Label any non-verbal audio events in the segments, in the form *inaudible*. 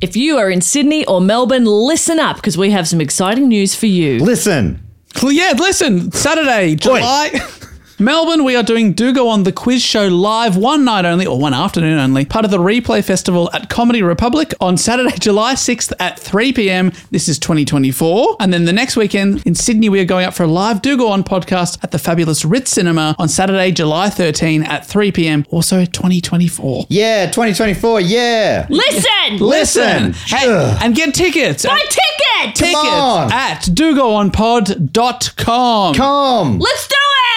If you are in Sydney or Melbourne, listen up because we have some exciting news for you. Listen. Well, yeah, listen, Saturday, July. *laughs* Melbourne, we are doing Do Go On the Quiz Show live one night only, or one afternoon only, part of the Replay Festival at Comedy Republic on Saturday, *laughs* July 6th at 3 p.m. This is 2024. And then the next weekend in Sydney, we are going up for a live Do Go On podcast at the fabulous Ritz Cinema on Saturday, July 13 at 3 p.m. Also 2024. Yeah, 2024. Yeah. Listen! Listen. Hey, Ugh. and get tickets. My at- ticket! tickets on. at dogoonpod.com. Come. Let's do it!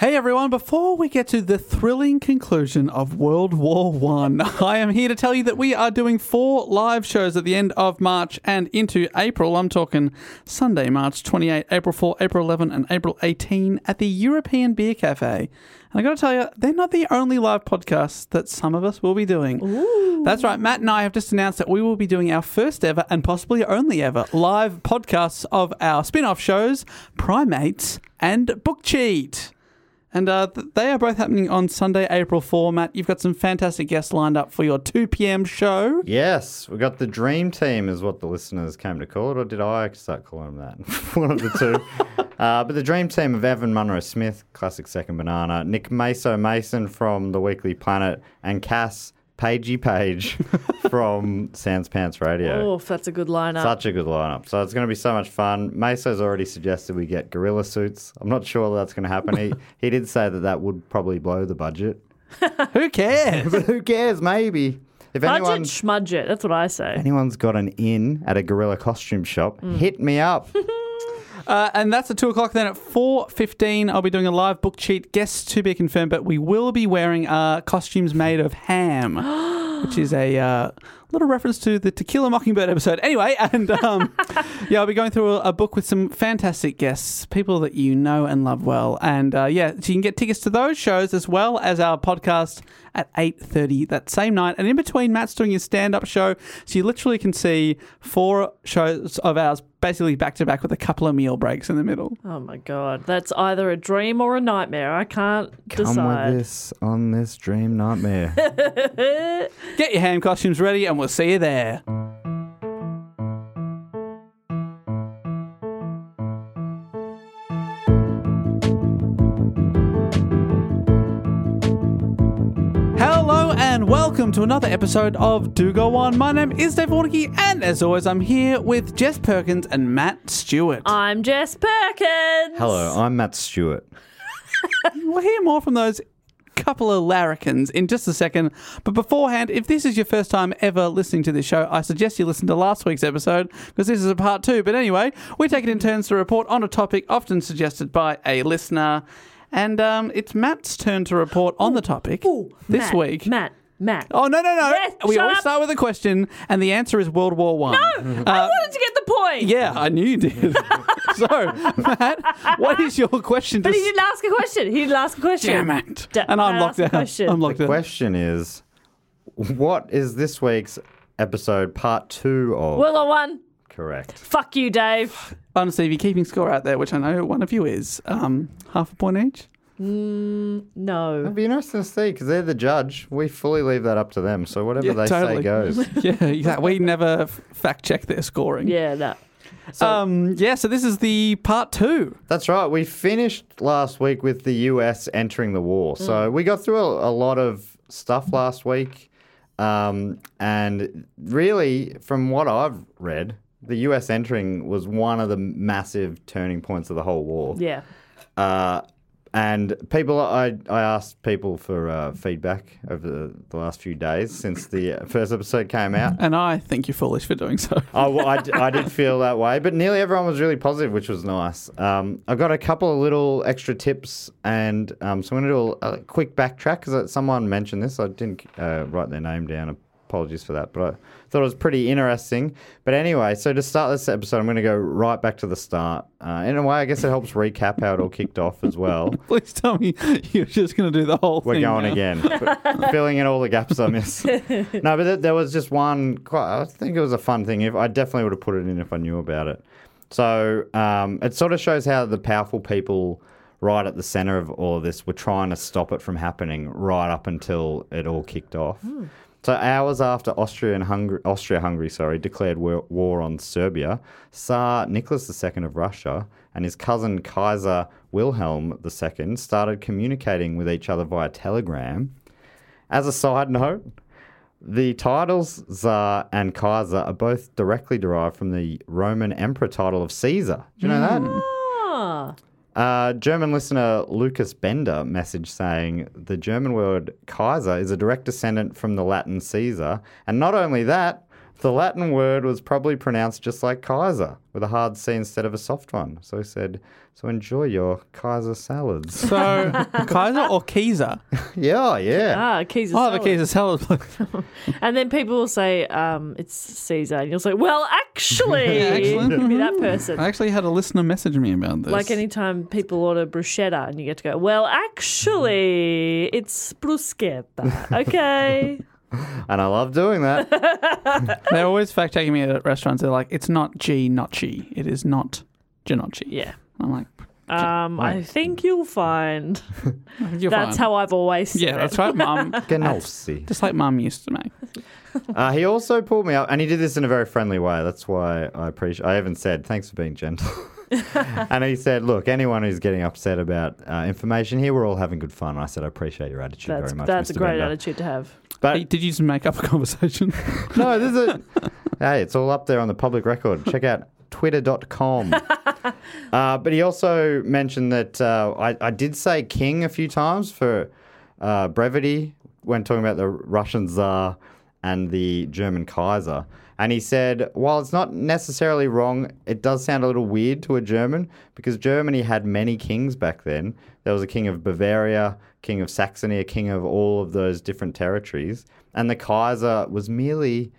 Hey everyone, before we get to the thrilling conclusion of World War One, *laughs* I am here to tell you that we are doing four live shows at the end of March and into April. I'm talking Sunday, March 28, April 4, April 11, and April 18 at the European Beer Cafe. And I got to tell you, they're not the only live podcasts that some of us will be doing. That's right, Matt and I have just announced that we will be doing our first ever and possibly only ever live podcasts of our spin off shows, Primates and Book Cheat. And uh, th- they are both happening on Sunday, April 4. Matt, you've got some fantastic guests lined up for your 2 p.m. show. Yes, we got the dream team, is what the listeners came to call it, or did I start calling them that? *laughs* One of the two. uh, but the dream team of Evan Munro Smith, classic second banana, Nick Maso Mason from the Weekly Planet, and Cass Pagey Page from Sans Pants Radio. Oh, that's a good lineup. Such a good lineup. So it's going to be so much fun. Meso's already suggested we get gorilla suits. I'm not sure that's going to *laughs* happen. He, he did say that that would probably blow the budget. *laughs* Who cares? But who cares? Maybe. If Budget, anyone, schmudge it. That's what I say. anyone's got an in at a gorilla costume shop, Mm. hit *laughs* me up. *laughs* Uh, and that's at 2 o'clock. Then at 4.15, I'll be doing a live book cheat. Guests to be confirmed, but we will be wearing uh, costumes made of ham, which is a uh, little reference to the Tequila Mockingbird episode. Anyway, *laughs* and um, yeah, I'll be going through a, a book with some fantastic guests, people that you know and love well. And uh, yeah, so you can get tickets to those shows as well as our podcast at 8.30 that same night. And in between, Matt's doing his stand-up show, so you literally can see four shows of ours basically back to back with a couple of meal breaks in the middle. Oh my god, that's either a dream or a nightmare. I can't Come decide. with this on this *laughs* dream nightmare. Get your ham costumes ready, and we'll see you there. Hello and welcome to another episode of Do Go On. My name is Dave Warnicky, and as always, I'm here with Jess Perkins and Matt Stewart. I'm Jess Perkins. Hello, I'm *laughs* Matt Stewart. We'll hear more from those couple of larrikins in just a second. But beforehand, if this is your first time ever listening to this show, I suggest you listen to last week's episode because this is a part two. But anyway, we take it in turns to report on a topic often suggested by a listener. And um, it's Matt's turn to report on the topic this Matt, week. Matt, Matt. Oh no no no! Yes, we shut always up. start with a question, and the answer is World War One. No, *laughs* I wanted to get the point. Uh, yeah, I knew you did. *laughs* so, Matt, what is your question? But to he didn't ask a question. He didn't ask a question. Damn it. Da- and I'm I asked locked a out. question. I'm locked The out. question is what is this week's episode part two of? Will I won? Correct. Fuck you, *sighs* Dave. Honestly, if you're keeping score out there, which I know one of you is, um, half a point each. No. It'd be interesting to see because they're the judge. We fully leave that up to them. So whatever Yeah, they *laughs* totally. say goes. Yeah, exactly. we never f- fact check their scoring. Yeah, no. um, yeah, so this is the part two. That's right. We finished last week with the US entering the war. So we got through a, a lot of stuff last week. Um, and really, from what I've read, the US entering was one of the massive turning points of the whole war. Yeah. Uh, and people, I, I asked people for uh, feedback over the, the last few days since the uh, first episode came out. And I think you're foolish for doing so. *laughs* I, well, I d- I did feel that way, but nearly everyone was really positive, which was nice. Um, I've got a couple of little extra tips, and um, so I'm going to do a, a quick backtrack because someone mentioned this. I didn't uh, write their name down. Apologies for that, but I thought it was pretty interesting. But anyway, so to start this episode, I'm going to go right back to the start. Uh, in a way, I guess it helps recap how it all kicked off as well. Please tell me you're just going to do the whole We're thing. going now. again, F- filling in all the gaps I missed. no, but th- there was just one. Quite, I think it was a fun thing. If I definitely would have put it in if I knew about it. So um, it sort of shows how the powerful people right at the center of all this were trying to stop it from happening right up until it all kicked off. So hours after Austria and Hungary, Austria-Hungary, sorry, declared war, war on Serbia, Tsar Nicholas II of Russia and his cousin Kaiser Wilhelm II started communicating with each other via telegram. As a side note, the titles Tsar and Kaiser are both directly derived from the Roman emperor title of Caesar. Do you know that? Uh, German listener Lucas Bender messaged saying the German word Kaiser is a direct descendant from the Latin Caesar. And not only that, the Latin word was probably pronounced just like Kaiser, with a hard C instead of a soft one. So he said, So enjoy your Kaiser *laughs* salads. So, Kaiser or Kaiser? yeah, yeah. Ah, keys are I'll have solid. a Kaiser *laughs* salad, please. And then people will say, um, it's Caesar. And you'll say, well, *laughs* actually, Excellent. it'd be that person. I actually had a listener message me about this. Like anytime people order bruschetta and you get to go, well, actually, it's bruschetta. *laughs* Okay. And I love doing that. They're always fact checking me at restaurants. They're like, it's not G, not G. It is not Ginocchi. Yeah. I'm like, Um, I think you'll find you're that's fine. how I've always said Yeah, it. that's right, mum. Gnocchi. Just like mum used to make. Uh, he also pulled me up, and he did this in a very friendly way. That's why I appreciate. I even said thanks for *laughs* being gentle. and he said, "Look, anyone who's getting upset about uh, information here, we're all having good fun." I said, "I appreciate your attitude That's, very much." that's a Mr. great Bender." attitude to have. Hey, But did you just make up *laughs* a conversation? no, this is. A, *laughs* hey, it's all up there on the public record. Check out twitter.com. uh, but he also mentioned that uh, I, I did say king a few times for uh, brevity when talking about the Russian Tsar and the German Kaiser. And he said, while it's not necessarily wrong, it does sound a little weird to a German because Germany had many kings back then. There was a king of Bavaria, king of Saxony, a king of all of those different territories. And the Kaiser was merely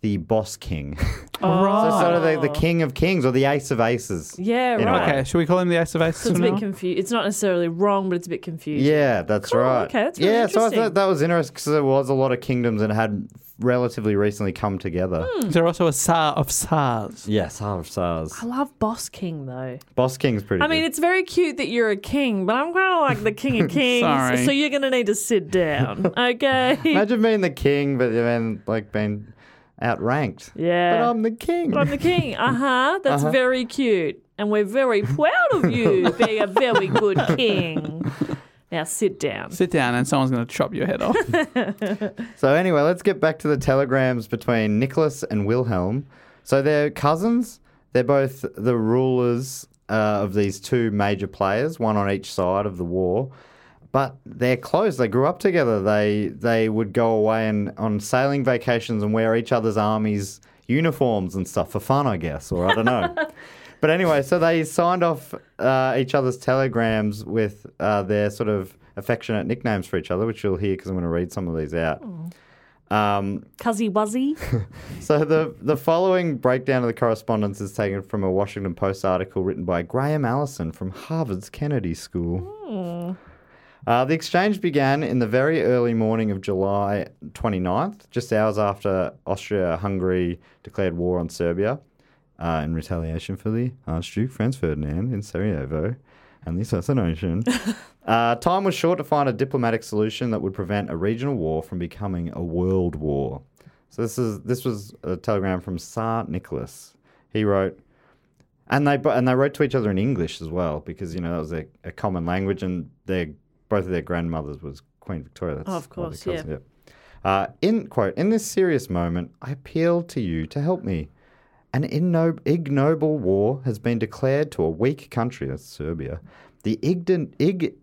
the boss king. *laughs* so, right. sort of the, the king of kings or the ace of aces. Yeah, in a right. way. Okay, should we call him the Ace of Aces? So it's a from now bit on? confused. It's not necessarily wrong, but it's a bit confusing. Yeah, that's Cool, right. okay, that's really yeah. So I interesting. thought that was interesting because there was a lot of kingdoms and had relatively recently come together. Hmm. Is there also a Tsar of Tsars? Yes, Tsar of Tsars. I love Boss King though. Boss King's pretty. I mean, good. it's very cute that you're a king, but I'm kind of like the king of kings. Sorry. So you're going to need to sit down, okay? imagine being the king, but then like being outranked. Yeah. But I'm the king. But I'm the king. Uh huh. That's very cute. And we're very proud of you being a very good king. Now sit down. Sit down and someone's going to chop your head *laughs* off. So anyway, let's get back to the telegrams between Nicholas and Wilhelm. So they're cousins. They're both the rulers uh, of these two major players, one on each side of the war. But they're close. They grew up together. They they would go away and on sailing vacations and wear each other's armies uniforms and stuff for fun, I guess, or I don't know. But anyway, so they signed off uh, each other's telegrams with uh, their sort of affectionate nicknames for each other, which you'll hear because I'm going to read some of these out. Um, Cuzzy Wuzzy. so the the following breakdown of the correspondence is taken from a Washington Post article written by Graham Allison from Harvard's Kennedy School. Uh, the exchange began in the very early morning of July 29th, just hours after Austria-Hungary declared war on Serbia uh, in retaliation for the Archduke Franz Ferdinand in Sarajevo and *laughs* the assassination. Uh, time was short to find a diplomatic solution that would prevent a regional war from becoming a world war. So this is this was a telegram from Tsar Nicholas. He wrote, And they bo- and they wrote to each other in English as well because you know that was a, a common language, and their both of their grandmothers was Queen Victoria. That's Oh, of one course, their yeah. cousins, Uh, in quote, in this serious moment, I appeal to you to help me. An igno- ignoble war has been declared to a weak country, that's Serbia. The igden- ig-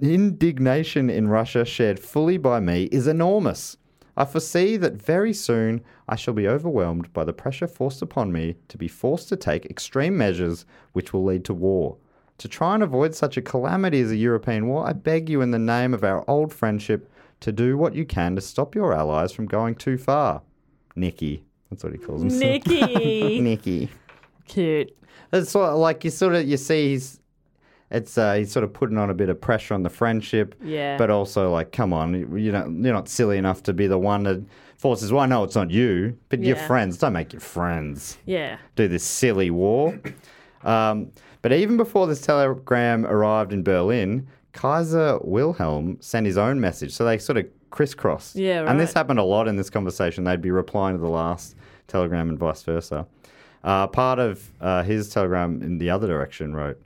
indignation in Russia, shared fully by me, is enormous. I foresee that very soon I shall be overwhelmed by the pressure forced upon me to be forced to take extreme measures which will lead to war. To try and avoid such a calamity as a European war, I beg you in the name of our old friendship to do what you can to stop your allies from going too far. Nicky. That's what he calls himself. *laughs* Nikki. Nicky. Cute. It's sort of like you sort of you see he's it's uh, he's sort of putting on a bit of pressure on the friendship. Yeah. But also like, come on, you you know you're not silly enough to be the one that forces. Well, I know it's not you, but your Yeah. friends. Don't make your friends Yeah. do this silly war. Um, but even before this telegram arrived in Berlin, Kaiser Wilhelm sent his own message. So they sort of crisscrossed. Yeah, And this right. happened a lot in this conversation. They'd be replying to the last telegram and vice versa. Uh, part of uh, his telegram in the other direction wrote,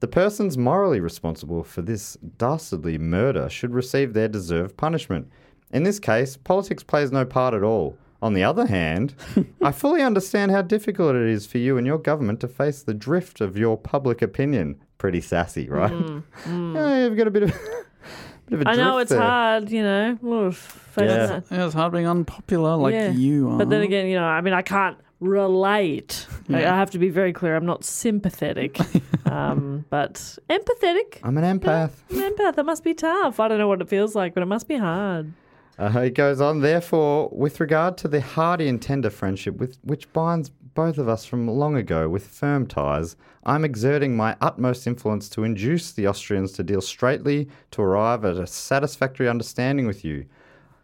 the persons morally responsible for this dastardly murder should receive their deserved punishment. In this case, politics plays no part at all. On the *laughs* other hand, I fully understand how difficult it is for you and your government to face the drift of your public opinion. Pretty sassy, right? *laughs* Yeah, you've got a bit of, bit of a Mm, I know drift it's there. hard, you know. Oof, uh, facing Yeah. that. Yeah, it's hard being unpopular like you are. But then again, you know, I mean, I can't relate. I I have to be very clear. I'm not *laughs* sympathetic, um, but empathetic. I'm an empath. I'm an empath. That must be tough. I don't know what it feels like, but it must be hard. Uh, it goes on, therefore, with regard to the hearty and tender friendship with, which binds both of us from long ago with firm ties, I'm exerting my utmost influence to induce the Austrians to deal straightly to arrive at a satisfactory understanding with you.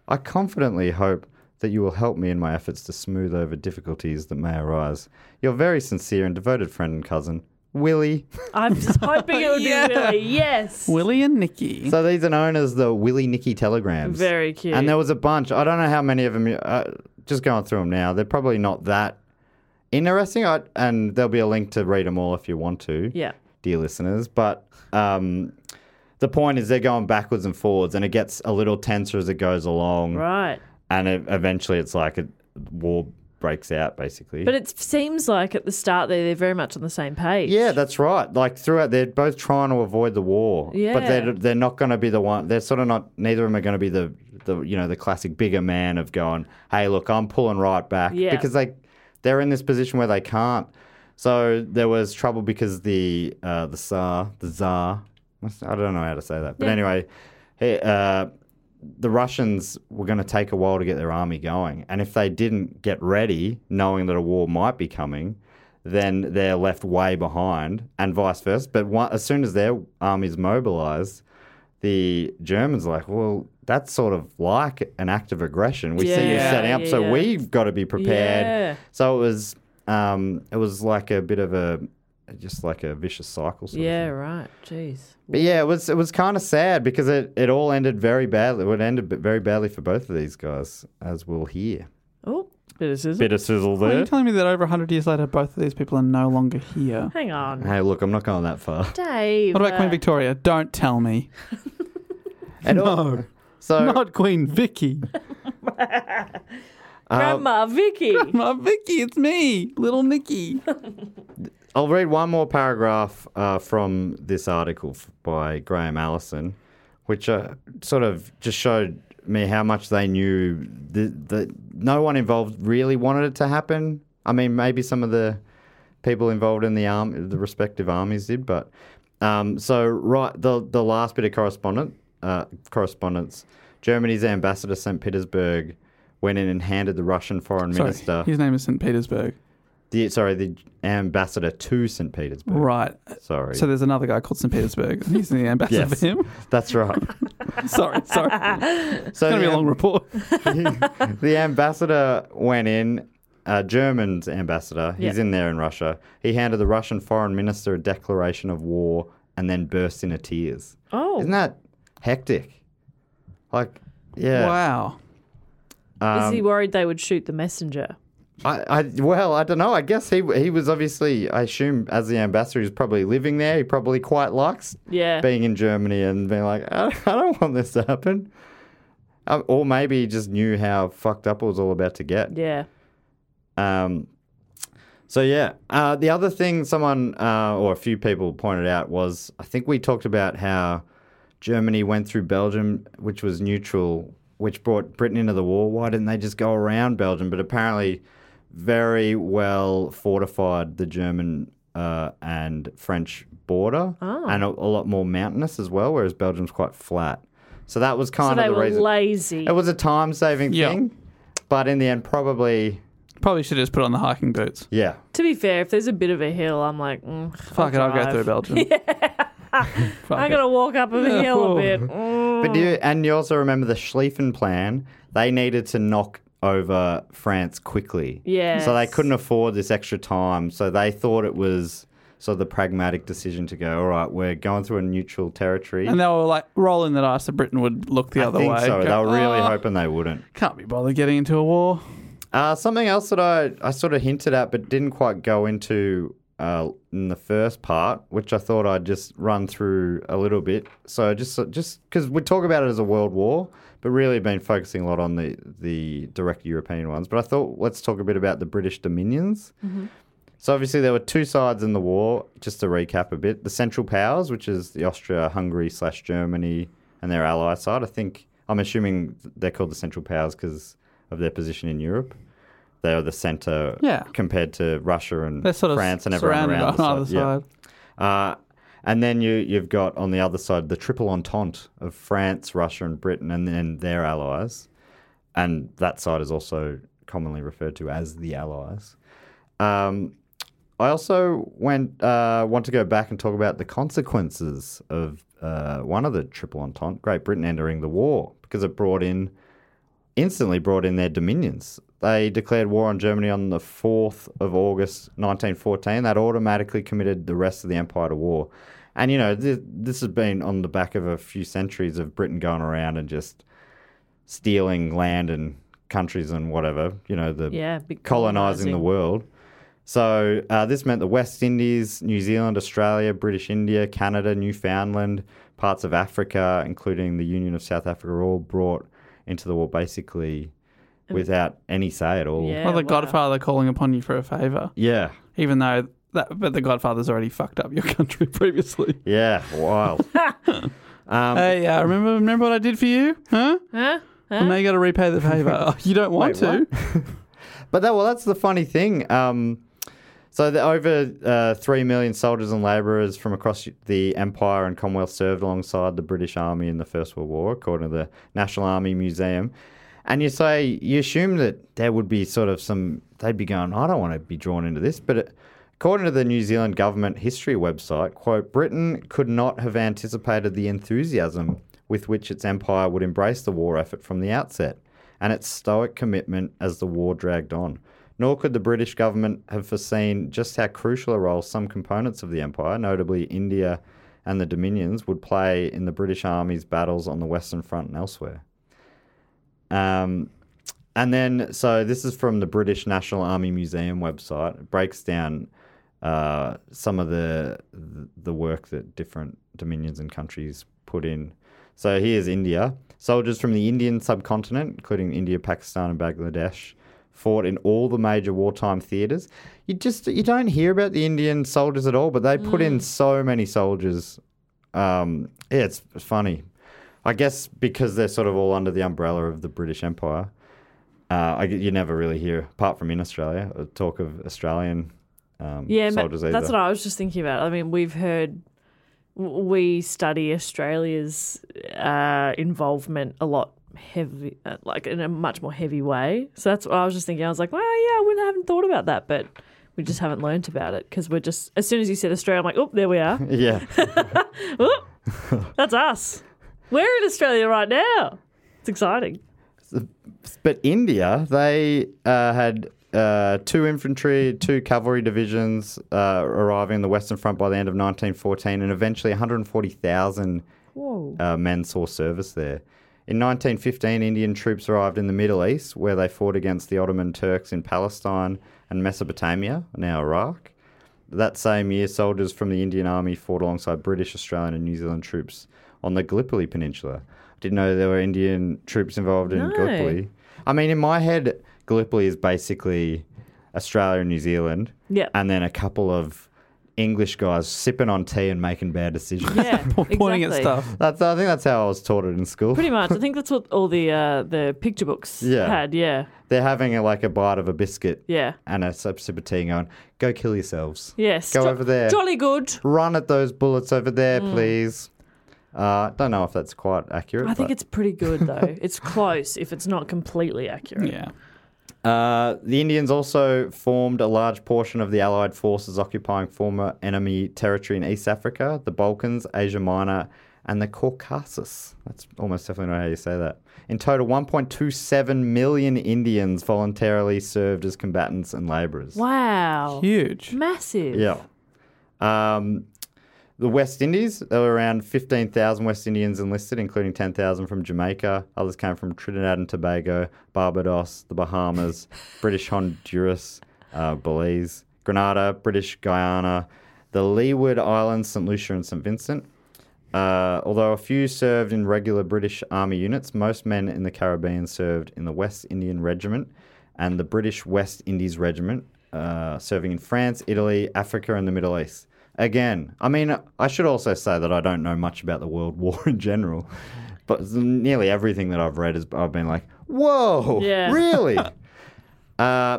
I confidently hope that you will help me in my efforts to smooth over difficulties that may arise. Your very sincere and devoted friend and cousin, Willie. I'm *laughs* just hoping it would be really yes. Willie and Nikki. So these are known as the Willy Nicky telegrams. Very cute. And there was a bunch. I don't know how many of them. Uh, just going through them now. They're probably not that interesting. I, and there'll be a link to read them all if you want to, yeah. dear listeners. But um, the point is, they're going backwards and forwards, and it gets a little tenser as it goes along. Right. And it, eventually, it's like a war breaks out, basically. But it seems like at the start there they're very much on the same page. Yeah, that's right. Like throughout, they're both trying to avoid the war. but Yeah. they're they're not going to be the one. They're sort of not. Neither of them are going to be the the you know the classic bigger man of going, hey, look, I'm pulling right back Yeah. because they they're in this position where they can't. So there was trouble because the uh, the Tsar, the Tsar, I don't know how to say that, but anyway, he, uh, the Russians were going to take a while to get their army going. And if they didn't get ready, knowing that a war might be coming, then they're left way behind and vice versa. But one, as soon as their army's mobilized, the Germans are like, well, that's sort of like an act of aggression. We see you Yeah, setting up, yeah, so yeah. we've got to be prepared. Yeah. So it was, um, it was like a bit of a, just like a vicious cycle. Sort of Yeah, thing. right. Jeez. But yeah, it was it was kind of sad because it, it all ended very badly. It ended b- very badly for both of these guys, as we'll hear. Oh, criticism. Bit of sizzle Are you there. telling me that over 100 years later, both of these people are no longer here? Hang on. Hey, look, I'm not going that far. Dave. What about uh, Queen Victoria? Don't tell *laughs* me. And al- No, So not Queen Vicky. Grandma Um, *laughs* Vicky. My Vicky, it's me, little Nikki. I'll read one more paragraph uh, from this article f- by Graham Allison, which uh, sort of just showed me how much they knew that the, no one involved really wanted it to happen. I mean, maybe some of the people involved in the arm, the respective armies did, but um, so right the the last bit of correspondent uh, correspondence, Germany's ambassador to St. Petersburg went in and handed the Russian foreign Sorry, minister, his name is St. Petersburg. the, sorry, the ambassador to St. Petersburg. Right. Sorry. So there's another guy called *laughs* St. Petersburg. He's the ambassador Yes. for him. *laughs* That's *laughs* right. Sorry, sorry. It's So going to be the, a long report. amb- *laughs* the ambassador went in, uh, German's ambassador. He's Yeah. in there in Russia. He handed the Russian foreign minister a declaration of war and then burst into tears. Oh. Isn't that hectic? Like, yeah. um, Wow. Um, Is he worried they would shoot the messenger? I, I well, I don't know. I guess he he was obviously, I assume, as the ambassador, he's probably living there. He probably quite likes Yeah. being in Germany and being like, I, I don't want this to happen. Um, or maybe he just knew how fucked up it was all about to get. Yeah. Um, so yeah, uh, the other thing someone uh, or a few people pointed out was I think we talked about how Germany went through Belgium, which was neutral, which brought Britain into the war. Why didn't they just go around Belgium? But apparently, very well fortified the German uh, and French border, Ah. and a, a lot more mountainous as well. Whereas Belgium's quite flat. So that was So kind they of the were reason. lazy. It was a time saving Yeah. thing, but in the end, probably Probably should have just put on the hiking boots. yeah. to be fair, if there's a bit of a hill, I'm like, mm, Fuck it, I'll go drive. through Belgium. *laughs* Fuck I'm it. gonna walk up a hill a bit. *laughs* Mm. But do you, and you also remember the Schlieffen plan. They needed to knock over France quickly. So they Yes. couldn't afford this extra time. So they thought it was sort of the pragmatic decision to go, all right, we're going through a neutral territory. And they were like rolling the dice that Britain would look the I other think way. so. Go, They were really "Oh, hoping they wouldn't. Can't be bothered getting into a war. Uh, something else that I, I sort of hinted at but didn't quite go into uh, in the first part, which I thought I'd just run through a little bit. So just just because we talk about it as a world war, but really been focusing a lot on the the direct European ones. But I thought let's talk a bit about the British dominions. So obviously there were two sides in the war. Just to recap a bit, the Central Powers, which is the Austria-Hungary slash Germany and their ally side. I think I'm assuming they're called the Central Powers because of their position in Europe. They are the centre Yeah. compared to Russia and They're sort of France and everyone surrounded around on the either side. Yeah. side. Uh, and then you, you've got on the other side the triple entente of France, Russia, and Britain, and then their allies. And that side is also commonly referred to as the Allies. Um, I also went uh, want to go back and talk about the consequences of uh, one of the triple entente, Great Britain entering the war, because it brought in instantly brought in their dominions. They declared war on Germany on the 4th of August 1914. That automatically committed the rest of the empire to war. And, you know, th- this has been on the back of a few centuries of Britain going around and just stealing land and countries and whatever, you know, the Yeah, big colonizing the colonising. world. So uh, this meant the West Indies, New Zealand, Australia, British India, Canada, Newfoundland, parts of Africa, including the Union of South Africa, were all brought into the war basically without any say at all. Yeah, Well, the wow. Godfather calling upon you for a favour, Yeah. even though that, but the Godfather's already fucked up your *laughs* country previously. Yeah. Wild. Um, Hey, uh, remember remember what I did for you? Huh? Huh? Well, now you got to repay *laughs* the favour. *laughs* you don't want Wait, to. *laughs* But that well, that's the funny thing. Um, so the, over uh, three million soldiers and laborers from across the empire and Commonwealth served alongside the British Army in the First World War, according to the National Army Museum. And you say you assume that there would be sort of some they'd be going, I don't want to be drawn into this, but. It, According to the New Zealand government history website, quote, Britain could not have anticipated the enthusiasm with which its empire would embrace the war effort from the outset and its stoic commitment as the war dragged on. Nor could the British government have foreseen just how crucial a role some components of the empire, notably India and the Dominions, would play in the British Army's battles on the Western Front and elsewhere. Um, and then, so this is from the British National Army Museum website. It breaks down uh, some of the the work that different dominions and countries put in. So here's India. Soldiers from the Indian subcontinent, including India, Pakistan, and Bangladesh, fought in all the major wartime theaters. You just you don't hear about the Indian soldiers at all, but they put in so many soldiers. Um, yeah, it's funny. I guess because they're sort of all under the umbrella of the British Empire. Uh, I, you never really hear, apart from in Australia, uh, talk of Australian um, Yeah, but soldiers. that's either. what I was just thinking about. I mean, we've heard w- we study Australia's uh, involvement a lot heavy, uh, like in a much more heavy way. So that's what I was just thinking. I was like, well, yeah, I wouldn't I haven't thought about that, but we just haven't learnt about it because we're just as soon as you said Australia, I'm like, oh, there we *laughs* are. Yeah. Oop, that's us. We're in Australia right now. It's exciting. But India, they uh, had uh, two infantry, two cavalry divisions uh, arriving in the Western Front by the end of 1914, and eventually 140,000 Whoa. uh, men saw service there. In 1915, Indian troops arrived in the Middle East, where they fought against the Ottoman Turks in Palestine and Mesopotamia, now Iraq. That same year, soldiers from the Indian Army fought alongside British, Australian, and New Zealand troops on the Gallipoli Peninsula. I didn't know there were Indian troops involved in No. Gallipoli. I mean, in my head, Gallipoli is basically Australia and New Zealand. Yeah. And then a couple of English guys sipping on tea and making bad decisions. *laughs* *laughs* Yeah, Pointing at exactly. stuff. That's, I think that's how I was taught it in school. Pretty much. I think that's what all the uh, the picture books *laughs* Yeah. had. Yeah, They're having a, like a bite of a biscuit yeah, and a sip sip of tea going, go kill yourselves. yes. Go Jo- over there. Jolly good. Run at those bullets over there, please. Uh, don't know if that's quite accurate. I think but- it's pretty good *laughs* though. it's close if it's not completely accurate. Yeah. Uh, the Indians also formed a large portion of the Allied forces occupying former enemy territory in East Africa, the Balkans, Asia Minor, and the Caucasus. That's almost definitely not how you say that. In total, 1.27 million Indians voluntarily served as combatants and laborers. Wow. Huge. Massive. Yeah. Um, the West Indies, there were around 15,000 West Indians enlisted, including 10,000 from Jamaica. Others came from Trinidad and Tobago, Barbados, the Bahamas, British Honduras, uh, Belize, Grenada, British Guyana, the Leeward Islands, St. Lucia, and St. Vincent. Uh, although a few served in regular British Army units, most men in the Caribbean served in the West Indian Regiment and the British West Indies Regiment, uh, serving in France, Italy, Africa, and the Middle East. Again, I mean, I should also say that I don't know much about the World *laughs* War in general, but nearly everything that I've read is I've been like, whoa, Yeah. really? uh,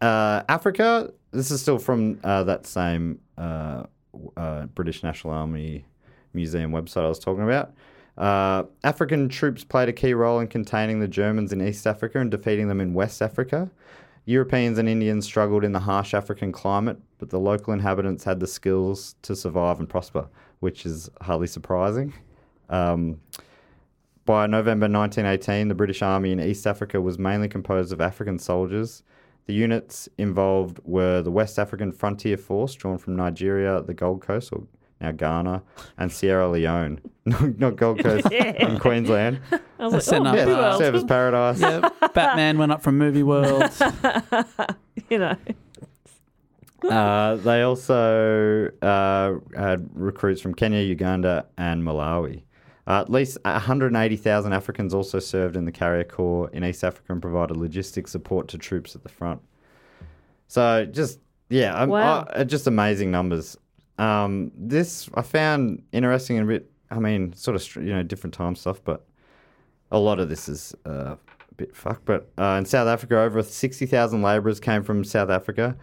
uh, Africa. This is still from uh, that same uh, w- uh, British National Army Museum website I was talking about. Uh, African troops played a key role in containing the Germans in East Africa and defeating them in West Africa. Europeans and Indians struggled in the harsh African climate, but the local inhabitants had the skills to survive and prosper, which is hardly surprising. Um, by November 1918, the British Army in East Africa was mainly composed of African soldiers. The units involved were the West African Frontier Force, drawn from Nigeria, the Gold Coast, or now Ghana, and Sierra Leone. *laughs* not not Gold Coast and Queensland. I was That's like, oh, enough. big Yeah, world. Service Paradise. uh, Yeah, Batman went up from *laughs* Movie World. *laughs* You know. Uh, they also uh, had recruits from Kenya, Uganda, and Malawi. Uh, at least 180,000 Africans also served in the Carrier Corps in East Africa and provided logistic support to troops at the front. So just yeah, um, Wow. uh, just amazing numbers. Um, this I found interesting and a bit. I mean, sort of str- you know different time stuff, but a lot of this is uh, a bit fucked. But uh, in South Africa, over 60,000 labourers came from South Africa.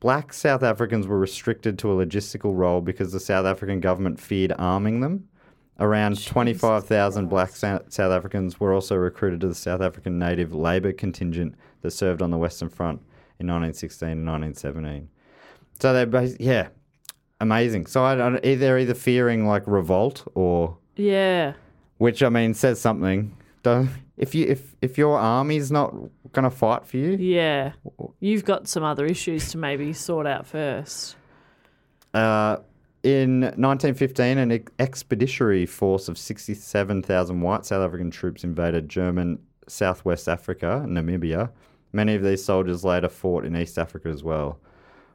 Black South Africans were restricted to a logistical role because the South African government feared arming them. Around 25,000 black Sa- South Africans were also recruited to the South African Native Labour contingent that served on the Western Front in 1916 and 1917. So they, bas- yeah, amazing. So I, I, they're either fearing like revolt or Yeah. which I mean says something. Don't if you if if your army's not gonna fight for you, Yeah. You've got some other issues to maybe sort out first. Uh, in 1915, an ex- expeditionary force of 67,000 white South African troops invaded German Southwest Africa, Namibia. Many of these soldiers later fought in East Africa as well.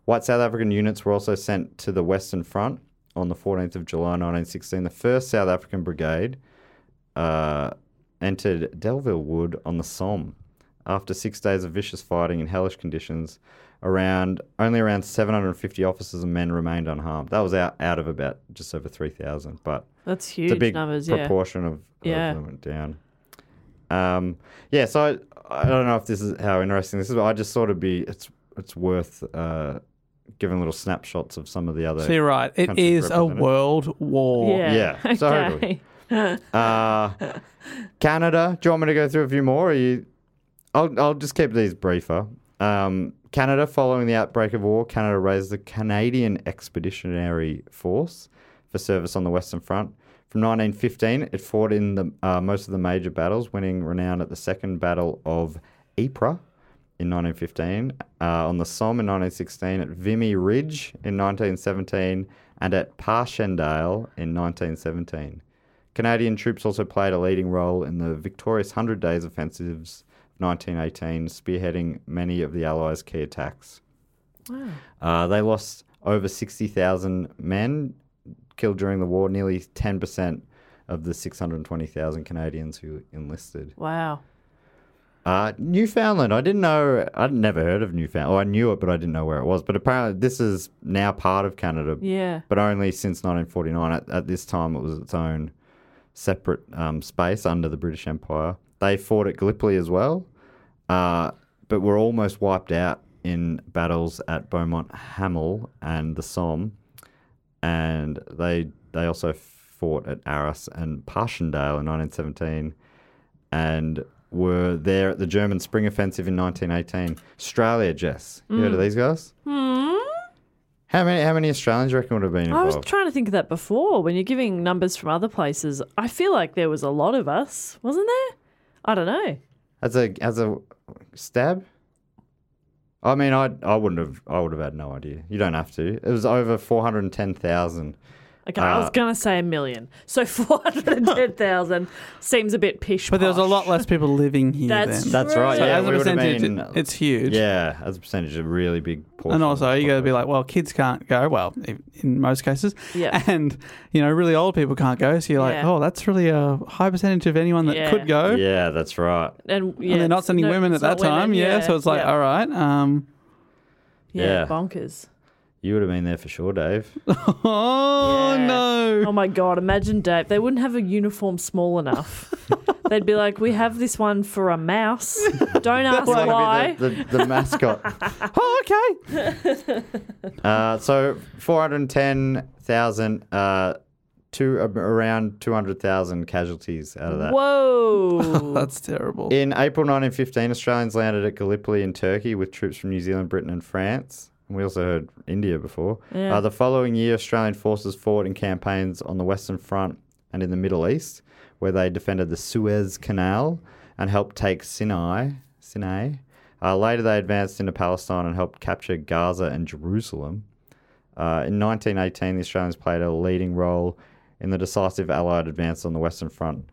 White South African units were also sent to the Western Front on the 14th of July 1916. The 1st South African Brigade uh, entered Delville Wood on the Somme. After six days of vicious fighting in hellish conditions, around only around 750 officers and men remained unharmed. That was out, out of about just over 3,000, but That's huge it's a big numbers. Yeah. proportion of, of Yeah. them went down. Um, yeah, so I, I don't know if this is how interesting this is, but I just thought it'd be it's it's worth uh, giving little snapshots of some of the other. so you're right. It Countries is a represented. world war. Yeah. *laughs* Yeah, totally. Okay. Uh, Canada. Do you want me to go through a few more? Or you? I'll I'll just keep these briefer. Um, Canada. Following the outbreak of war, Canada raised the Canadian Expeditionary Force for service on the Western Front. From 1915, it fought in the uh, most of the major battles, winning renown at the Second Battle of Ypres in 1915, uh, on the Somme in 1916, at Vimy Ridge in 1917, and at Parshendale in 1917. Canadian troops also played a leading role in the victorious Hundred Days offensives of 1918, spearheading many of the Allies' key attacks. Uh, they lost over 60,000 men killed during the war, nearly 10% of the 620,000 Canadians who enlisted. Wow. Uh, Newfoundland. I didn't know. I'd never heard of Newfoundland. Oh, I knew it, but I didn't know where it was. But apparently, this is now part of Canada. Yeah. But only since 1949. At, at this time, it was its own separate um, space under the British Empire. They fought at Gallipoli as well, uh, but were almost wiped out in battles at Beaumont Hamel and the Somme. And they they also fought at Arras and Passchendaele in 1917 and were there at the German Spring Offensive in 1918. Australia, Jess. You Mm. heard of these guys? Hmm. How many how many Australians do you reckon would have been I was involved? trying to think of that before when you're giving numbers from other places. I feel like there was a lot of us, wasn't there? I don't know. as a as a stab? I mean, I I wouldn't have I would have had no idea. You don't have to. It was over 410,000. Okay, I Ah. was going to say a million. So *laughs* 410,000 seems a bit pish. But there was a lot less people living here That's then. true. That's right. So yeah, as a we would have percentage, been- it- it's huge. Yeah, as a percentage, a really big portion. And of also, the you got to be population. like, well, kids can't go. Well, i- in most cases, Yeah. *laughs* And you know, really old people can't go. So you're like, Yeah. oh, that's really a high percentage of anyone that Yeah. could go. Yeah, that's right. And, yeah, And they're not sending no, women at it's that not women, time. Yeah. So it's like, yeah. all right. Um, Yeah, Yeah. bonkers. You would have been there for sure, Dave. *laughs* oh Yeah. no. Oh my god, imagine Dave. They wouldn't have a uniform small *laughs* enough. They'd be like, "We have this one for a mouse. Don't ask Wanna be why." The, the, the mascot. Oh, okay. Uh, so 410,000 uh, to a- around 200,000 casualties out of *laughs* that. Whoa. That's terrible. In April 1915, Australians landed at Gallipoli in Turkey with troops from New Zealand, Britain, and France. And we also heard India before. Uh, the following year, Australian forces fought in campaigns on the Western Front and in the Middle East, where they defended the Suez Canal and helped take Sinai. Sinai. Uh, later, they advanced into Palestine and helped capture Gaza and Jerusalem. Uh, in 1918, the Australians played a leading role in the decisive Allied advance on the Western Front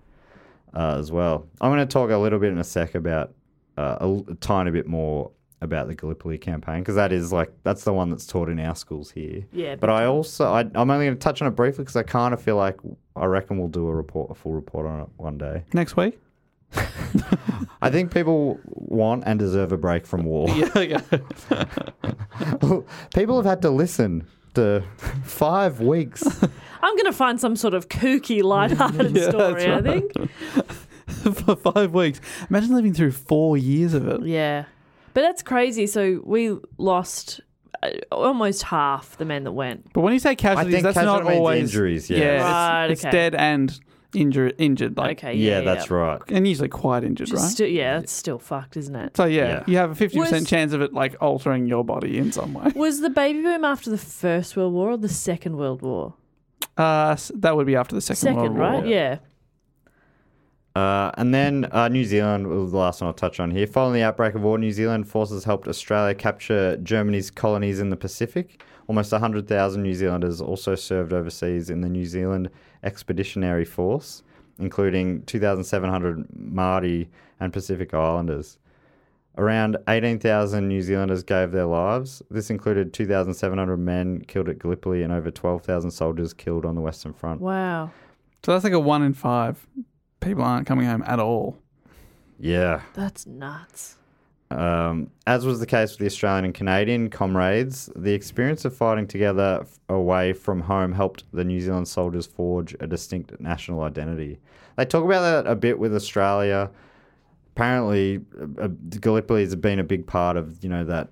uh, as well. I'm going to talk a little bit in a sec about uh, a, l- a tiny bit more about the Gallipoli campaign because that is like that's the one that's taught in our schools here. Yeah, But I also I, I'm only going to touch on it briefly because I kind of feel like I reckon we'll do a report a full report on it one day. Next week. *laughs* I think people want and deserve a break from war. Yeah. yeah. *laughs* people have had to listen to five weeks. I'm going to find some sort of kooky, light-hearted *laughs* Yeah, story. that's I think. For five weeks. Imagine living through four years of it. Yeah, but that's crazy. So we lost uh, almost half the men that went. But when you say casualties, think that's casual not means always injuries, yeah. it's- Right, it's, okay. dead and injured. Injured. Like, Okay. yeah, Yeah, that's right. And usually quite injured, Just right? sti- yeah, it's still fucked, isn't it? so yeah, Yeah. you have a fifty percent Was- chance of it like altering your body in *laughs* some way. Was the baby boom after the First World War or the Second World War? Uh, s- that would be after the second, World Second, War. right? Yeah. Uh, and then uh, New Zealand was the last one I'll touch on here. Following the outbreak of war, New Zealand forces helped Australia capture Germany's colonies in the Pacific. Almost 100,000 New Zealanders also served overseas in the New Zealand Expeditionary Force, including 2,700 Māori and Pacific Islanders. Around 18,000 New Zealanders gave their lives. This included 2,700 men killed at Gallipoli and over 12,000 soldiers killed on the Western Front. Wow. So that's like a one in five people aren't coming home at all. Yeah. That's nuts. Um, as was the case with the Australian and Canadian comrades, the experience of fighting together f- away from home helped the New Zealand soldiers forge a distinct national identity. They talk about that a bit with Australia. Apparently, uh, uh, Gallipoli has been a big part of you know that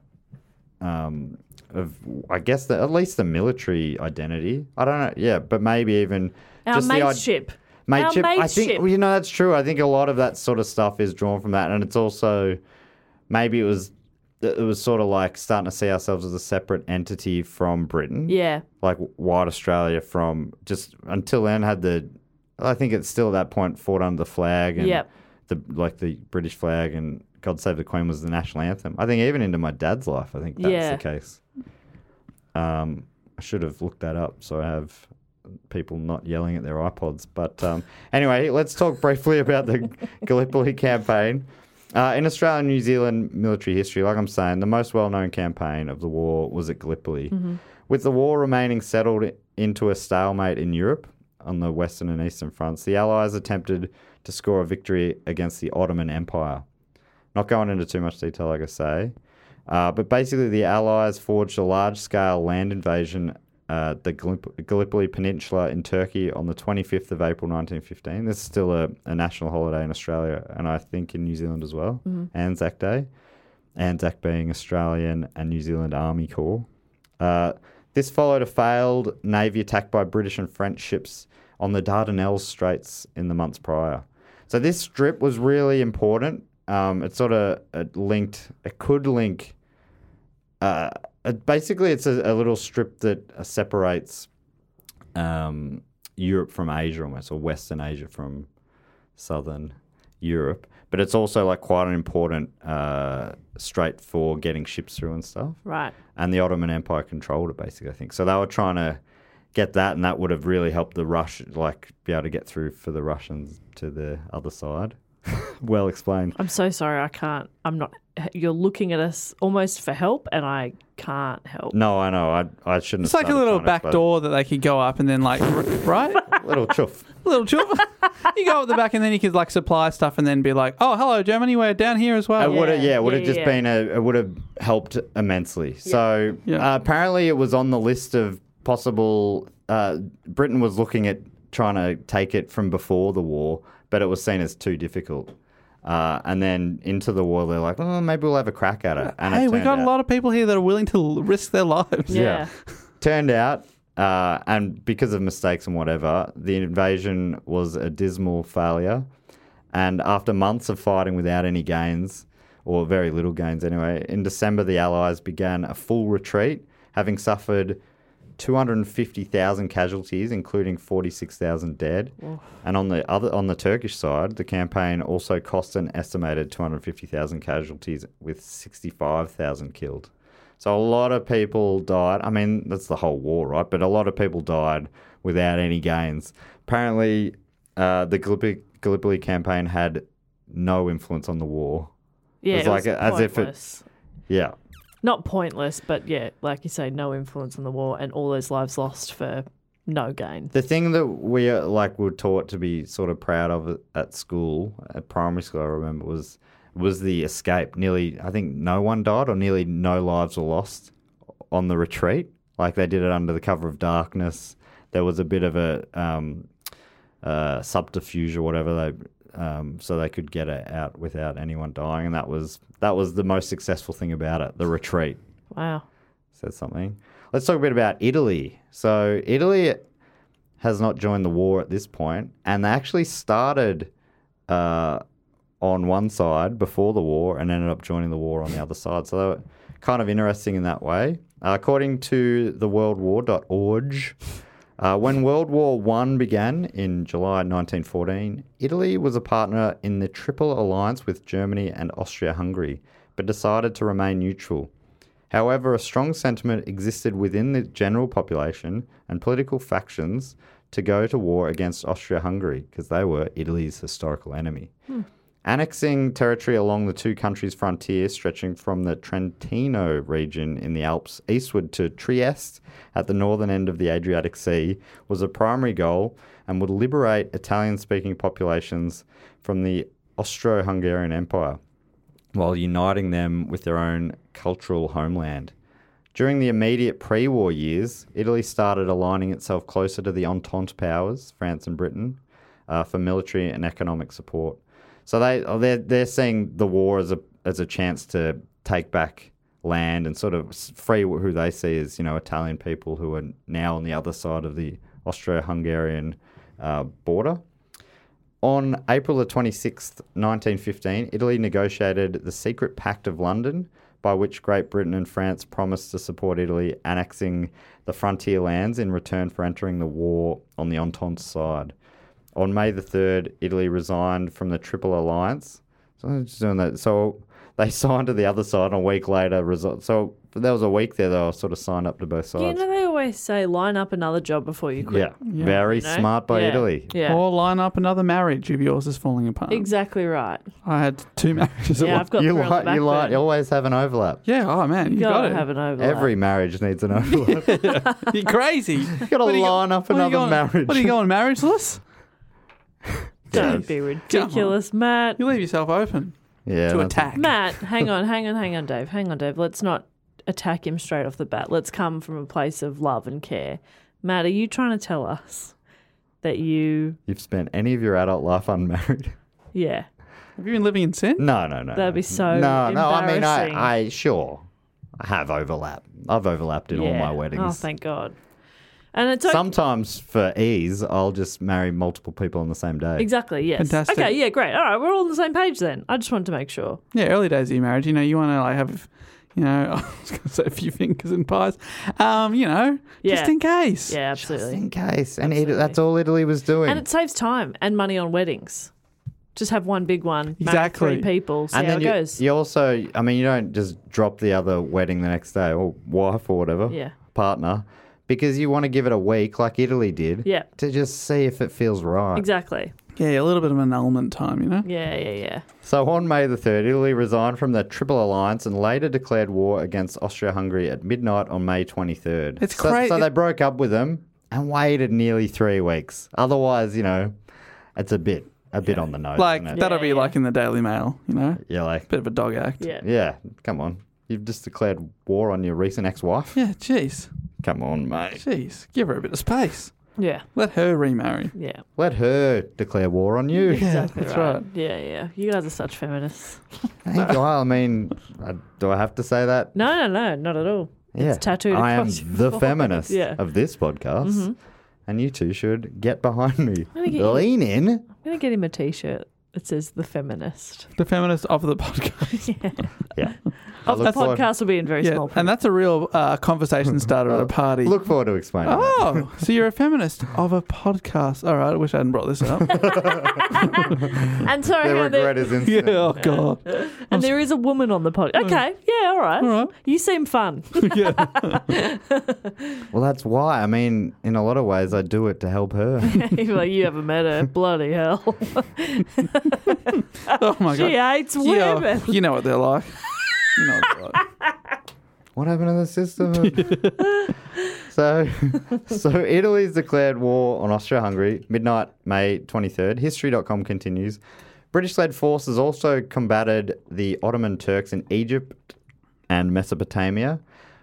um, of I guess the, at least the military identity. I don't know, yeah, but maybe even Our just the id- mateship. Our Mateship, I think mateship. well, you know that's true. I think a lot of that sort of stuff is drawn from that, and it's also maybe it was it was sort of like starting to see ourselves as a separate entity from Britain, Yeah. like white Australia from just until then had the. I think it's still at that point fought under the flag and Yep. the like the British flag and God Save the Queen was the national anthem. I think even into my dad's life, I think that's Yeah. the case. Um, I should have looked that up, so I have people not yelling at their iPods. But um, *laughs* anyway, let's talk briefly about the *laughs* Gallipoli campaign. Uh, in Australia and New Zealand military history, like I'm saying, the most well known campaign of the war was at Gallipoli. With the war remaining settled i- into a stalemate in Europe on the Western and Eastern fronts, the Allies attempted to score a victory against the Ottoman Empire. Not going into too much detail, like I say. Uh, but basically, the Allies forged a large scale land invasion uh, the Gallip- Gallipoli Peninsula in Turkey on the 25th of April 1915. This is still a, a national holiday in Australia and I think in New Zealand as well, Anzac Day. Anzac being Australian and New Zealand Army Corps. Uh, this followed a failed navy attack by British and French ships on the Dardanelles Straits in the months prior. So this strip was really important. Um, it sort of it linked, it could link. Uh, it- basically, it's a, a little strip that uh, separates um, Europe from Asia almost, or Western Asia from Southern Europe. But it's also like quite an important uh, strait for getting ships through and stuff Right. and the Ottoman Empire controlled it basically. I think so. They were trying to get that, and that would have really helped the Rush, like be able to get through for the Russians to the other side. *laughs* well explained. I'm so sorry. I can't. I'm not. You're looking at us almost for help, and I can't help. No, I know. I I shouldn't. It's have like a started little trying to back explain. door that they could go up and then like, r- *laughs* right? little chuff. little chop. *laughs* you go up the back and then you could like supply stuff and then be like, oh, hello, Germany, we're down here as well. It would have, yeah, Yeah, it would have yeah, just yeah. been a, it would have helped immensely. So Yeah. Uh, apparently, it was on the list of possible. Uh, Britain was looking at trying to take it from before the war, but it was seen as too difficult. Uh, and then into the war, they're like, oh, maybe we'll have a crack at it. And it Hey, we turned got a out- lot of people here that are willing to l- risk their lives. Yeah. Turned out, uh, and because of mistakes and whatever, the invasion was a dismal failure. And after months of fighting without any gains, or very little gains anyway, in December the Allies began a full retreat, having suffered 250,000 casualties, including 46,000 dead. And on the other, on the Turkish side, the campaign also cost an estimated 250,000 casualties, with 65,000 killed. So a lot of people died. I mean, that's the whole war, right? But a lot of people died without any gains. Apparently, uh, the Gallipoli, Gallipoli campaign had no influence on the war. Yeah. It's it like was a- as if it- pointless. Yeah. not pointless, but yeah, like you say, no influence on the war, and all those lives lost for no gain. The thing that we uh, like were taught to be sort of proud of at- at school, at primary school, I remember was was the escape. Nearly, I think no one died, or nearly no lives were lost on the retreat. Like they did it under the cover of darkness. There was a bit of a um, uh, subterfuge or whatever they, um, so they could get it out without anyone dying, and that was that was the most successful thing about it. The retreat Wow. said something. Let's talk a bit about Italy. So Italy has not joined the war at this point, and they actually started uh, on one side before the war and ended up joining the war on the other side. So they were kind of interesting in that way. Uh, according to the worldwar.org, uh, when World War One began in July 1914, Italy was a partner in the Triple Alliance with Germany and Austria-Hungary, but decided to remain neutral. However, a strong sentiment existed within the general population and political factions to go to war against Austria Hungary because they were Italy's historical enemy. Annexing territory along the two countries' frontier, stretching from the Trentino region in the Alps eastward to Trieste at the northern end of the Adriatic Sea, was a primary goal and would liberate Italian speaking populations from the Austro Hungarian Empire while uniting them with their own cultural homeland. During the immediate pre war years, Italy started aligning itself closer to the Entente powers, France and Britain, uh, for military and economic support. So they, oh, they're, they're seeing the war as a, as a chance to take back land and sort of s- free who they see as you know Italian people who are now on the other side of the Austro Hungarian uh, border. On April the 26th, 1915, Italy negotiated the Secret Pact of London, by which Great Britain and France promised to support Italy annexing the frontier lands in return for entering the war on the Entente side. On May the 3rd, Italy resigned from the Triple *laughs* Alliance. So, they're just doing that. so they signed to the other side and a week later. Result. So But there was a week there that I was sort of signed up to both sides. You know, they always say line up another job before you quit. yeah. very you know? smart by Yeah. Italy. Yeah. Or line up another marriage if yours is falling apart. Exactly right. I had two marriages at Yeah, once. I've got *laughs* You three on the like, back you like, you burner. always have an overlap. Yeah, oh man, you Gotta got it. have an overlap. Every marriage *laughs* needs an overlap. you You're crazy. *laughs* you got to line up what are you another going, marriage. What are *laughs* you going marriageless? Don't be ridiculous, Matt. You leave yourself open yeah, to that's- *laughs* attack. Matt, hang on, hang on, hang on, Dave. Hang on, Dave. Let's not attack him straight off the bat. Let's come from a place of love and care. Matt, are you trying to tell us that you, You've spent any of your adult life unmarried? *laughs* yeah, Have you been living in sin? No, no, no. That'd no. be so No, no. I mean, embarrassing. I, I sure I have overlap. I've overlapped in all yeah. my weddings. Oh, thank God. And it's okay. Sometimes for ease, I'll just marry multiple people on the same day. exactly yes. Fantastic. Okay, yeah, great. All right, we're all on the same page then. I just wanted to make sure. Yeah, early days of your marriage, you know, you want to like have, you know, *laughs* I was going to say a few fingers and pies, um, you know, just Yeah. in case. Yeah, Just absolutely. in case, and Ita- that's all Italy was doing. And it saves time and money on weddings. Just have one big one, Exactly. marry three people, see And how then it you, goes. you also, I mean, you don't just drop the other wedding the next day or wife or whatever, Yeah. partner, because you want to give it a week like Italy did Yeah. to just see if it feels right. Exactly. Yeah, a little bit of an element time, you know? Yeah, yeah, yeah. So on May the 3rd, Italy resigned from the Triple Alliance and later declared war against Austria Hungary at midnight on May 23rd. It's so, cra- So they broke up with them and waited nearly three weeks. Otherwise, you know, it's a bit, a bit on the nose. Like, isn't it? that'll be like in the Daily Mail, you know? You're like, Bit of a dog act. Yeah. yeah, come on. You've just declared war on your recent ex-wife. Yeah, jeez. Come on, mate. Jeez. Give her a bit of space. Yeah. Let her remarry. Yeah. Let her declare war on you. Exactly that's right. right. Yeah, yeah. You guys are such feminists. Thank you. I mean, I, do I have to say that? No, no, no, not at all. Yeah. It's tattooed I am across *laughs* your the forehead. feminist Yeah. of this podcast, and you two should get behind me. gonna get you- Lean in. I'm going to get him a t shirt that says the feminist. The feminist of the podcast. Yeah. Of the look forward- podcast will be in very yeah. small print. And that's a real *laughs* uh, conversation starter Oh. at a party. Look forward to explaining. that. Oh, so you're a feminist of a podcast. All right, I wish I hadn't brought *laughs* this up. *laughs* and sorry, The hang on, there- regret is yeah, instant. oh, God. and there is a woman on the pod. Hmm. Okay, yeah, all right. All right. *laughs* You seem fun. Well, that's why. I mean, in a lot of ways, I do it to help *laughs* her. *laughs* well, you haven't met her. Bloody *laughs* hell. Oh, my she God. hates Yeah, oh, women. you know what they're like. You know what they're like. *laughs* what happened to the system? *laughs* so, *laughs* so Italy's declared war on Austria-Hungary, midnight, May 23rd. History.com continues. British-led forces also combated the Ottoman Turks in Egypt and Mesopotamia,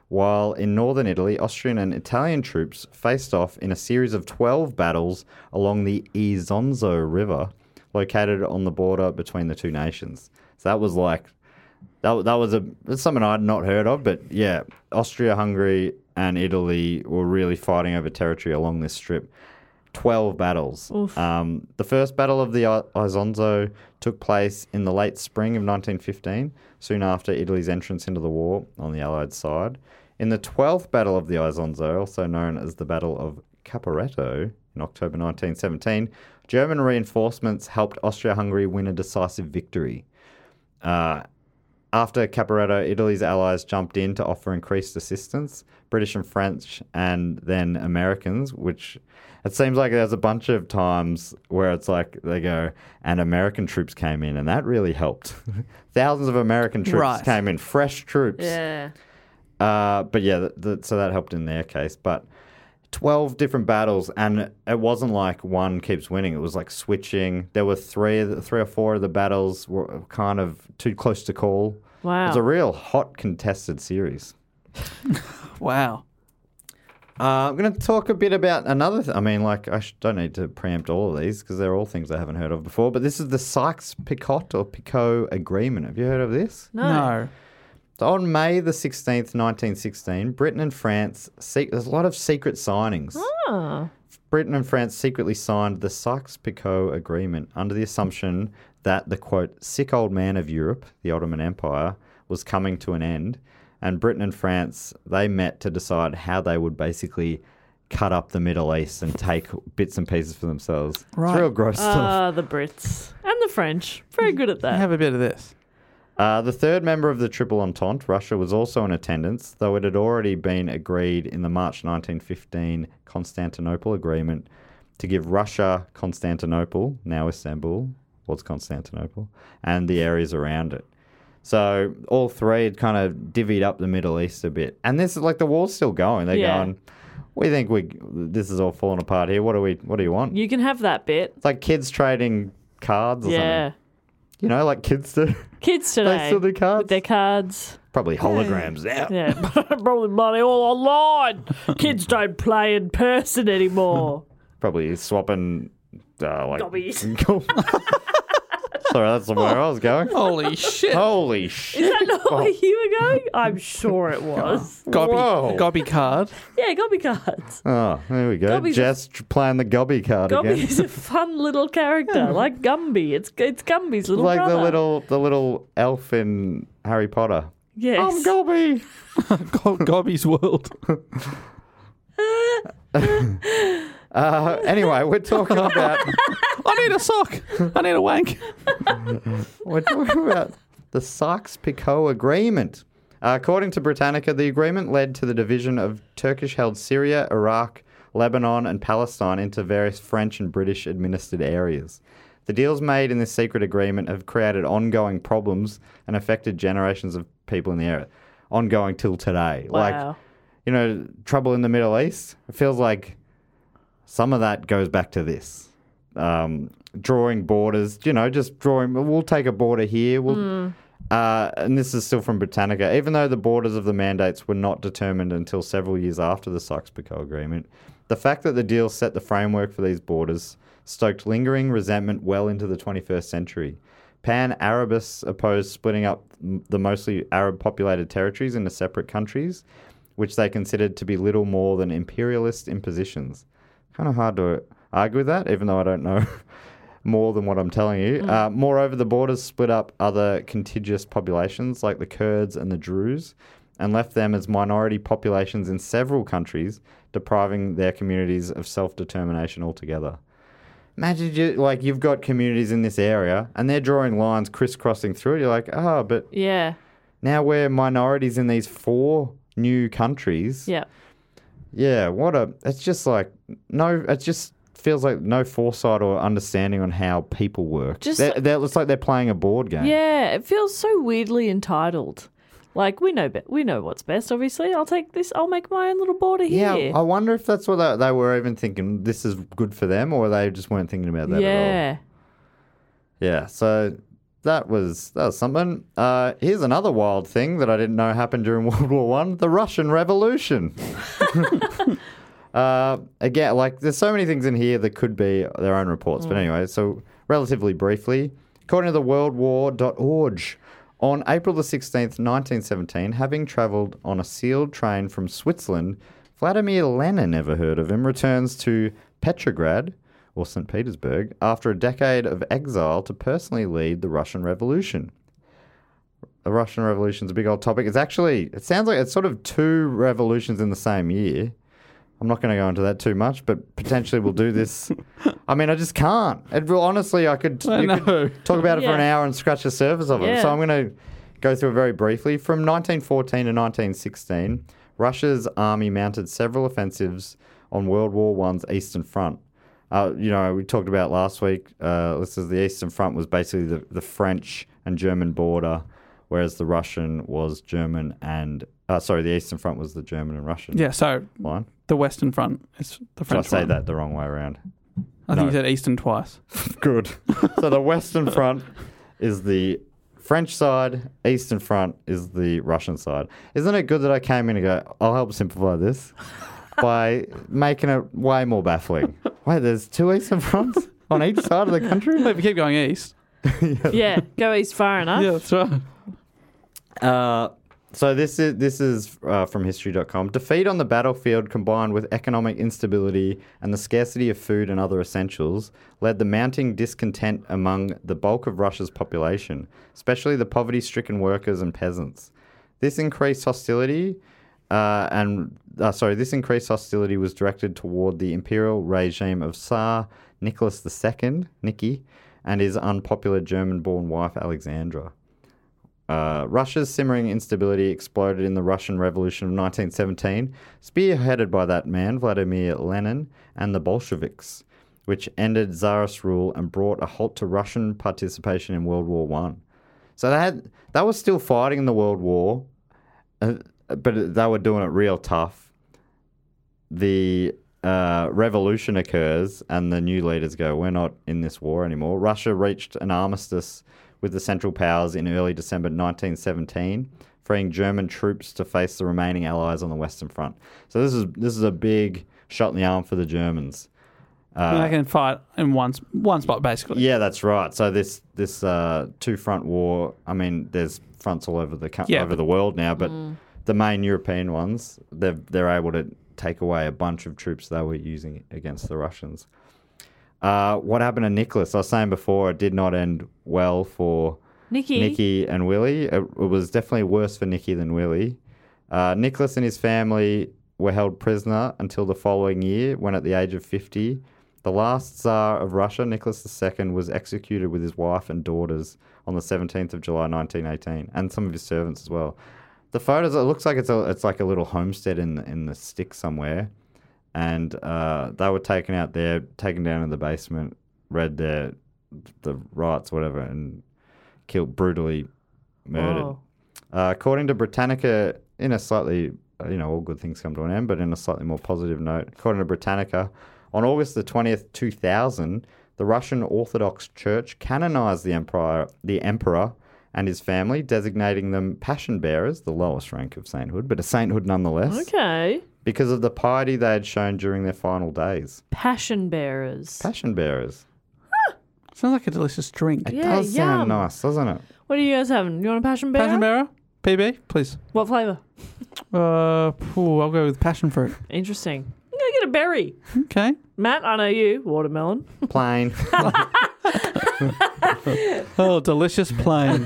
while in northern Italy, Austrian and Italian troops faced off in a series of 12 battles along the Isonzo River, located on the border between the two nations. So that was like that, that was a that's something I'd not heard of, but yeah, Austria, Hungary, and Italy were really fighting over territory along this strip. Twelve battles. Um, the first battle of the I- Isonzo took place in the late spring of 1915, soon after Italy's entrance into the war on the Allied side. In the twelfth battle of the Isonzo, also known as the Battle of Caporetto, in October 1917, German reinforcements helped Austria-Hungary win a decisive victory. Uh, after Caporetto, Italy's allies jumped in to offer increased assistance, British and French, and then Americans, which it seems like there's a bunch of times where it's like they go, and American troops came in, and that really helped. *laughs* Thousands of American troops Right. came in, fresh troops. Yeah. Uh, but yeah, th- th- so that helped in their case. But 12 different battles, and it wasn't like one keeps winning. It was like switching. There were three, of the- three or four of the battles were kind of too close to call. Wow. It was a real hot contested series. Wow. Uh, I'm going to talk a bit about another. Th- I mean, like, I sh- don't need to preempt all of these because they're all things I haven't heard of before. But this is the Sykes Picot or Picot Agreement. Have you heard of this? No. No. So on May the 16th, 1916, Britain and France, se- there's a lot of secret signings. Britain and France secretly signed the Sykes-Picot Agreement under the assumption that the, quote, sick old man of Europe, the Ottoman Empire, was coming to an end. And Britain and France, they met to decide how they would basically cut up the Middle East and take bits and pieces for themselves. It's Right. real gross stuff. Ah, the Brits and the French. Very good at that. Have a bit of this. Uh, the third member of the Triple Entente, Russia, was also in attendance, though it had already been agreed in the March 1915 Constantinople Agreement to give Russia Constantinople, now Istanbul, was Constantinople, and the areas around it. So all three had kind of divvied up the Middle East a bit, and this is like the war's still going. They're Yeah. going, we think we this is all falling apart here. What do we? What do you want? You can have that bit. It's like kids trading cards or Yeah. something. You know, like kids do. *laughs* Kids today. still do cards? With their cards. Probably holograms. Yeah. Yeah. *laughs* Probably money all online. Kids don't play in person anymore. *laughs* Probably swapping uh, like *laughs* Gobbies. Sorry, that's where I was going. Oh. *laughs* Holy shit. Holy shit. A year ago? *laughs* I'm sure it was. Whoa. Gobby, gobby card. Yeah, gobby cards. Oh, there we go. Gobbies are- Jess tr- playing the gobby card Gobby again. is a fun little character, like Gumby. It's it's Gumby's little Like brother. the little the little elf in Harry Potter. yes. I'm Gobby. Go- Gobby's world. Uh, anyway, *laughs* we're talking about *laughs* I need a sock. I need a wank. We're talking about *laughs* the Sykes-Picot Agreement. Uh, according to Britannica, the agreement led to the division of Turkish-held Syria, Iraq, Lebanon, and Palestine into various French and British-administered areas. The deals made in this secret agreement have created ongoing problems and affected generations of people in the area, ongoing till today. Wow. Like, you know, trouble in the Middle East. It feels like some of that goes back to this um, drawing borders, you know, just drawing. We'll take a border here. We'll, uh, and this is still from Britannica. Even though the borders of the mandates were not determined until several years after the Sykes-Picot Agreement, the fact that the deal set the framework for these borders stoked lingering resentment well into the 21st century. Pan-Arabists opposed splitting up m- the mostly Arab-populated territories into separate countries, which they considered to be little more than imperialist impositions kind of hard to argue with that, even though I don't know *laughs* more than what I'm telling you. Uh, moreover, the borders split up other contiguous populations like the Kurds and the Druze and left them as minority populations in several countries, depriving their communities of self determination altogether. Imagine you like you've got communities in this area and they're drawing lines crisscrossing through it. You're like, ah, but Yeah. now we're minorities in these four new countries. Yeah. Yeah, what a. It's just like no. It just feels like no foresight or understanding on how people work. Just- they're, they're- it's like they're playing a board game. Yeah, it feels so weirdly entitled. Like we know, be- we know what's best. Obviously, I'll take this. I'll make my own little border Yeah, here. I wonder if that's what they, they were even thinking. This is good for them, or they just weren't thinking about that at all. yeah. Yeah. So that was that was something. Uh, here's another wild thing that I didn't know happened during *laughs* World War One: the Russian Revolution. Uh, again, like there's so many things in here that could be their own reports. But anyway, so relatively briefly, according to the worldwar.org, on April the 16th, 1917, having travelled on a sealed train from Switzerland, Vladimir Lenin, never heard of him, returns to Petrograd or St. Petersburg after a decade of exile to personally lead the Russian Revolution the Russian Revolution's a big old topic. It's actually, it sounds like it's sort of two revolutions in the same year. I'm not going to go into that too much, but potentially we'll do *laughs* this. I mean, I just can't. It will, honestly, I could, I you could know. talk about it for an Yeah. hour and scratch the surface of it. Yeah. So I'm going to go through it very briefly. From 1914 to 1916, Russia's army mounted several offensives on World War One's Eastern Front. Uh, you know, we talked about last week. Uh, this is the Eastern Front was basically the, the French and German border, whereas the Russian was German and uh, sorry, the Eastern Front was the German and Russian Yeah, so line. the Western Front is the Did I French say one. that the wrong way around? I think No. you said Eastern twice. Good. so the Western Front is the French side, Eastern Front is the Russian side. Isn't it good that I came in and go, I'll help simplify this by making it way more baffling? Wait, there's two Eastern Fronts on each side of the country? Well, if you keep going east. yeah, Go east far enough. *laughs* Yeah, that's right. Uh, so this is this is uh, from history.com. Defeat on the battlefield combined with economic instability and the scarcity of food and other essentials led the mounting discontent among the bulk of Russia's population, especially the poverty-stricken workers and peasants. This increased hostility uh, and uh, sorry, this increased hostility was directed toward the imperial regime of Tsar Nicholas II, Nikki, and his unpopular German-born wife Alexandra. Uh, Russia's simmering instability exploded in the Russian Revolution of 1917, spearheaded by that man, Vladimir Lenin, and the Bolsheviks, which ended Tsarist rule and brought a halt to Russian participation in World War One. So they had they were still fighting in the World War, uh, but they were doing it real tough. The uh, revolution occurs, and the new leaders go, "We're not in this war anymore." Russia reached an armistice with the Central Powers in early December 1917, freeing German troops to face the remaining Allies on the Western Front. So this is this is a big shot in the arm for the Germans. and they can fight in one s- one spot basically. Uh, Yeah, that's right. So this this uh, two front war. I mean, there's fronts all over the coun- Yeah, over but- the world now, but the main European ones, they're they're able to take away a bunch of troops they were using against the Russians. Uh, what happened to Nicholas? I was saying before, it did not end well for Nikki. Nikki and Willie. It, it was definitely worse for Nikki than Willie. Uh, Nicholas and his family were held prisoner until the following year, when at the age of 50, the last Tsar of Russia, Nicholas II, was executed with his wife and daughters on the 17th of July 1918, and some of his servants as well. The photos, it looks like it's, a, it's like a little homestead in, the- in the stick somewhere and uh, they were taken out there, taken down in the basement, read their the rights, whatever, and killed brutally, murdered. Wow. Uh, according to Britannica, in a slightly you know all good things come to an end, but in a slightly more positive note, according to Britannica, on August the twentieth, two thousand, the Russian Orthodox Church canonized the emperor, the emperor. And his family, designating them passion bearers, the lowest rank of sainthood, but a sainthood nonetheless Okay. because of the piety they had shown during their final days. Passion bearers. Passion bearers. Sounds like a delicious drink. It Yeah, does yum. sound nice, doesn't it? what are you guys having? You want a passion bear? Passion bearer, PB, please. What flavour? Uh, phew, I'll go with passion fruit. Interesting. I'm going to get a berry. Okay. Matt, I know you. Watermelon. *laughs* Plain. *laughs* Oh, *laughs* delicious plain.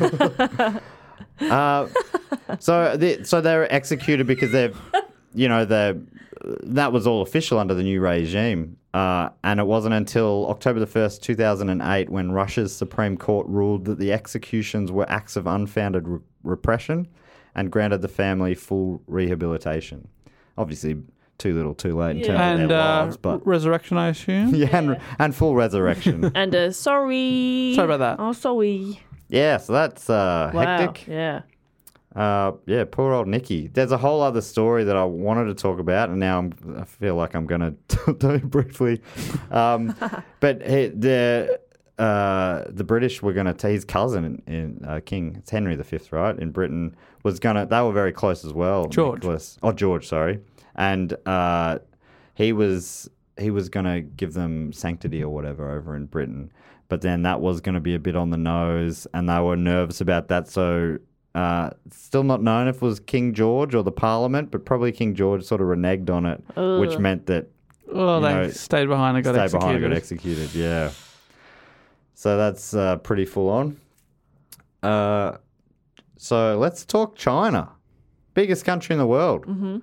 uh, so, they, so they were executed because they've, you know, they that was all official under the new regime. Uh, and it wasn't until October the 1st, 2008, when Russia's Supreme Court ruled that the executions were acts of unfounded re- repression and granted the family full rehabilitation. Obviously, too little, too late in terms of and their uh, lives, *laughs* but *laughs* resurrection, I assume. Yeah, and, and *laughs* full resurrection. And uh, sorry. Sorry about that. Oh, sorry. yeah, so that's uh, Wow. hectic. Yeah. Uh, yeah, poor old Nikki. There's a whole other story that I wanted to talk about, and now I'm, I feel like I'm *laughs* going to do it briefly. Um, but he, the uh, the British were going to his cousin in, in uh, King, it's Henry V, right? In Britain was going to. They were very close as well. George. Nicholas, oh George, sorry. And uh, he was he was going to give them sanctity or whatever over in Britain, but then that was going to be a bit on the nose, and they were nervous about that. So uh, still not known if it was King George or the Parliament, but probably King George sort of reneged on it, which meant that Oh, they You know, stayed behind and got stay executed. behind and got executed. Yeah. So that's uh, pretty full on. Uh, so let's talk China, biggest country in the world. Mm-hmm.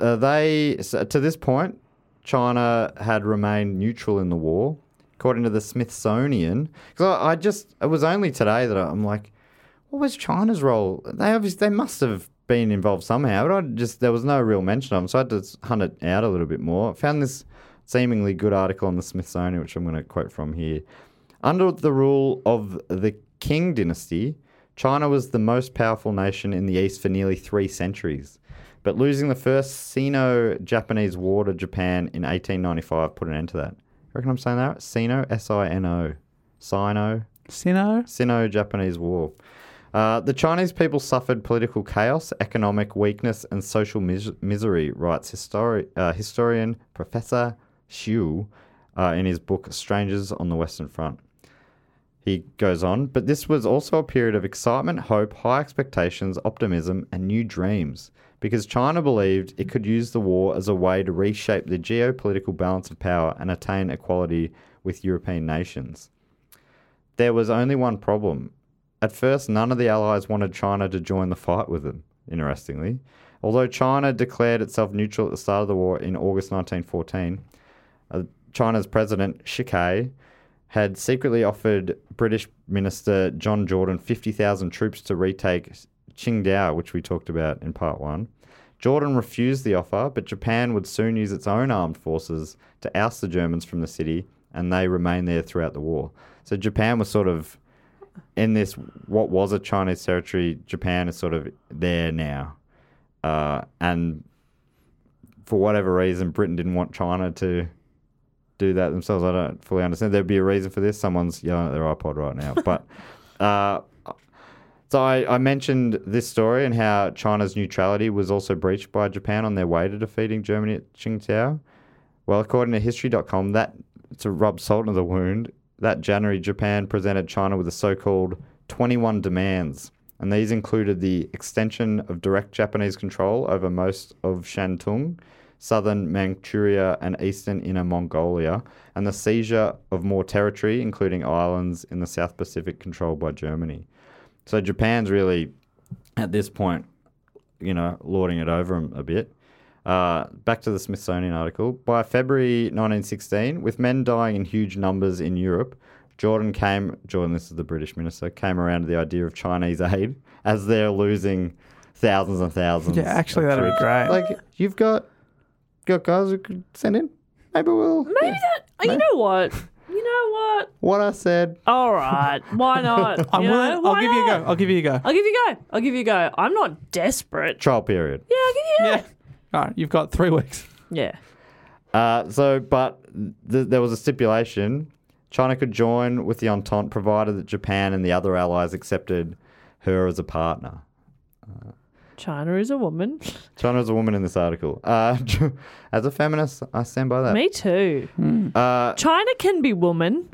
Uh, they so to this point, China had remained neutral in the war, according to the Smithsonian. Because I, I just it was only today that I'm like, what was China's role? They obviously they must have been involved somehow, but I just there was no real mention of them, so I had to s- hunt it out a little bit more. I found this seemingly good article on the Smithsonian, which I'm going to quote from here. Under the rule of the Qing dynasty, China was the most powerful nation in the East for nearly three centuries. But losing the first Sino Japanese war to Japan in 1895 put an end to that. You reckon I'm saying that? right? Sino? S I N O. Sino? Sino? Sino Japanese War. Uh, the Chinese people suffered political chaos, economic weakness, and social mis- misery, writes histori- uh, historian Professor Xu uh, in his book Strangers on the Western Front. He goes on, but this was also a period of excitement, hope, high expectations, optimism, and new dreams, because China believed it could use the war as a way to reshape the geopolitical balance of power and attain equality with European nations. There was only one problem. At first, none of the Allies wanted China to join the fight with them, interestingly. Although China declared itself neutral at the start of the war in August 1914, uh, China's president, Shi Kai, had secretly offered British Minister John Jordan 50,000 troops to retake Qingdao, which we talked about in part one. Jordan refused the offer, but Japan would soon use its own armed forces to oust the Germans from the city, and they remained there throughout the war. So Japan was sort of in this, what was a Chinese territory, Japan is sort of there now. Uh, and for whatever reason, Britain didn't want China to do that themselves. I don't fully understand. There'd be a reason for this. Someone's yelling at their iPod right now. But *laughs* uh, so I, I mentioned this story and how China's neutrality was also breached by Japan on their way to defeating Germany at Qingdao. Well, according to history.com, that to rub salt into the wound, that January Japan presented China with the so-called 21 demands. And these included the extension of direct Japanese control over most of Shantung, southern Manchuria, and eastern Inner Mongolia, and the seizure of more territory, including islands in the South Pacific controlled by Germany. So Japan's really, at this point, you know, lording it over them a bit. Uh, back to the Smithsonian article. By February 1916, with men dying in huge numbers in Europe, Jordan came. Jordan, this is the British minister, came around to the idea of Chinese aid *laughs* as they're losing thousands and thousands. Yeah, actually, of that'd be troops. great. Like you've got, got guys who could send in. Maybe we'll. Maybe that. You know what? You know what? What I said. All right. Why not? *laughs* I'm You know, willing, I'll why give you a not? Oh, go. I'll give you a go. I'll give you a go. I'll give you a go. I'm not desperate. Trial period. Yeah, I'll give you a go. Yeah. All right, you've got three weeks. *laughs* Yeah. Uh, so, but th- there was a stipulation: China could join with the Entente, provided that Japan and the other allies accepted her as a partner. China is a woman. China is a woman in this article. Uh, *laughs* as a feminist, I stand by Uh, that. Me too. hmm. China can be woman.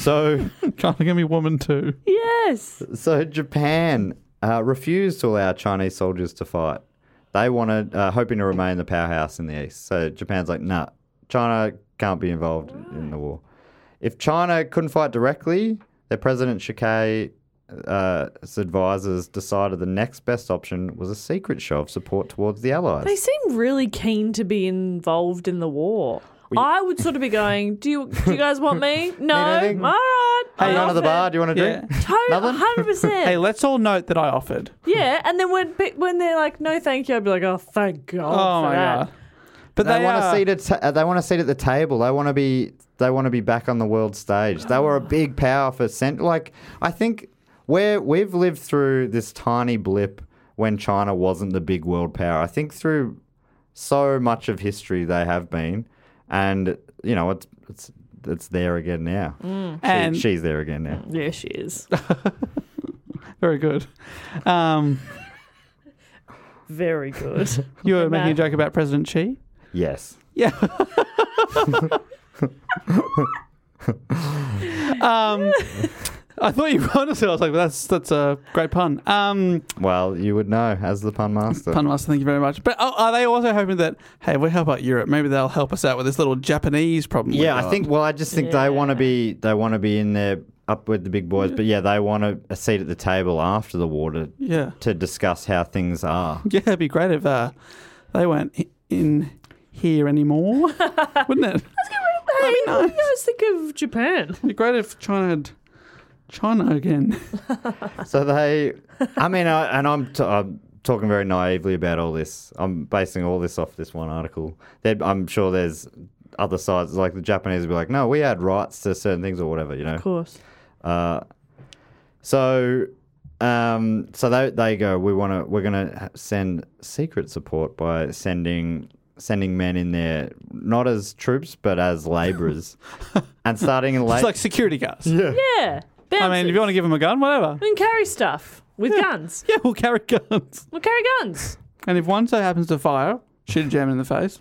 So, Can't give me woman too. Yes. so Japan uh, refused to allow Chinese soldiers to fight. They wanted, uh, hoping to remain the powerhouse in the east. So Japan's like, nah, China can't be involved in the war. If China couldn't fight directly, their president Shikai's uh, advisors decided the next best option was a secret show of support towards the Allies. They seem really keen to be involved in the war. I would sort of be going, do you, do you guys want *laughs* me? No. All anything? right. hey, I'm down to the off it. bar. Do you want to Yeah. drink? Totally, Nothing? 100%. *laughs* Hey, let's all note that I offered. yeah, and then when pe- when they're like, no, thank you, I'd be like, oh, thank God Oh for my that. god! But They, they want are- to seat at ta- they want to seat at the table. They want to be they want to be back on the world stage. They were a big power for cent. Like I think where we've lived through this tiny blip when China wasn't the big world power. I think through so much of history they have been, and you know it's it's it's there again now. Mm. and She- she's there again now. Yeah, she *laughs* is. very good. Um, Very good. you were making a Matt. joke about President Xi. Yes. Yeah. um, I thought you honestly. I was like, that's that's a great pun. Um, Well, you would know as the pun master. pun master, thank you very much. But oh, are they also hoping that hey, we help out Europe? Maybe they'll help us out with this little Japanese problem. we've Yeah, I got. think. Well, I just think they want to be they want to be in there up with the big boys, but yeah, they want a, a seat at the table after the war to Yeah. to discuss how things are. Yeah, it'd be great if uh, they weren't i- in here *laughs* anymore, wouldn't it? hey, what do you guys think of Japan? It'd be great if China had China again. So they, I mean, I, and I'm t- I'm talking very naively about all this. I'm basing all this off this one article. There, I'm sure there's other sides like the Japanese would be like, no, we had rights to certain things or whatever, you know. Of course. Uh, So, um, so they they go. We want to. We're gonna send secret support by sending sending men in there, not as troops but as laborers, and starting in late. *laughs* It's like security guards. Yeah. I mean, if you want to give them a gun, whatever. *laughs* We can carry stuff with guns. Yeah, we'll carry guns. We'll carry guns. And if one so happens to fire, shoot a German in the face.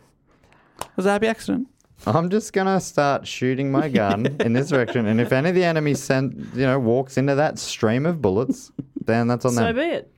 It was a happy accident. I'm just gonna start shooting my gun in this direction, and if any of the enemy sent you know walks into that stream of bullets, then that's on So them. be it.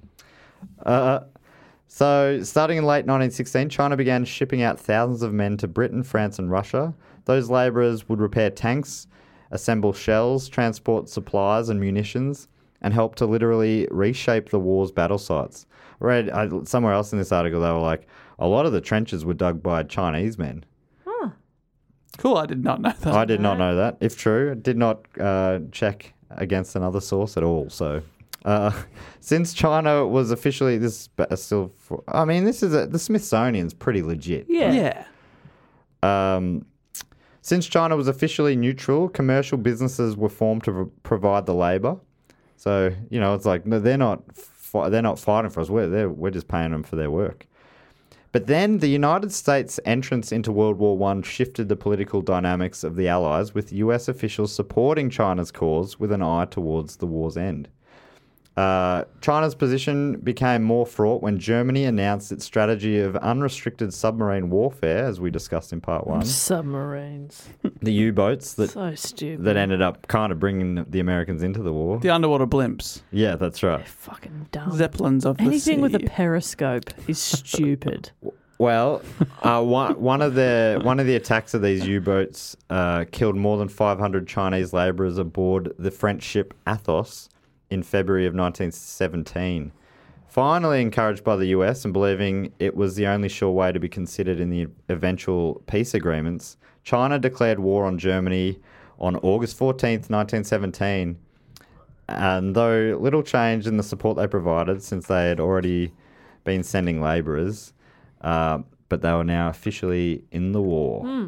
So, starting in late 1916, China began shipping out thousands of men to Britain, France, and Russia. Those laborers would repair tanks, assemble shells, transport supplies and munitions, and help to literally reshape the war's battle sites. I read I, somewhere else in this article, they were like, a lot of the trenches were dug by Chinese men. Cool. I did not know that. I did not know that. If true, did not uh, check against another source at all. So, uh, *laughs* since China was officially this, but still, for, I mean, this is a, the Smithsonian's pretty legit. Yeah. yeah. Um, since China was officially neutral, commercial businesses were formed to pro- provide the labor. So you know, it's like no, they're not fi- they're not fighting for us. We're they're, we're just paying them for their work. But then the United States' entrance into World War One shifted the political dynamics of the Allies, with U.S. officials supporting China's cause with an eye towards the war's end. Uh, China's position became more fraught when Germany announced its strategy of unrestricted submarine warfare, as we discussed in part one. Submarines. the U-boats that So stupid. that ended up kind of bringing the Americans into the war. The underwater blimps, Yeah, that's right. Fucking dumb. zeppelins of the Oh. sea. Anything with a periscope is stupid. Well, uh, one, one of the one of the attacks of these U-boats uh, killed more than 500 Chinese laborers aboard the French ship Athos in February of 1917. Finally, encouraged by the US and believing it was the only sure way to be considered in the eventual peace agreements, China declared war on Germany on August 14th, 1917. and though little change in the support they provided since they had already been sending labourers, uh, but they were now officially in the war. Hmm.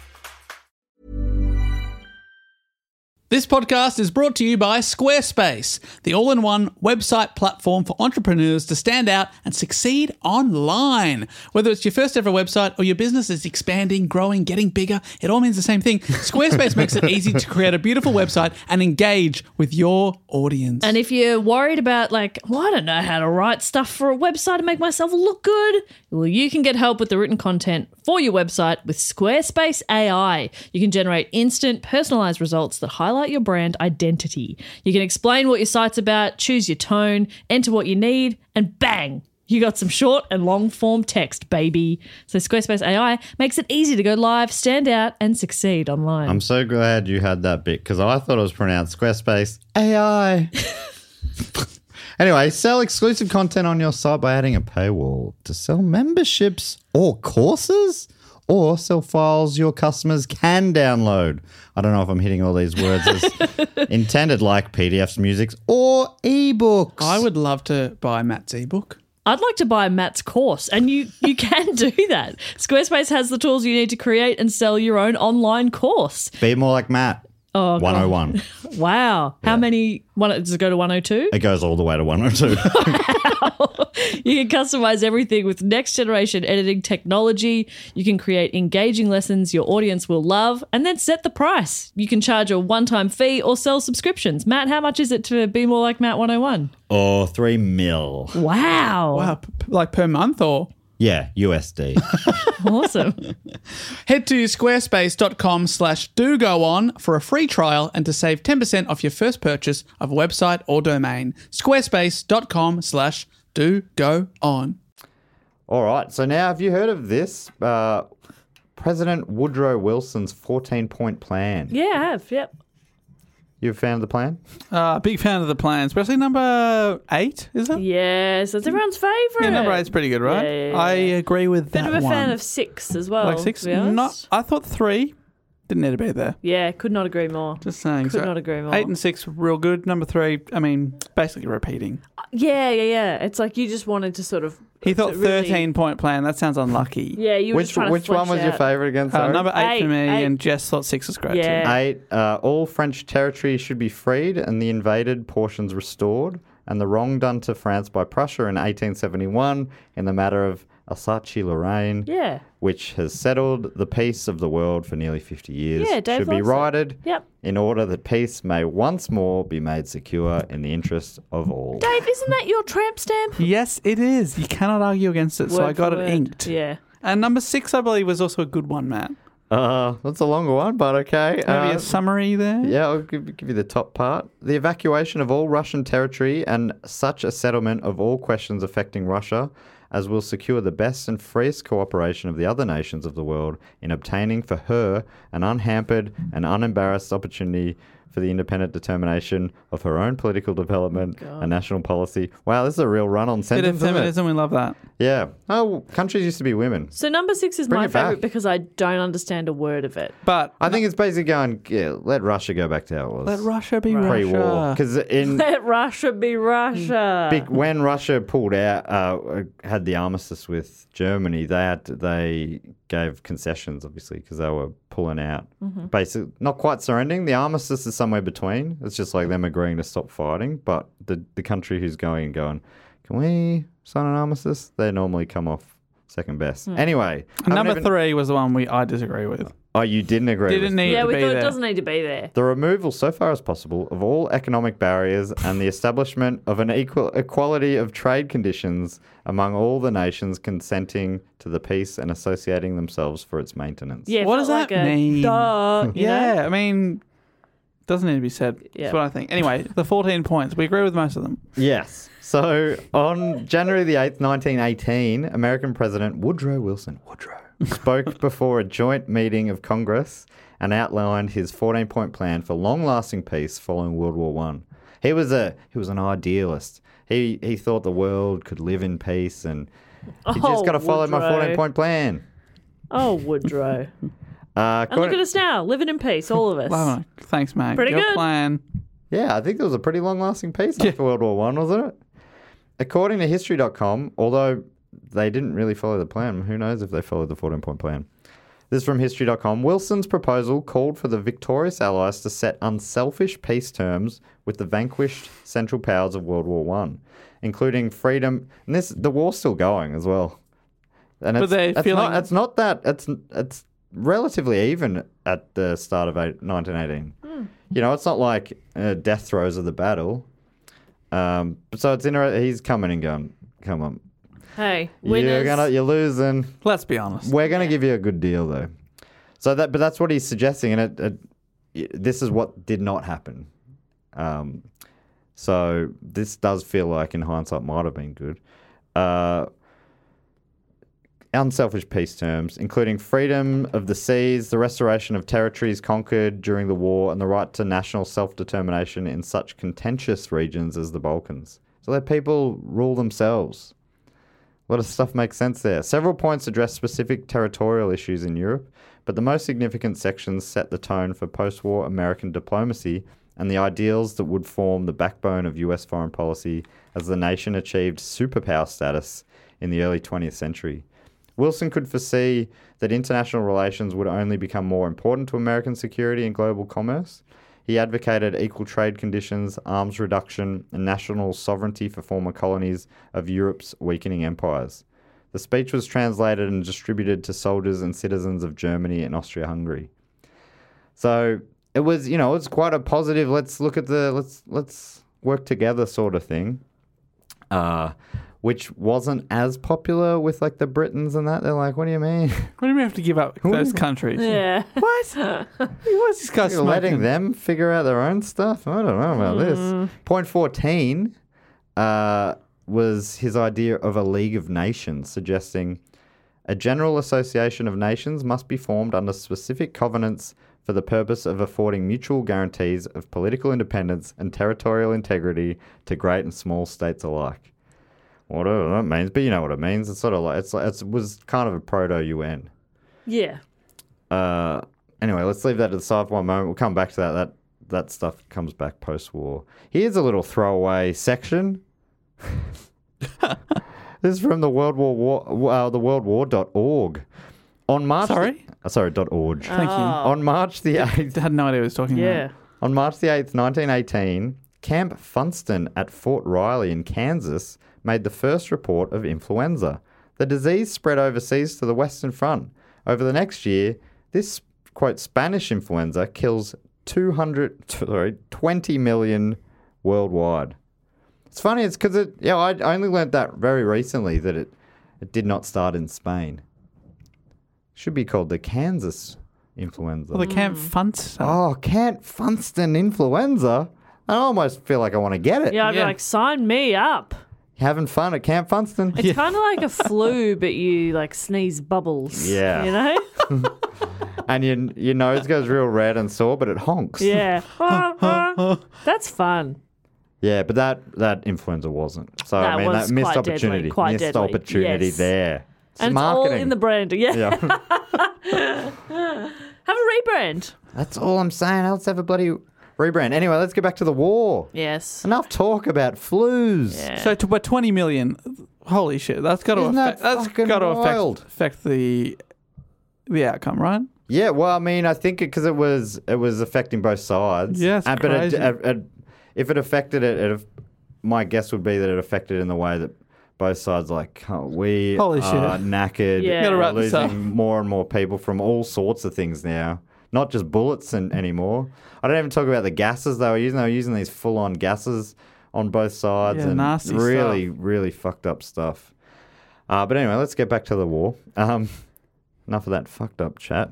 This podcast is brought to you by Squarespace, the all in one website platform for entrepreneurs to stand out and succeed online. Whether it's your first ever website or your business is expanding, growing, getting bigger, it all means the same thing. Squarespace makes it easy to create a beautiful website and engage with your audience. And if you're worried about, like, well, I don't know how to write stuff for a website to make myself look good, well, you can get help with the written content for your website with Squarespace AI. You can generate instant, personalized results that highlight your brand identity. You can explain what your site's about, choose your tone, enter what you need, and bang! You got some short and long form text, baby. So Squarespace AI makes it easy to go live, stand out, and succeed online. I'm so glad you had that bit because I thought it was pronounced Squarespace *laughs* AI. anyway, sell exclusive content on your site by adding a paywall to sell memberships or courses or sell files your customers can download. I don't know if I'm hitting all these words *laughs* as intended, like PDFs, musics, or ebooks. I would love to buy Matt's ebook. I'd like to buy Matt's course, and you *laughs* you can do that. Squarespace has the tools you need to create and sell your own online course. Be more like Matt. Oh, 101. *laughs* Wow, how many? One does it go to one hundred two? It goes all the way to *laughs* 102. You can customize everything with next generation editing technology. You can create engaging lessons your audience will love, and then set the price. You can charge a one time fee or sell subscriptions. Matt, how much is it to be more like Matt one hundred one? or 3 mil. Wow, Wow, p- p- like per month or? Yeah, *laughs* USD. *laughs* awesome. Head to squarespace.com slash do go on for a free trial and to save 10% off your first purchase of a website or domain. Squarespace.com slash do go on. All right. So now, have you heard of this? Uh, President Woodrow Wilson's 14 point plan. yeah, I have. Yep. You've found the plan? Uh, big fan of the plan, especially number eight, is it? Yes, that's everyone's favorite. Yeah, number eight's pretty good, right? Yeah, yeah, yeah. I agree with Bit that of a one. fan of six as well. like six. to be honest. Not, I thought three. Didn't need to be there. Yeah, could not agree more. Just saying. Could not agree more. Eight and six, real good. Number three, I mean, basically repeating. yeah, yeah, yeah. It's like you just wanted to sort of. He thought to really- thirteen point plan. That sounds unlucky. Yeah, you were just Which trying to which one flesh was your out- favorite again? Uh, Sorry? number eight, for Eight, me, eight. and Jess thought six was great too. Yeah. eight. Uh, all French territory should be freed and the invaded portions restored, and the wrong done to France by Prussia in 1871 in the matter of Alsace Lorraine, Yeah, which has settled the peace of the world for nearly 50 years, Yeah, Dave should be likes it. righted Yep. in order that peace may once more be made secure in the interest of all. Dave, isn't that your tramp stamp? Yes, it is. You cannot argue against it. so Word I got for it word. inked. Yeah. And number six, I believe, was also a good one, Matt. Uh, that's a longer one, but okay. Maybe Uh, a summary there. Yeah, I'll give, give you the top part. The evacuation of all Russian territory and such a settlement of all questions affecting Russia as will secure the best and freest cooperation of the other nations of the world in obtaining for her an unhampered and unembarrassed opportunity for the independent determination of her own political development and national policy. Wow, this is a real run on Bit sentence. of isn't it? feminism, we love that. Yeah. Oh, countries used to be women. So number six is Bring my it back. favorite because I don't understand a word of *laughs* it. But I think it's basically going, yeah, let Russia go back to how it was. let Russia be Pre-war. Russia. Because *laughs* in Let *laughs* Russia be Russia. big, when Russia pulled out, uh, had the armistice with Germany, they had to- they gave concessions obviously because they were pulling out, Mm-hmm. basically not quite surrendering. The armistice is somewhere between. It's just like them agreeing to stop fighting, but the the country who's going and going, can we sign an armistice? They normally come off second best. Hmm. Anyway, haven't Number even- three was the one we I disagree with. Oh, you didn't agree. with Didn't need yeah, to we be thought there. it doesn't need to be there. the removal, so far as possible, of all economic barriers and the establishment of an equal equality of trade conditions among all the nations consenting to the peace and associating themselves for its maintenance. Yeah, it What does felt that like a mean? Duh, you know? *laughs* yeah, I mean, doesn't need to be said. Yeah. That's what I think. Anyway, the 14 points. We agree with most of them. Yes. So on January the 8th, 1918, American President Woodrow Wilson Woodrow *laughs* spoke before a joint meeting of Congress and outlined his 14-point plan for long-lasting peace following World War 1. He was a he was an idealist. He he thought the world could live in peace and you Oh, just got to follow my Woodrow. 14-point plan. Oh, *laughs* Woodrow. Uh, and look according- at us now, living in peace, all of us. Love it. Thanks, mate. Pretty Your good. plan. Yeah, I think there was a pretty long lasting peace after World War One, wasn't it? According to history.com, although they didn't really follow the plan, who knows if they followed the 14 point plan. This is from history.com. Wilson's proposal called for the victorious allies to set unselfish peace terms with the vanquished Central Powers of World War One, including freedom. And this the war's still going as well. And But it's, they're it's feeling- not, it's not that it's it's relatively even at the start of eight, 1918. You know, it's not like uh, death throes of the battle. Um, so it's inter- he's coming and going. Come on, Hey, winners. you're gonna you're losing. Let's be honest. We're going to give you a good deal though. So that, but that's what he's suggesting, and it, it this is what did not happen. Um, so this does feel like, in hindsight, might have been good. Uh, unselfish peace terms, including freedom of the seas, the restoration of territories conquered during the war, and the right to national self determination in such contentious regions as the Balkans. So let people rule themselves. A lot of stuff makes sense there. Several points address specific territorial issues in Europe, but the most significant sections set the tone for post war American diplomacy and the ideals that would form the backbone of US foreign policy as the nation achieved superpower status in the early 20th century. Wilson could foresee that international relations would only become more important to American security and global commerce. He advocated equal trade conditions, arms reduction, and national sovereignty for former colonies of Europe's weakening empires. The speech was translated and distributed to soldiers and citizens of Germany and Austria Hungary. So it was, you know, it's quite a positive. Let's look at the let's let's work together sort of thing, uh, which wasn't as popular with like the Britons and that. They're like, what do you mean? What do we have to give up those countries? Yeah. *laughs* What? What's this guy You're letting smoking? them figure out their own stuff. I don't know about this. Point fourteen uh, was his idea of a League of Nations, suggesting a general association of nations must be formed under specific covenants for the purpose of affording mutual guarantees of political independence and territorial integrity to great and small states alike. Whatever that means, but you know what it means. It's sort of like it's like it was kind of a proto UN. Yeah. Uh, anyway, let's leave that to the side for one moment. We'll come back to that. That that stuff comes back post war. Here's a little throwaway section. *laughs* this is from the World War War uh, the World War.org. On March Sorry? Oh. the, uh, sorry dot org. Thank you. On March the *laughs* eighth, I had no idea what he was talking Yeah. about. on March the 8th, 1918, Camp Funston at Fort Riley in Kansas made the first report of influenza. The disease spread overseas to the Western Front. Over the next year, this quote Spanish influenza kills 200 sorry, 20 million worldwide. It's funny, it's because it yeah, I only learnt that very recently that it it did not start in Spain. Should be called the Kansas influenza. Well, they can't Mm. fund oh, Kent Funston influenza. I almost feel like I want to get it. Yeah, I'd Yeah. be like, sign me up. Having fun at Camp Funston. It's kind of like a flu, but you like sneeze bubbles. Yeah. You know? *laughs* And your, your nose goes real red and sore, but it honks. *laughs* Yeah. *laughs* That's fun. Yeah, but that, that influenza wasn't. So, I That mean, that was missed quite deadly, opportunity. quite missed deadly, opportunity yes. there. It's And it's marketing. all in the brand. Yeah. *laughs* Yeah. *laughs* Have a rebrand. That's all I'm saying. Let's have a bloody rebrand. Anyway, let's get back to the war. Yes. Enough talk about flus. So to, but 20 million, holy shit, that's got to Isn't that affect, that has fucking got to wild? affect, affect the the outcome, right? Yeah, well, I mean, I think because it, was it was affecting both sides. Yeah, it's Uh, but it, crazy. it- it- if it affected it, it, my guess would be that it affected in the way that both sides are like "Oh, we are Holy shit. knackered. Yeah. Gotta We're wrap this losing up. *laughs* more and more people from all sorts of things now. Not just bullets and, anymore. I don't even talk about the gases they were using. They were using these full-on gases on both sides Yeah, and nasty really, really fucked up stuff. Uh, but anyway, let's get back to the war. Um, *laughs* enough of that fucked up chat.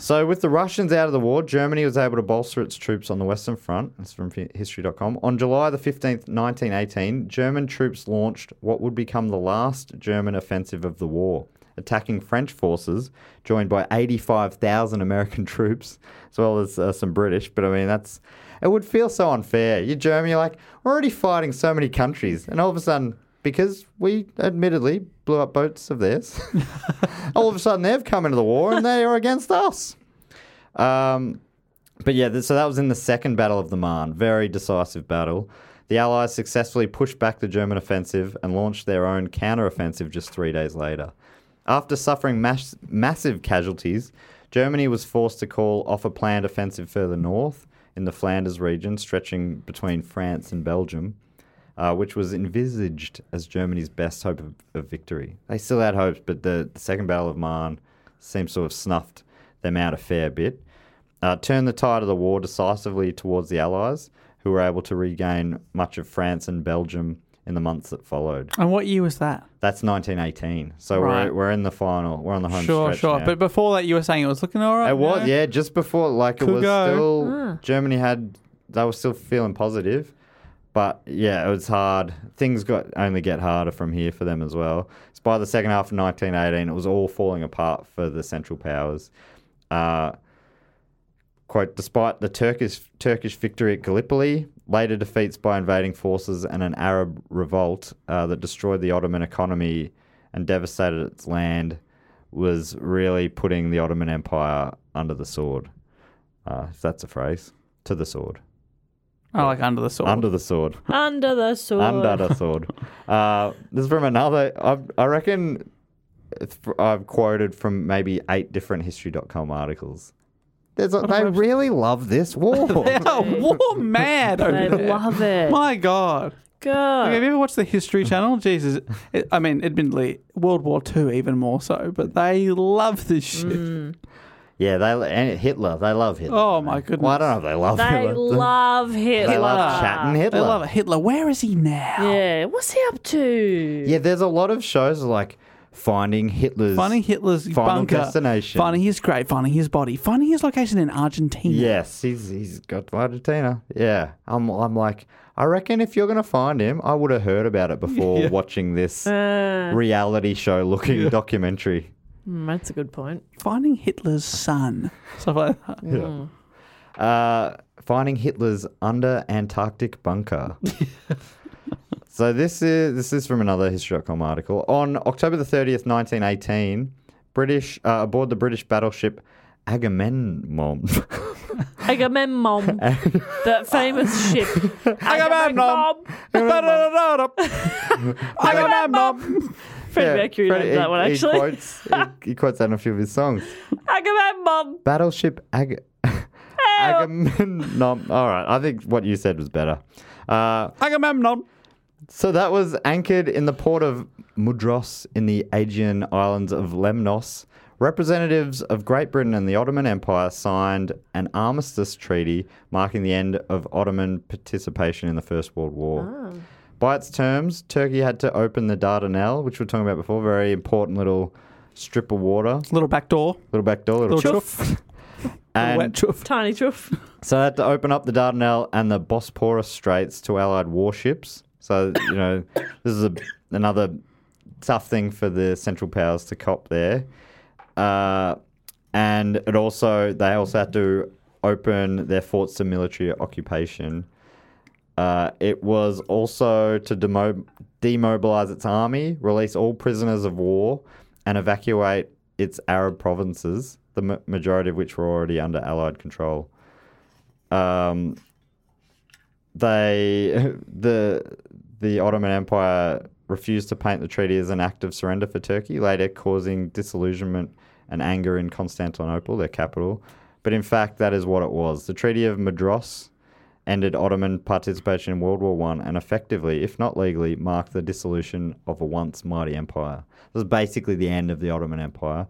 so, with the Russians out of the war, Germany was able to bolster its troops on the Western Front. That's from fi- history.com. On July the 15th, 1918, German troops launched what would become the last German offensive of the war, attacking French forces joined by 85,000 American *laughs* troops, as well as uh, some British. But I mean, that's. It would feel so unfair. You're Germany, you're like, we're already fighting so many countries. And all of a sudden, because we admittedly blew up boats of theirs, *laughs* all of a sudden they've come into the war and they are against us. Um, but yeah, th- so that was in the second battle of the Marne, very decisive battle. The Allies successfully pushed back the German offensive and launched their own counteroffensive just three days later. After suffering mass- massive casualties, Germany was forced to call off a planned offensive further north in the Flanders region, stretching between France and Belgium uh, which was envisaged as Germany's best hope of, of victory. They still had hopes, but the, the Second Battle of Marne seems to have snuffed them out a fair bit. Uh, turned the tide of the war decisively towards the Allies, who were able to regain much of France and Belgium in the months that followed. And what year was that? That's 1918. So Right. we're, we're in the final. We're on the home sure, stretch sure. now. But before that, you were saying it was looking all right. It was, no? yeah, just before, like, it Could was go. still, Germany had, they were still feeling positive. But yeah, it was hard. Things got only get harder from here for them as well. It's by the second half of 1918, it was all falling apart for the Central Powers. Uh, quote, despite the Turkish Turkish victory at Gallipoli, later defeats by invading forces and an Arab revolt uh, that destroyed the Ottoman economy and devastated its land, was really putting the Ottoman Empire under the sword. Uh, if that's a phrase, to the sword, Oh, like under the sword. *laughs* under the sword. Under the sword. Under the sword. Uh, this is from another. I, I reckon it's fr- I've quoted from maybe eight different history.com articles. There's a, they really love this *laughs* war. they are war Oh, mad over I there. love it. Oh. My God. Like, have God. you ever watched the Mm. History Channel? Jesus. It, I mean, admittedly, World War Two even more so, but they love this shit. Mm. yeah, they and Hitler. They love Hitler. Oh, my goodness. Well, I don't know if they love They Hitler. love Hitler. they love chatting They Hitler. love it. Hitler, where is he now? Yeah. What's he up to? Yeah, there's a lot of shows like finding Hitler's Finding Hitler's final bunker. destination. Finding his grave. Finding his body. Finding his location in Argentina. Yes, he's he's got Argentina. Yeah, I'm I'm like I reckon if you're gonna find him, I would have heard about it before watching this reality show looking documentary. Mm, that's a good point. Finding Hitler's *laughs* son. Stuff like that. *laughs* Yeah. Uh, finding Hitler's under Antarctic bunker. so this is this is from another history.com article. On October the 30th, 1918, British uh, aboard the British battleship Agamemnon. *laughs* Agamemnon. *laughs* that famous ship. *laughs* Agamemnon. *laughs* Agamemnon. Freddie Yeah, Mercury Freddie- named that one, he- actually. He quotes, he, he quotes that in a few of his songs. Agamemnon. Battleship Ag- *laughs* Agamemnon. All right, I think what you said was better. Uh, Agamemnon. so that was anchored in the port of Mudros in the Aegean islands of Lemnos. Representatives of Great Britain and the Ottoman Empire signed an armistice treaty marking the end of Ottoman participation in the First World War. By its terms, Turkey had to open the Dardanelles, which we were talking about before, very important little strip of water, Little back door. little back door, little, Little choof. chuff. And Wet chuff. Tiny Truff. So they had to open up the Dardanelles and the Bosporus Straits to Allied warships. So you know, *coughs* this is a, another tough thing for the Central Powers to cop there. Uh, and it also they also had to open their forts to military occupation. Uh, it was also to demo- demobilize its army, release all prisoners of war, and evacuate its Arab provinces, the ma- majority of which were already under Allied control um, they *laughs* the the Ottoman Empire refused to paint the treaty as an act of surrender for Turkey, later causing disillusionment and anger in Constantinople, their capital. But in fact, that is what it was. The Treaty of Madras ended Ottoman participation in World War One and effectively, if not legally, marked the dissolution of a once mighty empire. This was basically the end of the Ottoman Empire.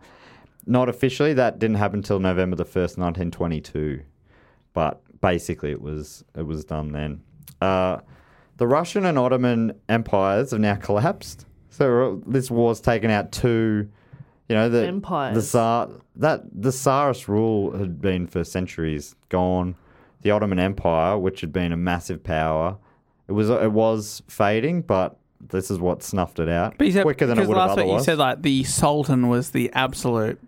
Not officially, that didn't happen until November the first, nineteen twenty-two but basically it was it was done then. Uh, the Russian and Ottoman empires have now collapsed. So uh, this war's taken out two, you know, the Empires. The Tsar that the Tsarist rule had been for centuries gone. The Ottoman Empire, which had been a massive power, it was it was fading, but this is what snuffed it out But you said, quicker than it because would have last week otherwise. you said like the Sultan was the absolute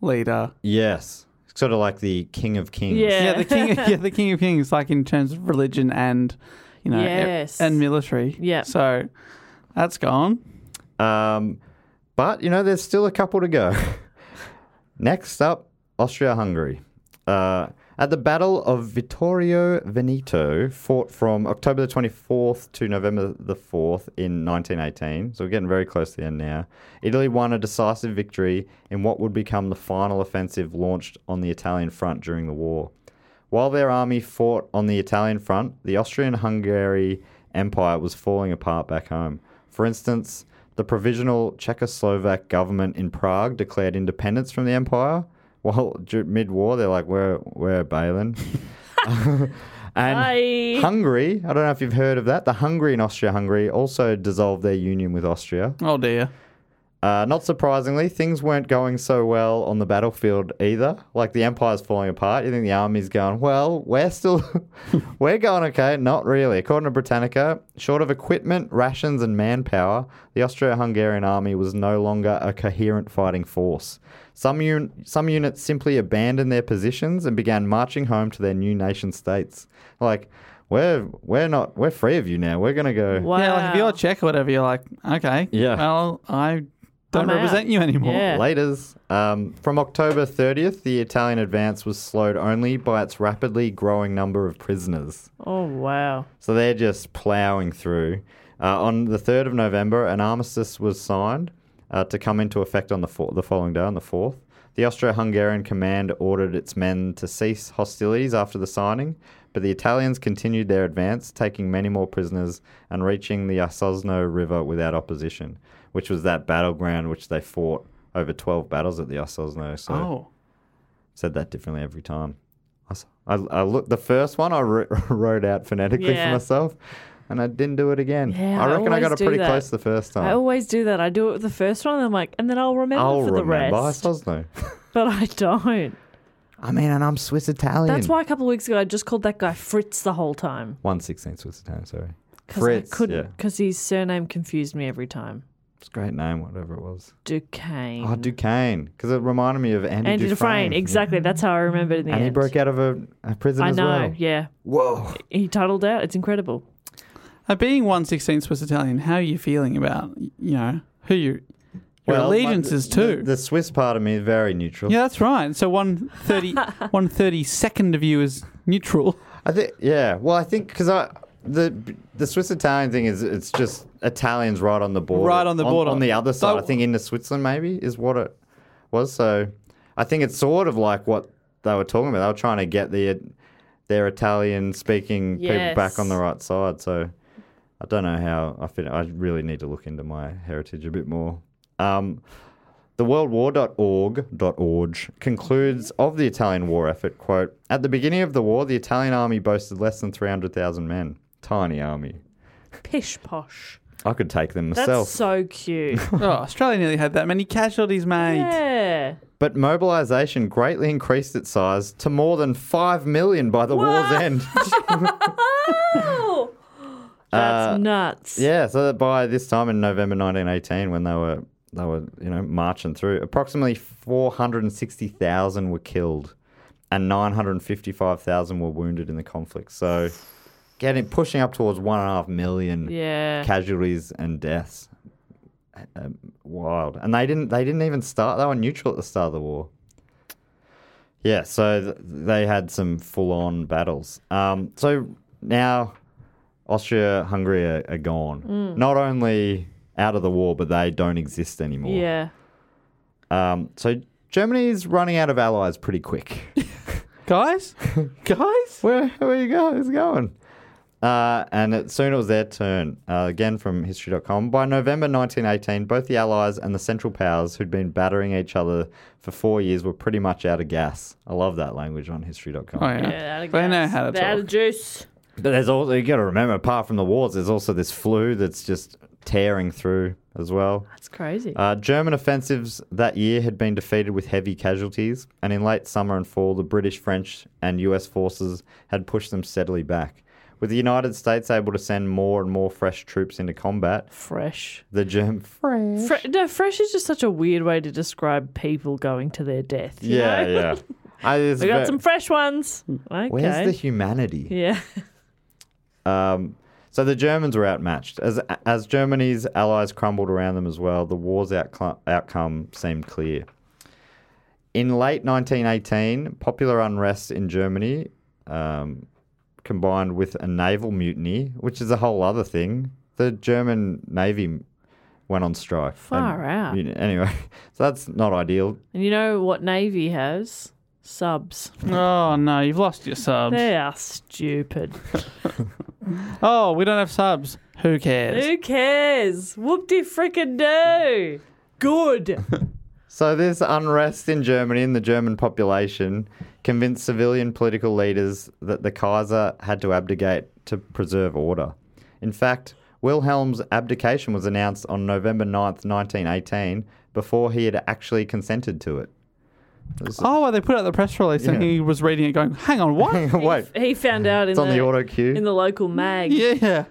leader. yes, sort of like the King of Kings. Yeah. Yeah, the king. yeah, the king of kings. Like in terms of religion and you know e- Yes. and military. Yeah. So that's gone. Um, but, you know, there's still a couple to go. *laughs* Next up, Austria Hungary. Uh, at the Battle of Vittorio Veneto, fought from October the 24th to November the 4th in 1918, so we're getting very close to the end now, Italy won a decisive victory in what would become the final offensive launched on the Italian front during the war. While their army fought on the Italian front, the Austrian Hungary Empire was falling apart back home. For instance, the provisional Czechoslovak government in Prague declared independence from the empire. While mid war, they're like, we're, we're bailing. *laughs* and Bye. Hungary, I don't know if you've heard of that, the Hungary and Austria Hungary also dissolved their union with Austria. Oh dear. Uh, not surprisingly, things weren't going so well on the battlefield either. Like the empire's falling apart. You think the army's going, well, we're still, *laughs* we're going okay. Not really. According to Britannica, short of equipment, rations, and manpower, the Austro Hungarian army was no longer a coherent fighting force. Some, un- some units simply abandoned their positions and began marching home to their new nation states. Like, we're, we're not, we're free of you now. We're going to go. Wow. Yeah, like if you're Czech or whatever, you're like, okay, Yeah. Well, I don't I'm out. represent you anymore. Yeah. Laters. Um, from October 30th, the Italian advance was slowed only by its rapidly growing number of prisoners. *laughs* Oh, wow. So they're just ploughing through. Uh, on the 3rd of November, an armistice was signed uh, to come into effect on the, fo- the following day, on the 4th. The Austro Hungarian command ordered its men to cease hostilities after the signing, but the Italians continued their advance, taking many more prisoners and reaching the Isosno River without opposition, which was that battleground which they fought over 12 battles at the Isosno. So Oh, said that differently every time. I, s- I, I looked the first one I wr- *laughs* wrote out phonetically for Yeah. myself, and I didn't do it again. Yeah, I I reckon I, got always it do pretty that. close the first I time. always do that. I do it with the first one, and I'm like, and then I'll remember I'll for remember. the I rest. suppose no. But I don't. I mean, and I'm Swiss Italian. That's why a couple of weeks ago I just called that guy Fritz the whole time. one sixteenth Swiss Italian. Sorry, Because I Yeah, couldn't, because his surname confused me every time. it's a great name, whatever it was. Duquesne. Oh, Duquesne, because it reminded me of Andy, Mm-hmm. Andy Dufresne. Dufresne. Exactly. That's how I remembered it in the And end. he broke out of a, a prison I as know. well. Yeah. Whoa. He titled out. It's incredible. uh, being one sixteenth Swiss Italian, how are you feeling about you know who you your allegiances my- to? The, the Swiss part of me is very neutral. yeah, that's right. So one *laughs* thirty, one thirty second of you is neutral. *laughs* I think, yeah. Well, I think because I the the Swiss Italian thing is it's just Italians right on the border, Right on the border. on, the other side. So- I think into Switzerland maybe is what it was. So I think it's sort of like what they were talking about. They were trying to get the their Italian speaking people Yes. back on the right side. So I don't know how I fit. I really need to look into my heritage a bit more. Um, the worldwar.org.org concludes of the Italian war effort, quote, At the beginning of the war, the Italian army boasted less than 300,000 men. Tiny army. Pish posh. I could take them That's myself. so *laughs* cute. Oh, Australia nearly had that many casualties, mate. yeah. but mobilisation greatly increased its size to more than 5 million by the war's end. *laughs* Oh, *gasps* that's nuts. Uh, yeah, so that by this time in November 1918, when they were, they were you know, marching through, approximately 460,000 were killed and 955,000 were wounded in the conflict. So getting pushing up towards 1.5 million Yeah. casualties and deaths. Um, wild, and they didn't. They didn't even start. They were neutral at the start of the war. Yeah, so th- they had some full-on battles. Um, so now Austria, Hungary are, are gone. Mm. Not only out of the war, but they don't exist anymore. Yeah. Um, so Germany's running out of allies pretty quick. *laughs* Guys? Guys? where where you guys going? Uh, and it, soon it was their turn. Uh, again from history.com. By November 1918, both the Allies and the Central Powers, who'd been battering each other for four years, were pretty much out of gas. I love that language on history.com. Oh, yeah. Yeah, that'd they know gas. how to That'd talk. juice. But there's also, you got to remember, apart from the wars, there's also this flu that's just tearing through as well. That's crazy. Uh, German offensives that year had been defeated with heavy casualties, and in late summer and fall, the British, French, and US forces had pushed them steadily back. With the United States able to send more and more fresh troops into combat, fresh. the German. Fresh. Fre- no, fresh is just such a weird way to describe people going to their death. you Yeah, know? yeah. I, it's We got ve- some fresh ones. Okay. Where's the humanity? yeah. *laughs* Um, so the Germans were outmatched. As as Germany's allies crumbled around them as well, the war's outcl- outcome seemed clear. In late 1918, popular unrest in Germany, um, combined with a naval mutiny, which is a whole other thing. The German navy went on strike. and Far out. mutiny- Anyway, *laughs* so that's not ideal. And you know what Navy has? Subs. Oh, no, you've lost your subs. They are stupid. *laughs* Oh, we don't have subs. Who cares? Who cares? Whoop de frickin' do. *laughs* Good. So this unrest in Germany and the German population convinced civilian political leaders that the Kaiser had to abdicate to preserve order. In fact, Wilhelm's abdication was announced on November 9th, 1918, before he had actually consented to it. Oh, well, they put out the press release and Yeah. he was reading it going, hang on, *laughs* what? Wait, he found out in it's on the auto in cue. the local mag. yeah.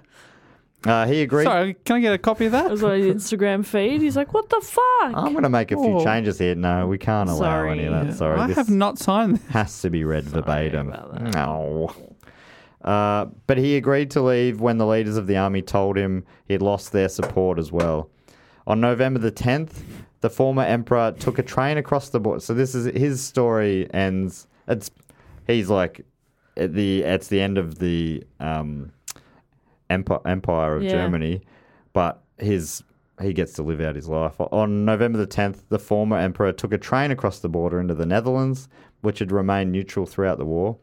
Uh, he agreed. Sorry, can I get a copy of It that? was on his Instagram feed. He's like, "What the fuck?" I'm going to make a few Oh. changes here. No, we can't allow any of Sorry. that. Sorry. I this- have not signed that. has to be read verbatim. No. Uh, but he agreed to leave when the leaders of the army told him he had lost their support as well. On November the 10th, the former emperor took a train across the border. So this is his story ends. It's he's like at the it's the end of the um, empire empire of Yeah. Germany, but his he gets to live out his life. On November the 10th, the former emperor took a train across the border into the Netherlands, which had remained neutral throughout the war.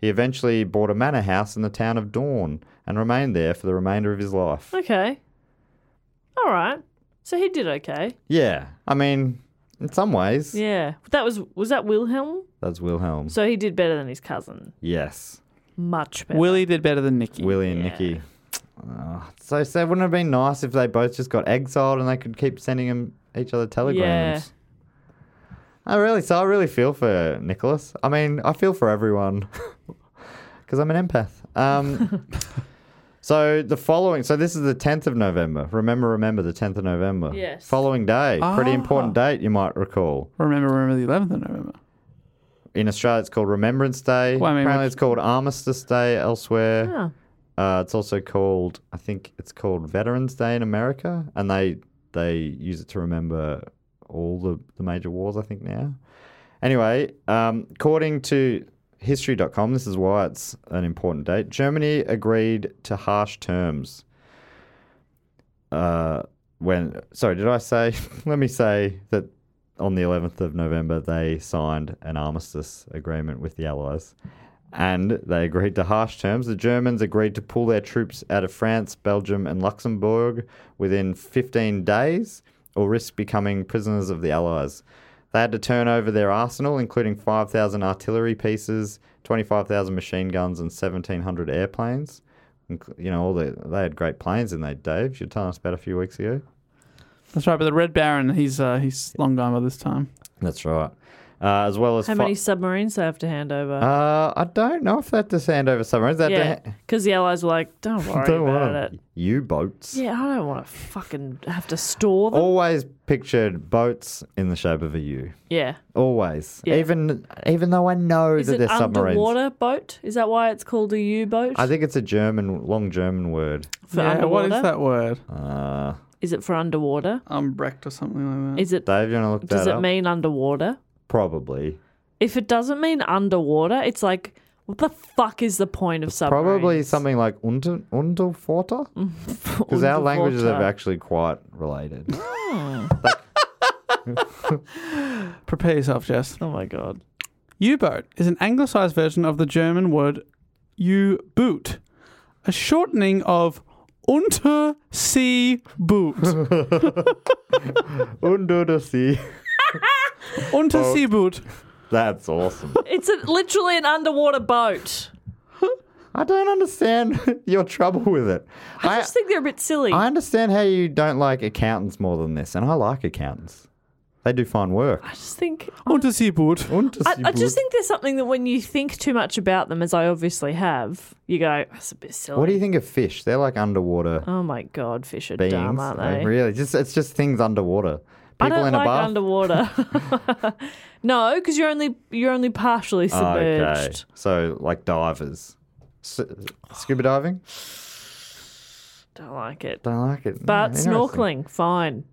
He eventually bought a manor house in the town of Dorn and remained there for the remainder of his life. Okay. All right. So he did okay. Yeah, I mean, in some ways, Yeah. That was was that Wilhelm? that's Wilhelm. So he did better than his cousin. yes, Much better. Willie did better than Nikki. Willie and Nicky. Oh, so sad. Wouldn't it have been nice if they both just got exiled and they could keep sending them each other telegrams? I really, so I really feel for Nicholas. I mean, I feel for everyone *laughs* because I'm an empath. Um, so the following, so this is the 10th of November. Remember, remember the 10th of November. Yes. Following day, pretty important date, you might recall. Remember, remember the 11th of November. In Australia, it's called Remembrance Day. Well, I mean, Apparently, which- it's called Armistice Day elsewhere. Oh. Uh, it's also called, I think it's called Veterans Day in America, and they they use it to remember all the, the major wars, I think now. Anyway, um, according to history.com, this is why it's an important date. Germany agreed to harsh terms. Uh, when sorry, did I say? *laughs* let me say that on the 11th of November they signed an armistice agreement with the Allies and they agreed to harsh terms. The Germans agreed to pull their troops out of France, Belgium, and Luxembourg within 15 days or risk becoming prisoners of the Allies. They had to turn over their arsenal, including 5,000 artillery pieces, 25,000 machine guns, and 1,700 airplanes, Inc- You know, all the they had great planes in they. Dave, you were telling us about a few weeks ago. That's right. But the Red Baron, he's uh, he's long gone by this time. That's right. Uh, as well as How fi- many submarines they have to hand over? Uh, I don't know if that to hand over submarines. That Yeah. 'Cause *laughs* yeah, because the allies were like, "Don't worry don't about want it." U boats. Yeah, I don't want to fucking have to store them. Always pictured boats in the shape of a U. yeah, Always, Yeah. even even though I know is that it they're submarines. underwater boat? Is that why it's called a U-boat? I think it's a German, long German word. for yeah, what underwater. is that word? Uh, Is it for underwater? Umbrecht or something like that. Is it? Dave, you want to look Does that it up? mean underwater? Probably. If it doesn't mean underwater, it's like, what the fuck is the point of submarines? Probably something like unter, unterwater. *laughs* Because our languages are Unterwater. actually quite *laughs* related. Prepare yourself, Jess. Oh my god. U-boat is an anglicised version of the German word U-boot, a shortening of Unterseeboot. Under the sea. Unterseeboot. *laughs* That's awesome. It's a, literally an underwater boat. I don't understand *laughs* your trouble with it. I, just think they're a bit silly. I understand how you don't like accountants more than this, and I like accountants. They do fine work. I just think Unterseeboot. Unter I, sea I boot. just think there's something that when you think too much about them, as I obviously have, you go, that's a bit silly. What do you think of fish? They're like underwater Oh my god, fish are beings. dumb, aren't Like, they? Really, just it's just things underwater. People I don't in like a bath. underwater. *laughs* *laughs* no, because you're only you're only partially Ah, okay, submerged. so like divers. S- scuba diving? Don't like it. Don't like it. But No, interesting. snorkeling, fine.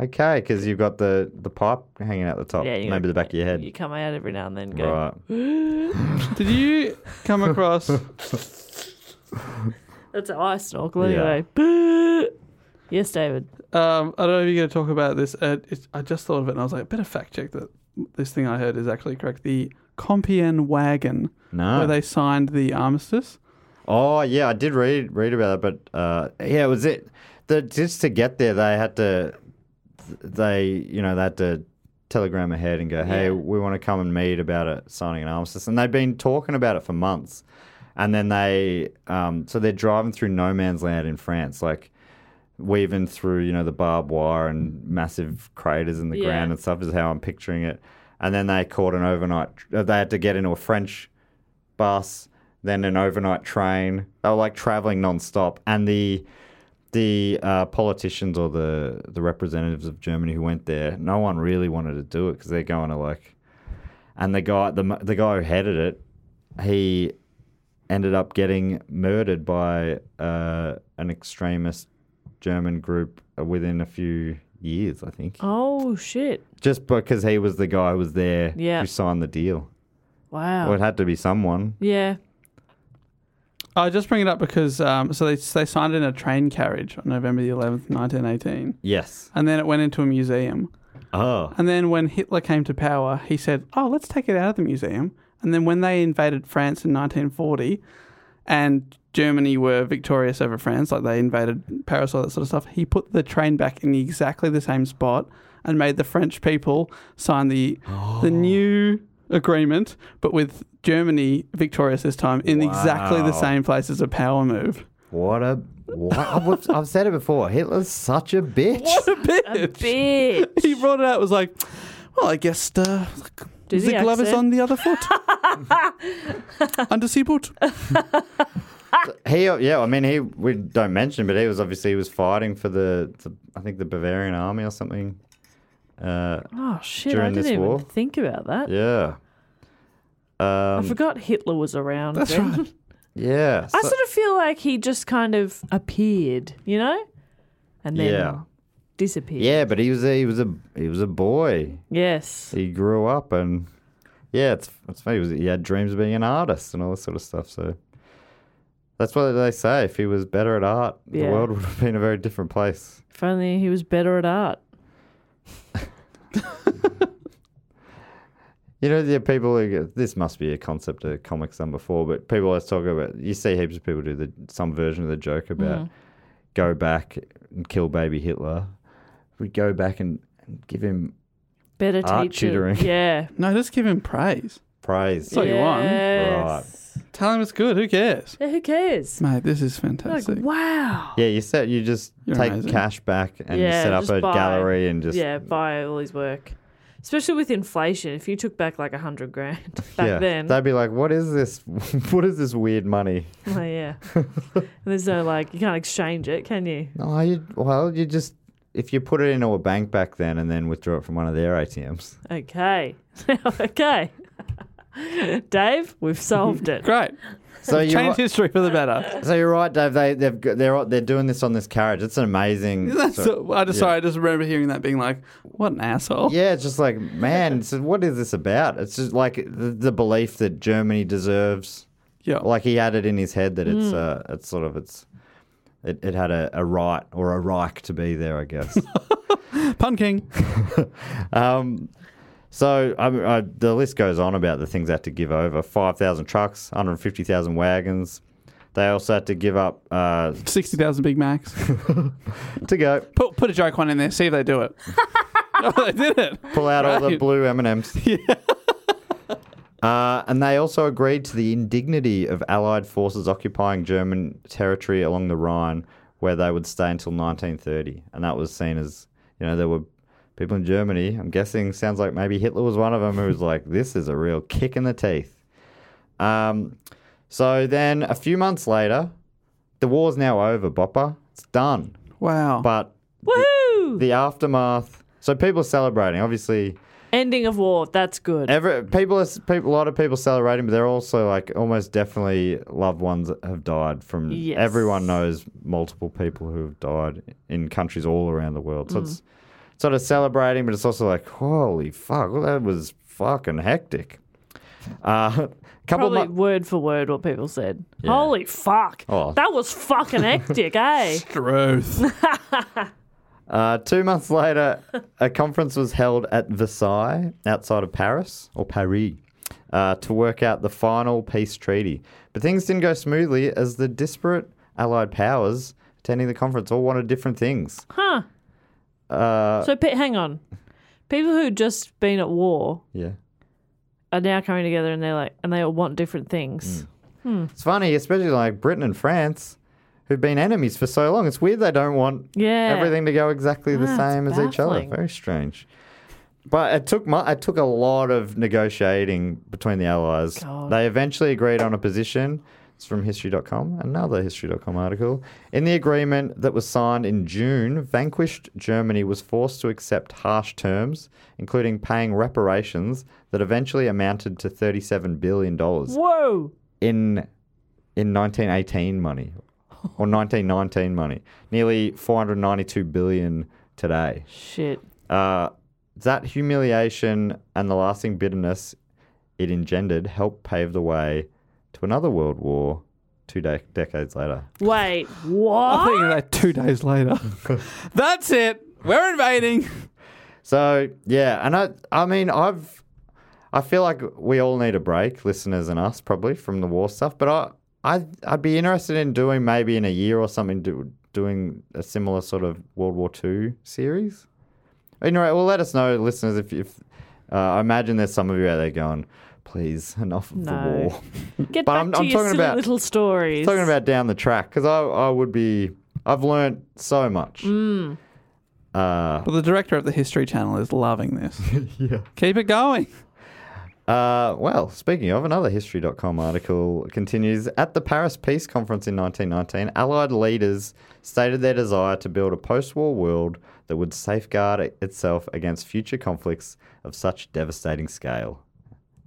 Okay, because you've got the, the pipe hanging out the top, Yeah, you- maybe the back of your You head. come out every now and then. And go, Hmm. Right. Did you come across? That's how I snorkel Yeah. anyway. *laughs* Boo. Yes, David. Um, I don't know if you're going to talk about this. Uh, it, I just thought of it and I was like, better fact check that this thing I heard is actually correct. The Compiègne wagon, No. where they signed the armistice. Oh yeah, I did read read about that, but uh, yeah, it was it. The, just to get there, they had to, they you know they had to telegram ahead and go, hey, we want to come and meet about it signing an armistice, and they've been talking about it for months, and then they um, so they're driving through no man's land in France, like weaving through you know the barbed wire and massive craters in the Yeah. ground and stuff is how I'm picturing it, and then they caught an overnight. uh, They had to get into a French bus, then an overnight train. They were like traveling nonstop, and the the uh, politicians or the the representatives of Germany who went there, no one really wanted to do it because they're going to like, and the guy the m- the guy who headed it, he ended up getting murdered by uh, an extremist German group uh, within a few years, I think, Oh shit! just because he was the guy who was there Yeah. Oh. who signed the deal. Wow. Well, it had to be someone. *laughs* Yeah. I just bring it up because um, so they they signed in a train carriage on November the 11th, 1918, Yes. and then it went into a museum. Oh. And then when Hitler came to power, he said, "Oh, let's take it out of the museum." And then when they invaded France in 1940, and Germany were victorious over France, like they invaded Paris, all that sort of stuff, he put the train back in exactly the same spot and made the French people sign the the new agreement, but with Germany victorious this time in exactly the Wow. same place as a power move. What a what? I've, I've said it before. Hitler's such a bitch. What a A bitch! bit. *laughs* *laughs* He brought it out. Was like, well, I guess uh, Did the he glove is accent? on the *laughs* other foot. Under seaboot. He, yeah, I mean, he we don't mention, but he was obviously he was fighting for the, the I think the Bavarian army or something. Uh, Oh shit! During I this didn't even war? think about that. yeah, I Um, forgot Hitler was around. then. yeah. I so- sort of feel like he just kind of appeared, you know, and then Yeah. disappeared. yeah, but he was a, he was a he was a boy. Yes. He grew up and yeah, it's it's funny. He, was, he had dreams of being an artist and all this sort of stuff. So that's what they say. If he was better at art, the Yeah. world *laughs* would have been a very different place. If only he was better at art. You know, the people who go, this must be a concept of comics done before, but people always talk about. You see heaps of people do the some version of the joke about Mm. go back and kill baby Hitler. We go back and, and give him Better Art teacher. tutoring. *laughs* Yeah. No, just give him praise. praise. So you won. Yes. Tell him it's good. Who cares? Yeah, who cares? Mate, this is Like, *laughs* fantastic. wow. Yeah, you set you just You're take amazing. cash back and you yeah, set up just a buy- gallery and just yeah buy all his work, especially with inflation. If you took back like a hundred grand *laughs* back yeah. then, They'd be like, "What is this? *laughs* what is this weird money?" oh, *laughs* yeah. And there's no like you can't exchange it, can you? No, you well, you just if you put it into a bank back then and then withdraw it from one of *laughs* their ATMs. Okay, okay. *laughs* Dave, we've solved it. Great. So you're Change right, history for the better. so you're right, Dave. They they've got- they're they're doing this on this carriage. It's an amazing. That's sort- *laughs* so- I just sorry, I just remember hearing that being like, what an asshole. Yeah, it's just like, man, so what is this about? It's just like the, the belief that Germany deserves. Yeah. Like he had it in his head that it's uh, it's sort of it's it, it had a, a right or a Reich to be there, I guess. Pun *laughs* King. um, so I, I, the list goes on about the things they had to give over: five thousand trucks, one hundred fifty thousand wagons. They also had to give up uh, 60,000 Big Macs. to go Put, put a joke one in there, see if they *laughs* do it. no, they did it. pull out all the Right. blue M and M's. *laughs* Uh, and they also agreed to the indignity of Allied forces occupying German territory along the Rhine, where they would stay until 1930. And that was seen as, you know, there were people in Germany, I'm guessing, sounds like maybe Hitler was one of them, who was like, this is a real kick in the teeth. Um, so then a few months later, the war's now over, Bopper. It's done. Wow. But Woohoo! the aftermath. So people are celebrating. Obviously, Ending of war. That's good. Every people, are, people, a lot of people celebrating, but they're also like almost definitely loved ones that have died from. Yes. Everyone knows multiple people who have died in countries all around the world. Mm. So it's sort of celebrating, but it's also like, holy fuck, well, that was fucking hectic. Uh, *laughs* couple Probably of mo- word for word what people said. Holy fuck! Oh. That was fucking *laughs* hectic, eh? Truth. uh, two months later, a conference was held at Versailles outside of Paris or Paris. uh, to work out the final peace treaty. But things didn't go smoothly as the disparate Allied powers attending the conference all wanted different things. Huh? Uh, So pe- hang on, people who just been at war yeah. are now coming together and they're like, and they all want different things. Hmm. It's funny, especially like Britain and France, who've been enemies for so long. It's weird they don't want Yeah. everything to go exactly the Ah, same it's as each other. baffling. Very strange. But it took mu it took a lot of negotiating between the allies. God. They eventually agreed on a position. It's from history.com, another history.com article. In the agreement that was signed in June, vanquished Germany was forced to accept harsh terms, including paying reparations that eventually amounted to 37 billion dollars Whoa! in in 1918 money or 1919 money, nearly 492 billion today. Shit. Uh, that humiliation and the lasting bitterness it engendered helped pave the way to another world war two de- decades later. Wait, I'm what? thinking that two days later. *laughs* That's it. We're invading. So yeah, and I I mean I've I feel like we all need a break, listeners and us probably from the war stuff, but I I I'd be interested in doing maybe in a year or something do, doing a similar sort of World War II series. Anyway, well let us know listeners if if uh, I imagine there's some of you out there going, please enough of the No. war. *laughs* Get but back I'm- to I'm your talking silly about- little stories. Talking about down the track because I I would be I've learnt so much. Uh, Well, the director of the History Channel is loving *laughs* this. yeah. Keep it going. Uh, well, speaking of, another History.com article continues. At the Paris Peace Conference in 1919, Allied leaders stated their desire to build a post war world that would safeguard it- itself against future conflicts of such devastating scale.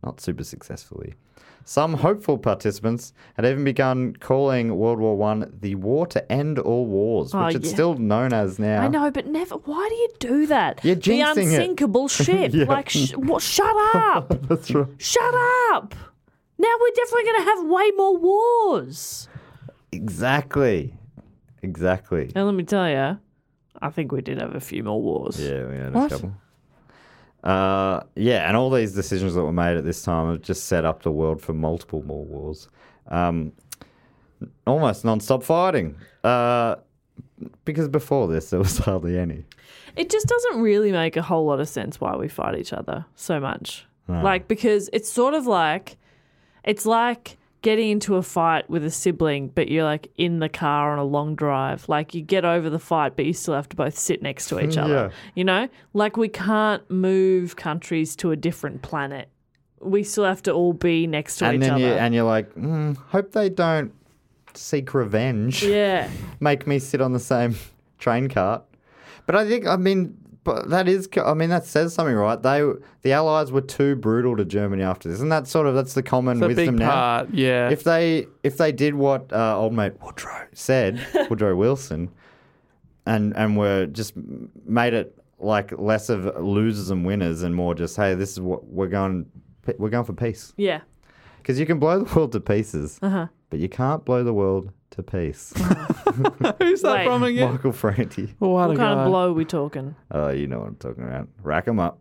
Not super successfully. Some hopeful participants had even begun calling World War One the war to end all wars, Oh, which it's yeah. still known as now. I know, but never. Why do you do that? You're the jinxing it. unsinkable *laughs* ship. Yeah. Like, sh- what? Shut up! *laughs* That's right. shut up! Now we're definitely going to have way more wars. Exactly. Exactly. Now let me tell you, I think we did have a few more wars. Yeah, we had What? a couple. Uh, yeah, and all these decisions that were made at this time have just set up the world for multiple more wars. Um, almost non-stop fighting. Uh, because before this, there was *laughs* hardly any. It just doesn't really make a whole lot of sense why we fight each other so much. Like because it's sort of like it's like getting into a fight with a sibling, but you're like in the car on a long drive. Like you get over the fight, but you still have to both sit next to each other. *laughs* Yeah. You know? Like we can't move countries to a different planet. We still have to all be next to and each then other. you and you're like, mm, hope they don't seek revenge. yeah. *laughs* Make me sit on the same *laughs* train cart. But I think I mean, but that is I mean that says something, right? They the Allies were too brutal to Germany after this, and that's sort of that's the common It's a wisdom big now. part, yeah. If they if they did what uh, old mate Woodrow said, Woodrow Wilson, and and were just made it like less of losers and winners and more just hey, this is what we're going we're going for peace Yeah. because you can blow the world to pieces, but you can't blow the world to peace. Who's that Wait. from again? Michael Franti. What, What a kind guy. of blow are we talking? *laughs* Oh, you know what I'm talking about. Rack 'em up.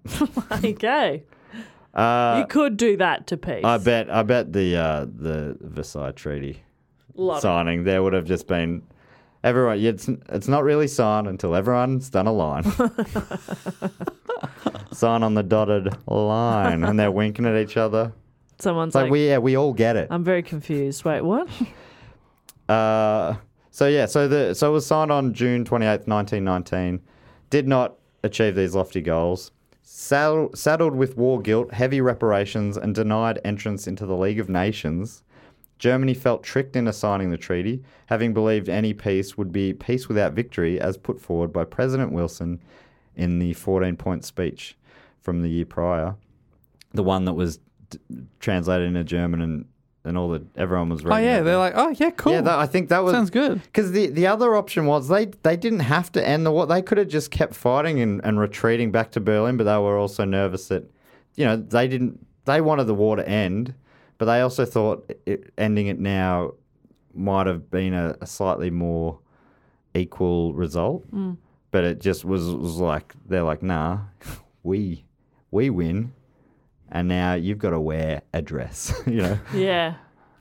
Okay. Uh, you could do that to peace. I bet. I bet the uh, the Versailles Treaty Lot of- signing there would have just been everyone. It's it's not really signed until everyone's done *laughs* a line. Sign on the dotted line, and they're winking at each other. Someone's It's like, like, we yeah, we all get it. I'm very confused. Wait, what? Uh, so yeah, so the so it was signed on June 28th, 1919. Did not achieve these lofty goals. Saddle, saddled with war guilt, heavy reparations, and denied entrance into the League of Nations, Germany felt tricked into signing the treaty, having believed any peace would be peace without victory, as put forward by President Wilson in the 14 point speech from the year prior. The one that was d- translated into German and, and all that everyone was Oh reading. yeah, it. they're like, oh yeah, cool. Yeah, that, I think that was Sounds good. Because the, the other option was they they didn't have to end the war. They could have just kept fighting and, and retreating back to Berlin, but they were also nervous that, you know, they didn't they wanted the war to end, but they also thought it, ending it now might have been a, a slightly more equal result. Mm. But it just was was like they're like, nah, *laughs* we we win, and now you've got to wear a dress, *laughs* you know *laughs* Yeah.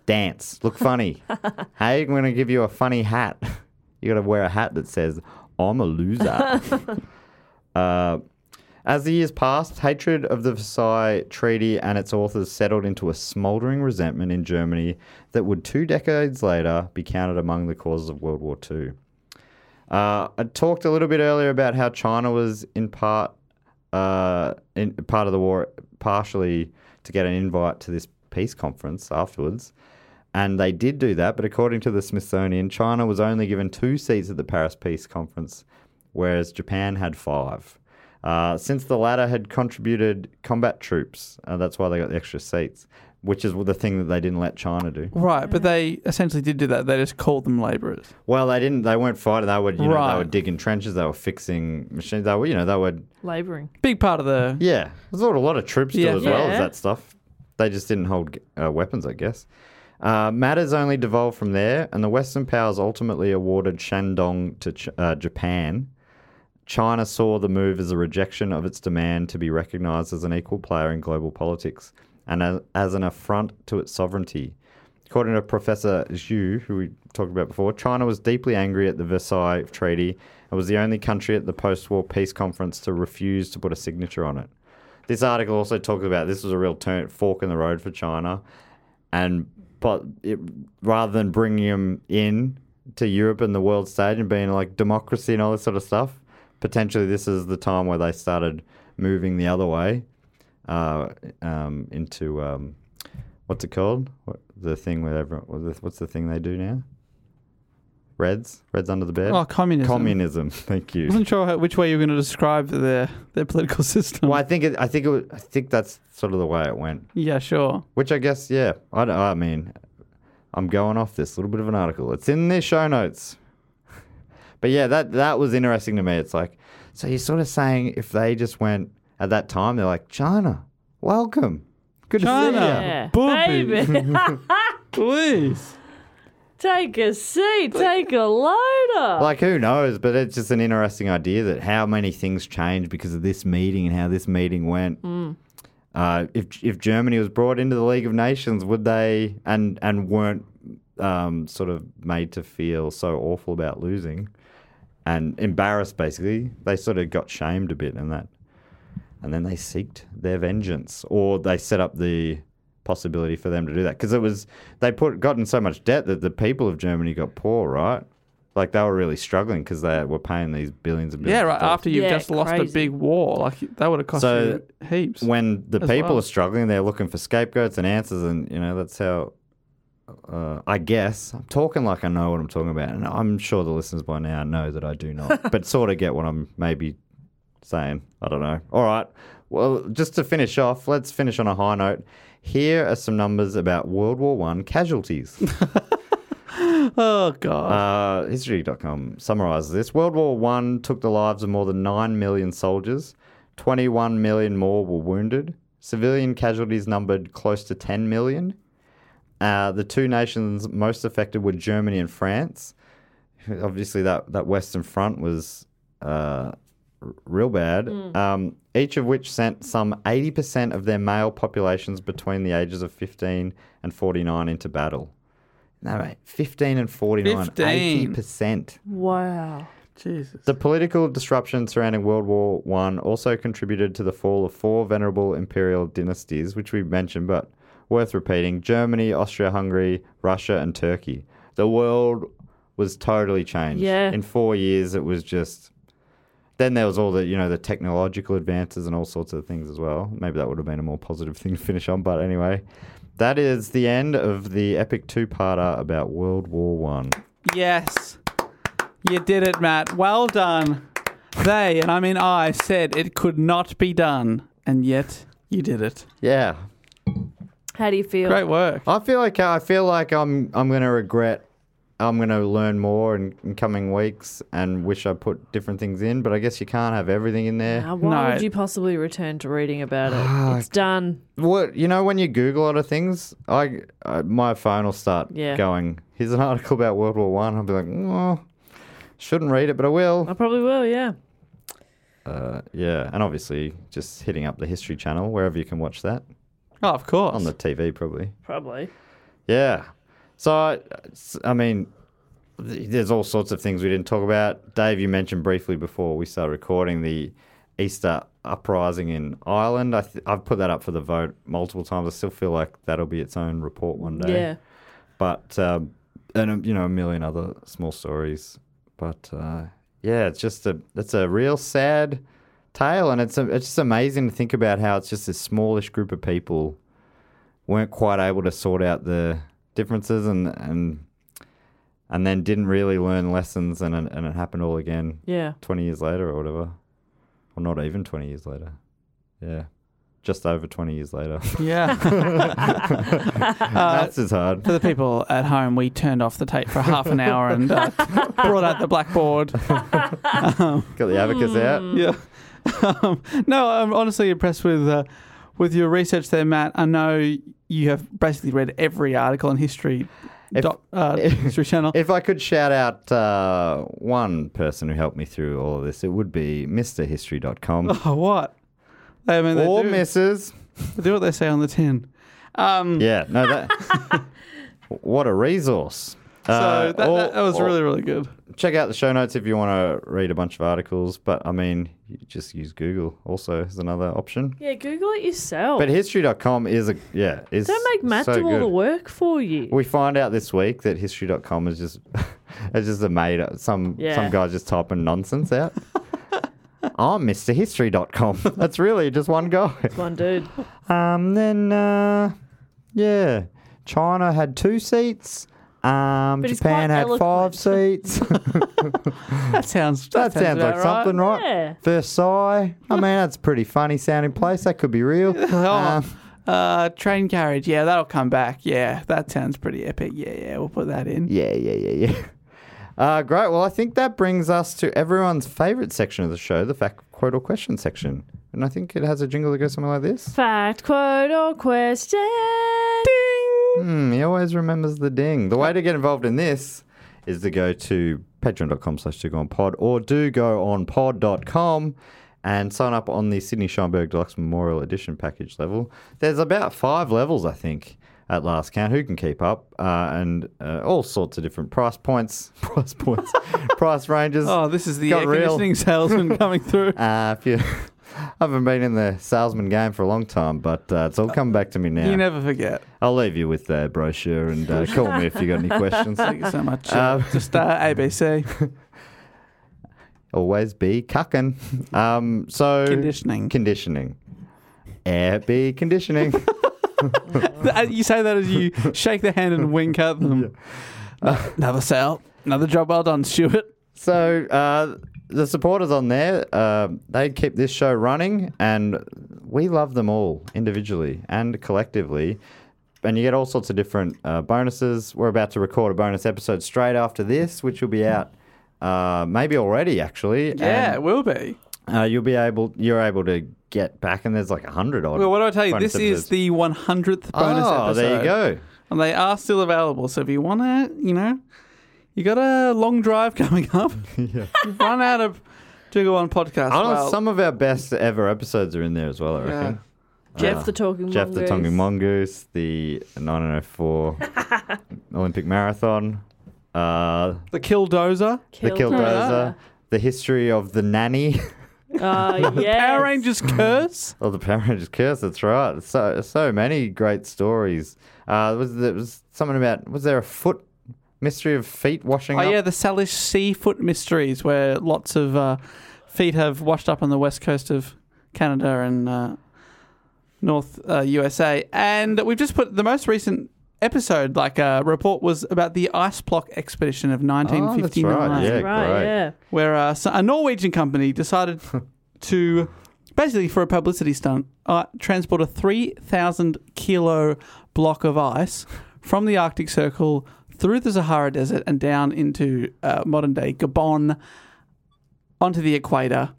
dance, look funny. How are you going to give you a funny hat? *laughs* You got to wear a hat that says, I'm a loser. uh, as the years passed, hatred of the Versailles Treaty and its authors settled into a smouldering resentment in Germany that would two decades later be counted among the causes of World War II. Uh, I talked a little bit earlier about how China was in part uh, in part of the war, partially to get an invite to this peace conference afterwards. And they did do that, but according to the Smithsonian, China was only given two seats at the Paris Peace Conference, whereas Japan had five. Uh, since the latter had contributed combat troops, uh, that's why they got the extra seats, which is the thing that they didn't let China do. Right, but they essentially did do that. They just called them laborers. Well, they didn't. They weren't fighting. They were, you know, Right. they were digging trenches. They were fixing machines. They were, you know, they were Laboring. Big part of the Yeah, there's not a lot of troops still Yeah. as well as Yeah. that stuff. They just didn't hold uh, weapons, I guess. Uh, matters only devolved from there, and the Western powers ultimately awarded Shandong to Ch- uh, Japan. China saw the move as a rejection of its demand to be recognized as an equal player in global politics and as, as an affront to its sovereignty. According to Professor Zhu, who we talked about before, China was deeply angry at the Versailles Treaty and was the only country at the post war peace conference to refuse to put a signature on it. This article also talks about this was a real turn, fork in the road for China and but it, rather than bringing them in to Europe and the world stage and being like democracy and all this sort of stuff, potentially this is the time where they started moving the other way uh, um, into um, what's it called? What, the thing with everyone? what the- What's the thing they do now? Reds, Reds under the bed. oh communism. Communism. *laughs* Thank you. I *laughs* wasn't sure how, which way you were going to describe their their political *laughs* system. Well, I think it, I think it, was- I think that's sort of the way it went. Yeah, sure. Which I guess, yeah. I, don't- I mean, I'm going off this little bit of an article. It's in the show notes. *laughs* But yeah, that that was interesting to me. It's like, so you're sort of saying if they just went at that time, they're like, China, welcome. Good to see you. Yeah. China, boobies. *laughs* Baby, please. take a seat. Take a loader. Like, who knows? But it's just an interesting idea that how many things change because of this meeting and how this meeting went. Uh, if if Germany was brought into the League of Nations, would they and and weren't um, sort of made to feel so awful about losing and embarrassed? Basically, they sort of got shamed a bit in that. and then they seeked their vengeance, or they set up the possibility for them to do that because it was they put got in so much debt that the people of Germany got poor, right? Like they were really struggling because they were paying these billions and billions. Yeah, of right. dollars. After you've Yeah, just lost a crazy. big war, like that would have cost So, you heaps. when the as people well. are struggling, they're looking for scapegoats and answers, and you know that's how. Uh, I guess I'm talking like I know what I'm talking about, and I'm sure the listeners by now know that I do *laughs* not, but sort of get what I'm maybe saying. I don't know. All right. Well, just to finish off, let's finish on a high note. Here are some numbers about World War One casualties. oh god, Uh, History.com summarizes this. World War One took the lives of more than 9 million soldiers. 21 million more were wounded. Civilian casualties numbered close to 10 million. Uh, the two nations most affected were Germany and France. Obviously, that, that Western Front was uh, r- real bad. Um, each of which sent some 80% of their male populations between the ages of 15 and 49 into battle. No, mate, 15 and 49, 15. 80%. Wow. Jesus. The political disruption surrounding World War One also contributed to the fall of four venerable imperial dynasties, which we mentioned, but worth repeating: Germany, Austria-Hungary, Russia, and Turkey. The world was totally changed. Yeah. In four years, it was just. Then there was all the you know the technological advances and all sorts of things as well. Maybe that would have been a more positive *laughs* thing to finish on, but anyway, that is the end of the epic two-parter about World War One. Yes, you did it, Matt. Well done. They and I mean I said it could not be done, and yet you did it. Yeah, How do you feel? Great work. I feel like I feel like I'm I'm gonna regret. I'm gonna learn more in, in coming weeks and wish I put different things in. But I guess you can't have everything in there. Now, why No. would you possibly return to reading about Ah. it? It's done. What you know when you Google a lot of things, I, I my phone will start Yeah. going. Here's an article about World War One. I'll be like, oh, shouldn't read it, but I will. I probably will, yeah. Yeah, and obviously just hitting up the History Channel wherever you can watch that Oh, of course. on the TV probably. Probably. Yeah. So, I- s- I mean, th- there's all sorts of things we didn't talk about. Dave, you mentioned briefly before we started recording the Easter uprising in Ireland. I th- I've put that up for the vote multiple times. I still feel like that'll be its own report one day. Yeah. But, um, and, um, you know, a million other small stories. But, uh, yeah, it's just a, it's a real sad tale. And it's, a, it's just amazing to think about how it's just this smallish group of people weren't quite able to sort out the differences and and and then didn't really learn lessons and it- and it happened all again Yeah. 20 years later or whatever or not even 20 years later yeah just over 20 years later *laughs* yeah. Uh, that's as hard For the people at home, we turned off the tape for half an hour and uh, brought out *laughs* the blackboard. got the abacus out Yeah. Um, no, I'm honestly impressed with uh, with your research there, Matt. I know you have basically read every article in history. doc, *laughs* uh, History Channel. if I could shout out uh, one person who helped me through all of this, it would be MrHistory.com *laughs* oh, what? I mean, they or do, Mrs. they do what they say on the tin. Um, Yeah, no, that. *laughs* what a resource. Uh, so that, all- that, that was all- really, really good. check out the show notes if you want to read a bunch of articles. But I mean, you just use Google also is another option. Yeah, Google it yourself. But history.com is a yeah is Don't make Matt so do all good. the work for you. We find out this week that history.com is just *laughs* it's just a made up some Yeah. some guy just typing nonsense out. *laughs* I'm Mr. History.com. *laughs* That's really just one guy. One dude. Um, then, uh, yeah, China had two seats. Um, But he's Japan quite had five eloquent. *laughs* seats. *laughs* That sounds. that sounds about like something, right? Yeah. Versailles. I mean, that's a pretty funny sounding place. That could *laughs* be real. Um, Uh, train carriage. Yeah, that'll come back. Yeah, that sounds pretty epic. Yeah, yeah, we'll put that in. yeah, yeah, yeah, yeah. Uh, great. Well, I think that brings us to everyone's favourite section of the show, the fact, quote, or question section. And I think it has a jingle that goes something like this. Fact, quote, or question. Ding. Hmm, he always remembers the ding. The way to get involved in this is to go to patreon.com slash do go on pod or do go on pod.com and sign up on the Sydney Scheinberg Deluxe Memorial Edition package level. There's about five levels, I think, at last count. Who can keep up? Uh, and uh, all sorts of different price points, *laughs* price *laughs* points, price ranges. Oh, this is the Got air real. *laughs* conditioning salesman coming through. Uh, if you, *laughs* I haven't been in the salesman game for a long time, but uh, it's all coming back to me now. You never forget. I'll leave you with the brochure and uh, call me if you got any *laughs* questions. Thank you so much. Uh, *laughs* just uh, ABC Always be cucking. Um, so conditioning. conditioning. Air be *laughs* conditioning. Uh, you say that as you shake the hand and wink at them. Uh, another sale. Another job well done, Stuart. So uh, the supporters on there, uh, they keep this show running, and we love them all individually and collectively. And you get all sorts of different uh, bonuses. We're about to record a bonus episode straight after this, which will be out uh, maybe already, actually. Yeah, And, it will be. uh, you'll be able, you're able to get back, and there's like a hundred odd. Well, what do I tell you? bonus This is episodes. the 100th bonus oh, episode. there you go. And they are still available. So if you want to, you know, you got a long drive *laughs* coming *laughs* up. You've run out of Jigger One podcast. I know Well, some of our best ever episodes are in there as well. I reckon. yeah. Jeff the talking Ah. Jeff the mongoose. Tonguing Mongoose, the *laughs* 1904 Olympic Marathon, uh, The Killdozer. the Killed Killdozer, the history of the nanny, *laughs* Uh, yes. Power Rangers Curse. or the Power Rangers curse. That's right. So so many great stories. Uh, was there was something about was there a foot mystery of feet washing Oh, up? yeah, the Salish Seafoot Mysteries, where lots of uh, feet have washed up on the west coast of Canada and uh, North uh, USA. And we've just put the most recent episode, like a report, was about the ice block expedition of Oh, that's 1959. right. Yeah, Right, great. yeah. where uh, so- a Norwegian company decided to basically for a publicity stunt uh, transport a 3,000 kilo block of ice from the Arctic Circle through the Sahara Desert and down into uh, modern day Gabon onto the equator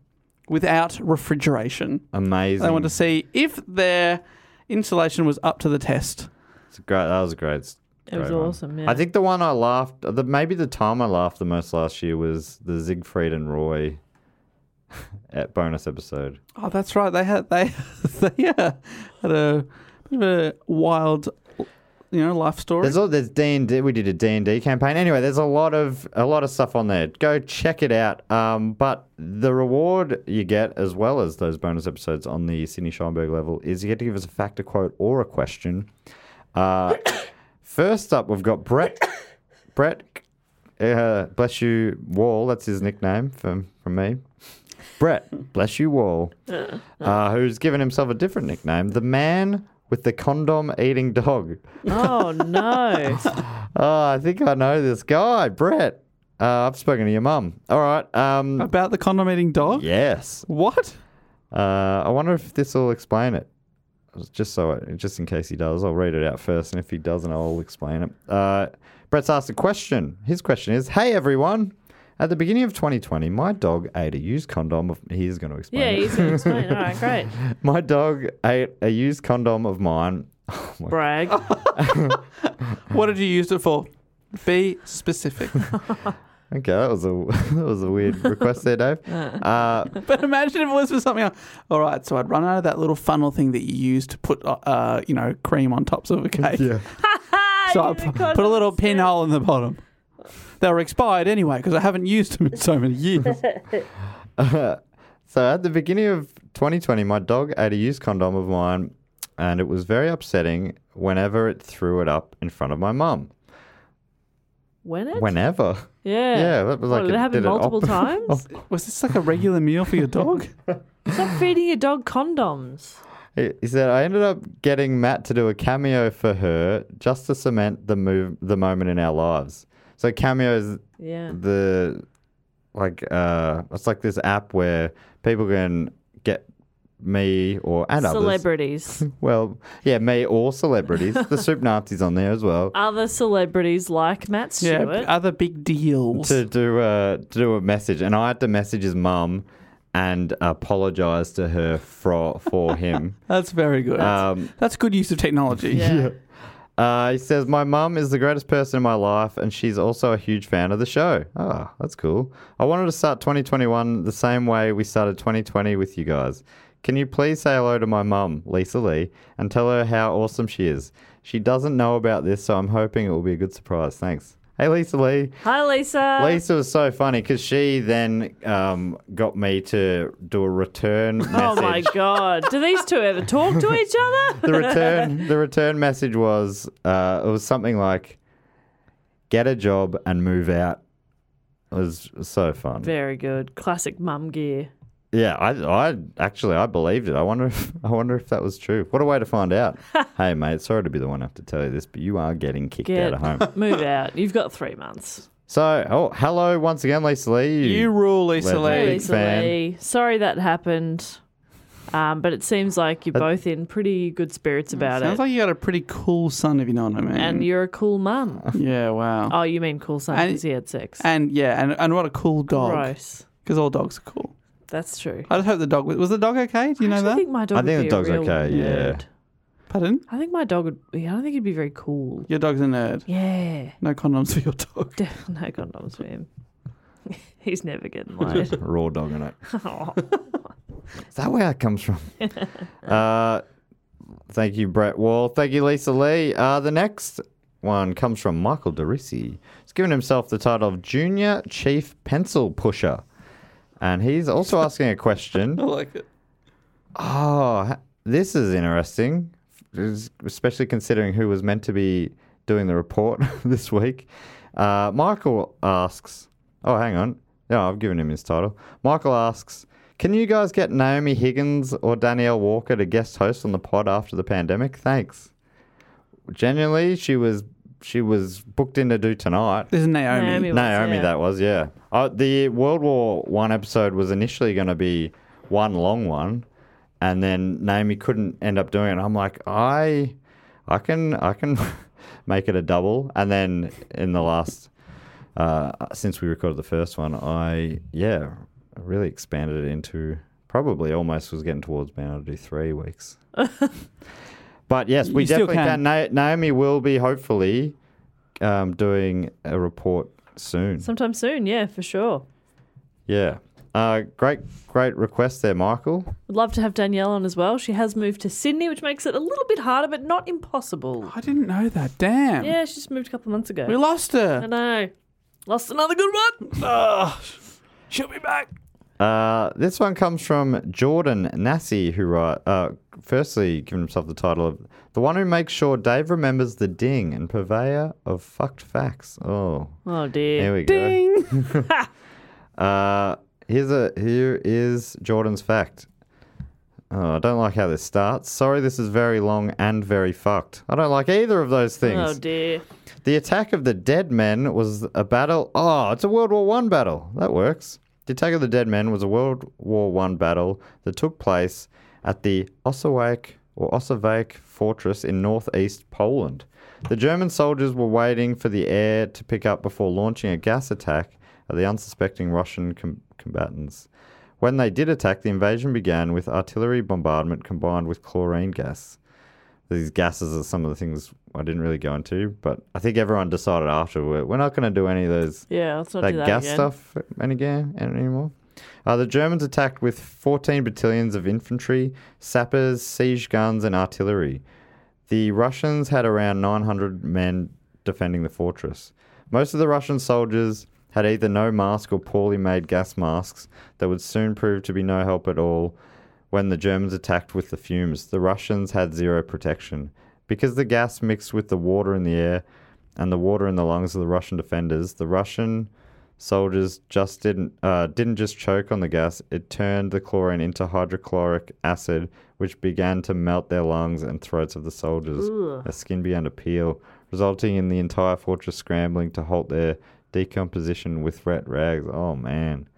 without refrigeration. Amazing. They want to see if their insulation was up to the test. It's great. That was a great. s- It was great one. awesome, yeah. I think the one I laughed, the, maybe the time I laughed the most last year was the Siegfried and Roy *laughs* at bonus episode. Oh, that's right. They had they, *laughs* they yeah, had a bit of a wild, you know, life story. There's all there's D and D. We did a D and D campaign. Anyway, there's a lot of a lot of stuff on there. Go check it out. Um, but the reward you get, as well as those bonus episodes on the Sydney Scheinberg level, is you get to give us a fact, a quote, or a question. Uh, *coughs* first up, we've got Brett. *coughs* Brett, uh, bless you, Wall. That's his nickname from from me. Brett, *laughs* bless you, Wall, uh, who's given himself a different nickname, the man with the condom eating dog. Oh, *laughs* no. Oh, I think I know this guy, Brett. Uh, I've spoken to your mum. All right. Oh. Um, About the condom eating dog? yes. What? Uh, I wonder if this will explain it. Just so, it, just in case he does, I'll read it out first, and if he doesn't, I'll explain it. Uh, Brett's asked a question. His question is, "Hey everyone, at the beginning of 2020, my dog ate a used condom of. He's going to explain. yeah, it. he's going to explain. All right, *laughs* great. *laughs* my dog ate a used condom of mine. Oh my Brag. What did you use it for? Be *laughs* specific. *laughs* Okay, that was a *laughs* that was a weird request *laughs* there, Dave. Uh, but imagine if it was for something else. All right, so I'd run out of that little funnel thing that you use to put, uh, uh, you know, cream on tops of a cake. yeah. *laughs* *laughs* So I p- put a little pinhole in the bottom. They were expired anyway because I haven't used them in so *laughs* many years. So at the beginning of 2020, my dog ate a used condom of mine, and it was very upsetting whenever it threw it up in front of my mum. When it? Whenever. Yeah. Yeah, that was What, like did it it happen did it *laughs* multiple op- times? Was this like a regular meal for *laughs* your dog? Stop feeding your dog condoms. He he said, I ended up getting Matt to do a cameo for her just to cement the move, the moment in our lives. So cameo is Yeah. the like uh, it's like this app where people can get me or and others. *laughs* Celebrities. Well, yeah, me or celebrities. the soup Nazis on there as well. Other celebrities like Matt yeah, Stewart. uh, other big deals. to do a to do a message, and I had to message his mum and apologize to her for for him. That's very good. Um, That's good use of technology. yeah. uh, he says, "My mum is the greatest person in my life, and she's also a huge fan of the show." Oh, that's cool. I wanted to start 2021 the same way we started 2020 with you guys. Can you please say hello to my mum, Lisa Lee, and tell her how awesome she is? She doesn't know about this, so I'm hoping it will be a good surprise. Thanks. Hey, Lisa Lee. Hi, Lisa. Lisa was so funny because she then um, got me to do a return message. *laughs* Oh my god! Do these two ever talk *laughs* to each other? the return the return message was uh, it was something like get a job and move out. It was so fun. Very good, classic mum gear. Yeah, I, I actually I believed it. I wonder if *laughs* I wonder if that was true. What a way to find *laughs* out. hey mate, sorry to be the one to have to tell you this, but you are getting kicked Get out *laughs* of home. move out. You've got three months. So, oh, hello once again, Lisa Lee. You rule, Lisa Legend. Lee. Big Lisa fan. Lee. Sorry that happened, um, but it seems like you're both in pretty good spirits Mm, about Sounds it, like you got a pretty cool son, if you know what I mean. and you're a cool *laughs* mum. yeah, wow. Oh, you mean cool son And- because he had sex? and yeah, and, and what a cool dog. Gross. Because all dogs are cool. That's true. I just hope the dog was, was the dog okay. Do you know I that? think my dog. I think would the be a dog's real okay, yeah. nerd. Pardon? I think my dog would. I don't think he'd be very cool. Your dog's a nerd. Yeah. *laughs* No condoms for your dog. Def- No condoms for him. *laughs* He's never *laughs* getting laid. raw dog in it. Is that where it comes from? uh, thank you, Brett Wall. Thank you, Lisa Lee. Uh, the next one comes from Michael DeRisi. He's given himself the title of Junior Chief Pencil Pusher. And he's also asking a question. *laughs* I like it. Oh, h- this is interesting, es- especially considering who was meant to be doing the report *laughs* this week. Uh, Michael asks, oh, hang on. No, I've given him his title. Michael asks, can you guys get Naomi Higgins or Danielle Walker to guest host on the pod after the pandemic? Thanks. Genuinely, she was she was booked in to do tonight. This is Naomi. Naomi was, Naomi, yeah. that was yeah. Uh, the World War One episode was initially going to be one long one, and then Naomi couldn't end up doing it. I'm like, I, I can, I can *laughs* make it a double. And then in the last, uh, since we recorded the first one, I yeah, really expanded it into probably almost was getting towards being able to do three weeks. but yes, we You still definitely can. can. Na- Naomi will be hopefully um, doing a report soon. Sometime soon, yeah, for sure. yeah. Uh, great, great request there, Michael. Would love to have Danielle on as well. She has moved to Sydney, which makes it a little bit harder, but not impossible. I didn't know that. Damn. Yeah, she just moved a couple of months ago. We lost I her. know. Lost another good one. Ugh. she'll be back. Uh, this one comes from Jordan Nassi, who write, uh, firstly giving himself the title of the one who makes sure Dave remembers the ding and purveyor of fucked facts. Oh, Oh dear. here we go. *laughs* uh, here's a here is Jordan's fact. Oh, I don't like how this starts. Sorry, this is very long and very fucked. I don't like either of those things. Oh dear. The attack of the dead men was a battle. Oh, it's a World War One battle. That works. The attack of the dead men was a World War One battle that took place at the Ossowiec or Ossowiec fortress in northeast Poland. The German soldiers were waiting for the air to pick up before launching a gas attack at the unsuspecting Russian com- combatants. When they did attack, the invasion began with artillery bombardment combined with chlorine gas these gases are some of the things I didn't really go into, but I think everyone decided after we're, we're not going to do any of those Yeah, let's not that do that gas again. stuff any again anymore. Uh, the Germans attacked with 14 battalions of infantry, sappers, siege guns, and artillery. The Russians had around 900 men defending the fortress. Most of the Russian soldiers had either no mask or poorly made gas masks that would soon prove to be no help at all when the Germans attacked with the fumes. The Russians had zero protection. Because the gas mixed with the water in the air and the water in the lungs of the Russian defenders, the Russian soldiers just didn't uh, didn't just choke on the gas. It turned the chlorine into hydrochloric acid, which began to melt their lungs and throats of the soldiers. Their skin began to peel, resulting in the entire fortress scrambling to halt their decomposition with wet rags. Oh man.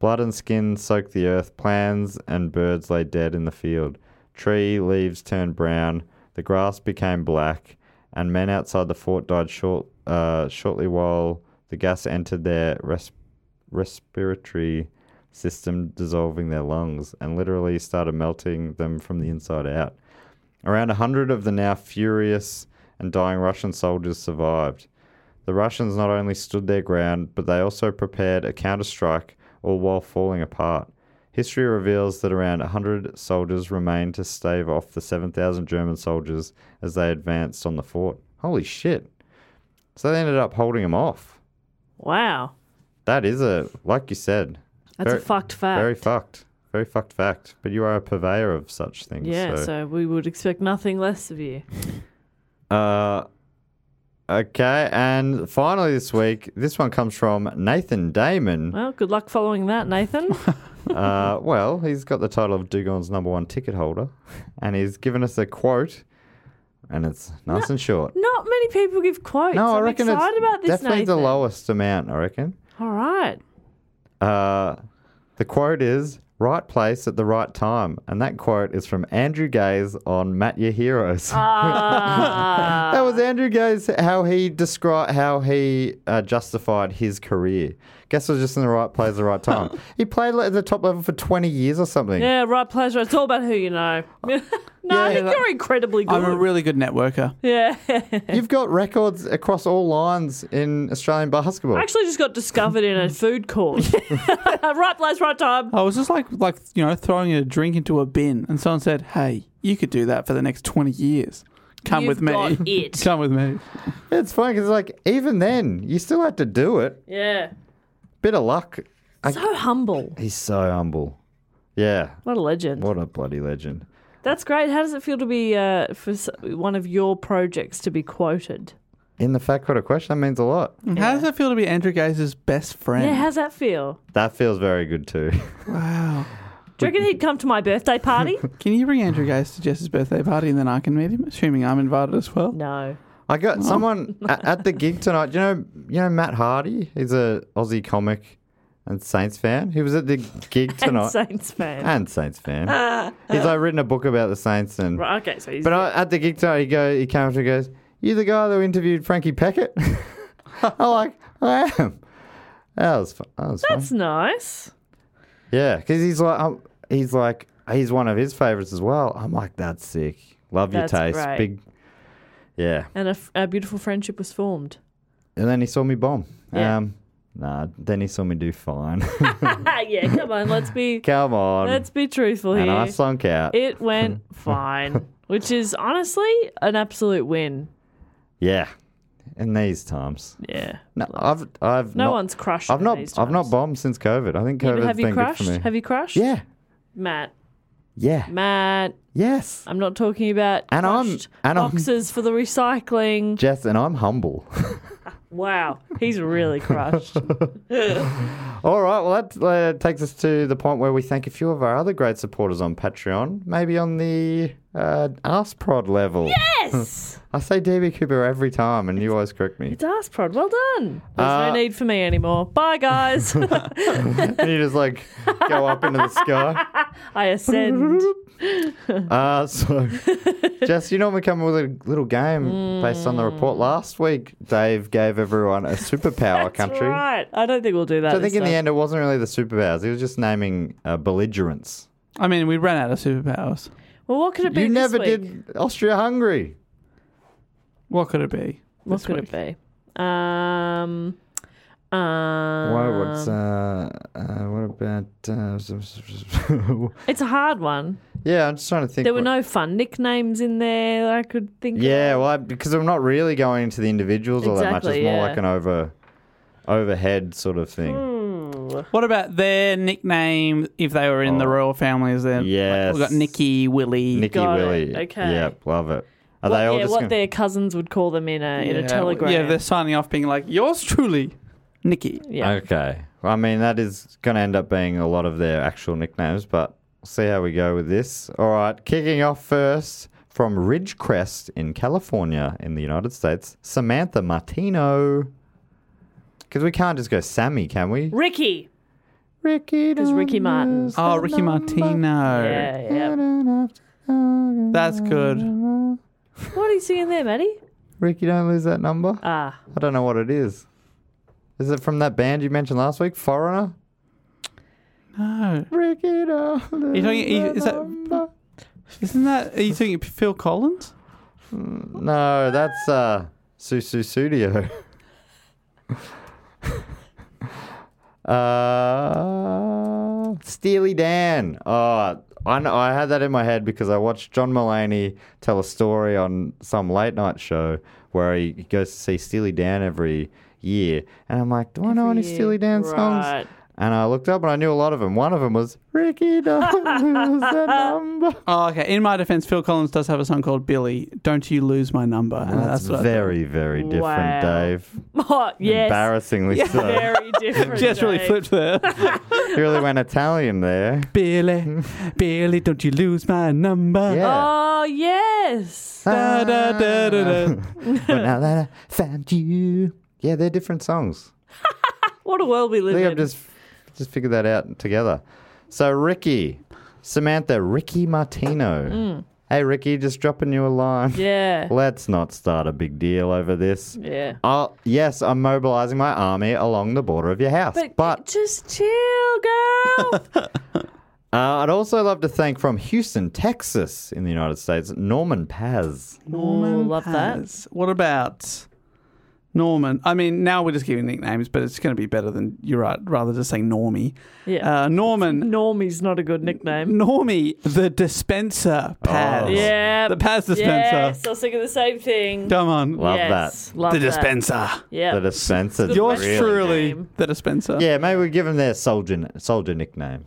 Blood and skin soaked the earth. Plants and birds lay dead in the field. Tree leaves turned brown. The grass became black, and men outside the fort died short, uh, shortly while the gas entered their res- respiratory system, dissolving their lungs, and literally started melting them from the inside out. Around a hundred of the now furious and dying Russian soldiers survived. The Russians not only stood their ground, but they also prepared a counterstrike, all while falling apart. History reveals that around 100 soldiers remained to stave off the 7,000 German soldiers as they advanced on the fort. Holy shit. So they ended up holding him off. Wow. That is a, like you said, That's Very- a fucked fact. very fucked. Very fucked fact. But you are a purveyor of such things. Yeah, so. so. we would expect nothing less of you. Uh, okay, and finally this week, this one comes from Nathan Damon. Well, good luck following that, *laughs* Nathan. Uh, well, he's got the title of Dugon's number one ticket holder, and he's given us a quote, and it's nice and short. Not many people give quotes. No, I'm I reckon it's excited about this, definitely Nathan. the lowest amount, I reckon. All right. Uh, the quote is right place at the right time, and that quote is from Andrew Gaze on Matt Your Heroes. Ah. *laughs* that was Andrew Gaze how he described how he uh, justified his career. Guess it was just in the right place at the *laughs* right time. he played like, at the top level for twenty years or something. Yeah, right pleasure. It's all about who you know. *laughs* no, I think that- you're incredibly good. I'm a really good networker. yeah. *laughs* *laughs* You've got records across all lines in Australian basketball. I actually just got discovered in a food *laughs* court. *laughs* right place, right time. I was just like, like you know, throwing a drink into a bin, and someone said, "Hey, you could do that for the next twenty years. Come You've with me. got it. *laughs* Come with me." it's funny because like even then you still had to do it. Yeah. Bit of luck. So humble. He's so humble. Yeah. What a legend. What a bloody legend. That's great. How does it feel to be uh, for s- one of your projects to be quoted? In the fat quarter question, that means a lot. Mm. And How does it feel to be Andrew Gaze's best friend? Yeah, how's that feel? That feels very good too. *laughs* Do you reckon he'd come to my birthday *laughs* party? Can you bring Andrew Gaze to Jess's birthday party and then I can meet him, assuming I'm invited as well? no. I *laughs* got someone at, at the gig tonight. You know, you know Matt Hardy. He's a Aussie comic and Saints fan. He was at the *laughs* gig And tonight Uh, Saints fan. and Saints fan. *laughs* He's like written a book about the Saints and. right, okay, so he's. But I, at the gig tonight, he go he came up to me and goes, "You the guy that interviewed Frankie Packet?" *laughs* I'm like, "I am." That was fun. That was fun. that's nice. Yeah, because he's like, um, he's like, he's one of his favorites as well. I'm like, that's sick. Love That's your taste, great. big. Yeah, And a, f- a beautiful friendship was formed. and then he saw me bomb. Yeah. Um, nah, then he saw me do fine. *laughs* Ah, yeah, come on, let's be Come on, let's be truthful and here. I sunk out. It went *laughs* fine, which is honestly an absolute win. yeah, in these times, Yeah. no, I've, I've No not, one's crushed. I've in not, these I've not times. bombed since COVID. I think Yeah, COVID but has have you been crushed? good for me. Have you crushed? yeah, Matt. yeah, Matt. yes, I'm not talking about And I'm- crushed and I'm- boxes for the recycling. *laughs* Jess, and I'm humble. *laughs* Wow, he's really crushed. All right, well, that uh, takes us to the point where we thank a few of our other great supporters on Patreon, maybe on the uh, Ask Prod level. yes, *laughs* I say DB Cooper every time, and you always correct *laughs* me. it's ass prod. Well done. There's Uh, no need for me anymore. Bye, *laughs* guys. *laughs* and you just like go up into *laughs* the sky. I ascend. Uh, so, Jess, you normally come with a little game based on the report. Last week, Dave gave everyone a superpower Mm. *laughs* That's country. right. I don't think we'll do that. So I think this in the time. end, it wasn't really the superpowers, he was just naming uh, belligerents. I mean, we ran out of superpowers. Well, what could it be? You this never week? did Austria Hungary. What could it be? What this could week? it be? Um. Um, What what's uh, uh what about uh, s- s- *laughs* s- It's a hard one. yeah? I'm just trying to think. There were what- no fun nicknames in there that I could think. of. yeah, well, I, because I'm not really going into the individuals all that much. It's Exactly, more yeah. like an over overhead sort of thing. What about their nickname if they were in the Oh. royal families? Then Yes. we've got Nicky, Willie. Nicky Hmm. Got it, Willie. okay. Yep, love it. Are What, they all yeah, just what gonna- their cousins would call them in a in a Yeah, telegram. Yeah, they're signing off being like, yours truly, Nicky. yeah. Okay. Well, I mean, that is going to end up being a lot of their actual nicknames, but we'll see how we go with this. All right. Kicking off first from Ridgecrest in California, in the United States, Samantha Martino. Because we can't just go Sammy, can we? Ricky. Ricky. Because Ricky Martin. Oh, Ricky Oh. Martino. Yeah, yeah. That's good. What are you singing there, Maddie? Ricky, don't lose that number. Ah, I don't know what it is. Is it from that band you mentioned last week, Foreigner? No. Ricky, don't Are you lose talking, is that, number. isn't that, are you talking Phil Collins? No, that's uh Susu Studio. *laughs* uh Steely Dan. Oh, I know, I had that in my head because I watched John Mulaney tell a story on some late night show where he, he goes to see Steely Dan every year. And I'm like, do I know any Steely Dan Right. *laughs* songs? And I looked up and I knew a lot of them. One of them was *laughs* Ricky Don't Lose That Number. Oh, okay. In my defense, Phil Collins does have a song called Billy. Don't you lose my number? And That's Uh, what I- very, very different, Wow. Dave. Oh, yes. Embarrassingly so. *laughs* Very different. just really Dave. *laughs* flipped there. You really went Italian there. Billy, Billy, don't you lose my number? Yeah. *laughs* Oh, yes. Da, da, da, *laughs* da, da. But uh, now that I found you. Yeah, they're different songs. What a world we I live think in. I've just just figured that out together. So Ricky, Samantha, Ricky Martino. Hey Ricky, just dropping you a line. Mm. Yeah. *laughs* Let's not start a big deal over this. Yeah. I'll, yes, I'm mobilizing my army along the border of your house. But, just chill, girl. *laughs* uh, I'd also love to thank from Houston, Texas, in the United States, Norman Paz. Ooh, love that. Yes. What about Norman? I mean, now we're just giving nicknames, but it's going to be better than you're right. Rather just saying Normie. Um, Yeah. Uh, Norman, Normie's not a good nickname. Normie, the dispenser Paz. Oh. Yeah. Oh, the Paz dispenser. Yes, I was thinking the same thing. Come on, Love yes, that. Love the that. dispenser. Yeah. The dispenser. Yours really- truly, name. the dispenser. Yeah, maybe we give him their soldier soldier nickname.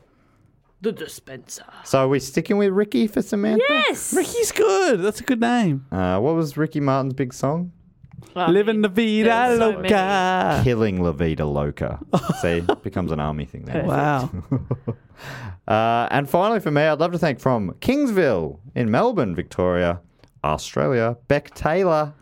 the dispenser. So are we sticking with Ricky for Samantha? Yes. Ricky's good. That's a good name. Uh, what was Ricky Martin's big song? Well, Living the vida there's so many. loca. killing La Vida *laughs* Loca. See, becomes an army thing now. *laughs* Wow. Uh, and finally, for me, I'd love to thank from Kingsville in Melbourne, Victoria, Australia, Beck Taylor.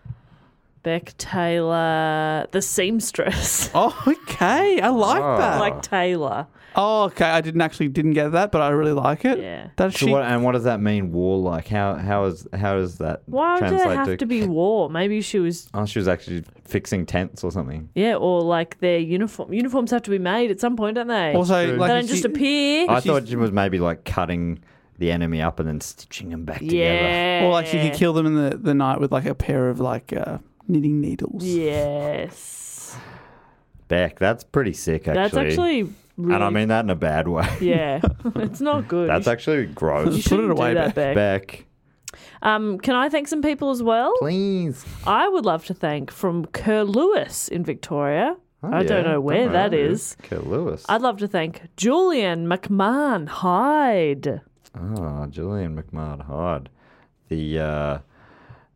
Beck Taylor, the seamstress. *laughs* Oh, okay. I like that. like Taylor. Oh, okay. I didn't actually didn't get that, but I really like it. Yeah. Does So she? what, and what does that mean, warlike? How how is how does that Why would translate there have to... be war? Maybe she was, Oh, she was actually fixing tents or something. yeah, or like their uniform. Uniforms have to be made at some point, don't they? also, they like, don't if just she- appear. *laughs* I thought she was maybe like cutting the enemy up and then stitching them back together. yeah. or like she could kill them in the, the night with like a pair of like uh, knitting needles. Yes. Beck, that's pretty sick, actually. That's actually really. and I mean that in a *laughs* bad way. *laughs* Yeah. it's not good. That's actually You gross. Put it shouldn't do away, that, Beck. Beck, Um, can I thank some people as well? please. I would love to thank from Kerr Lewis in Victoria. Oh, I don't know where that is. Kurt Lewis. I'd love to thank Julian McMahon Hyde. Oh, Julian McMahon Hyde, the uh,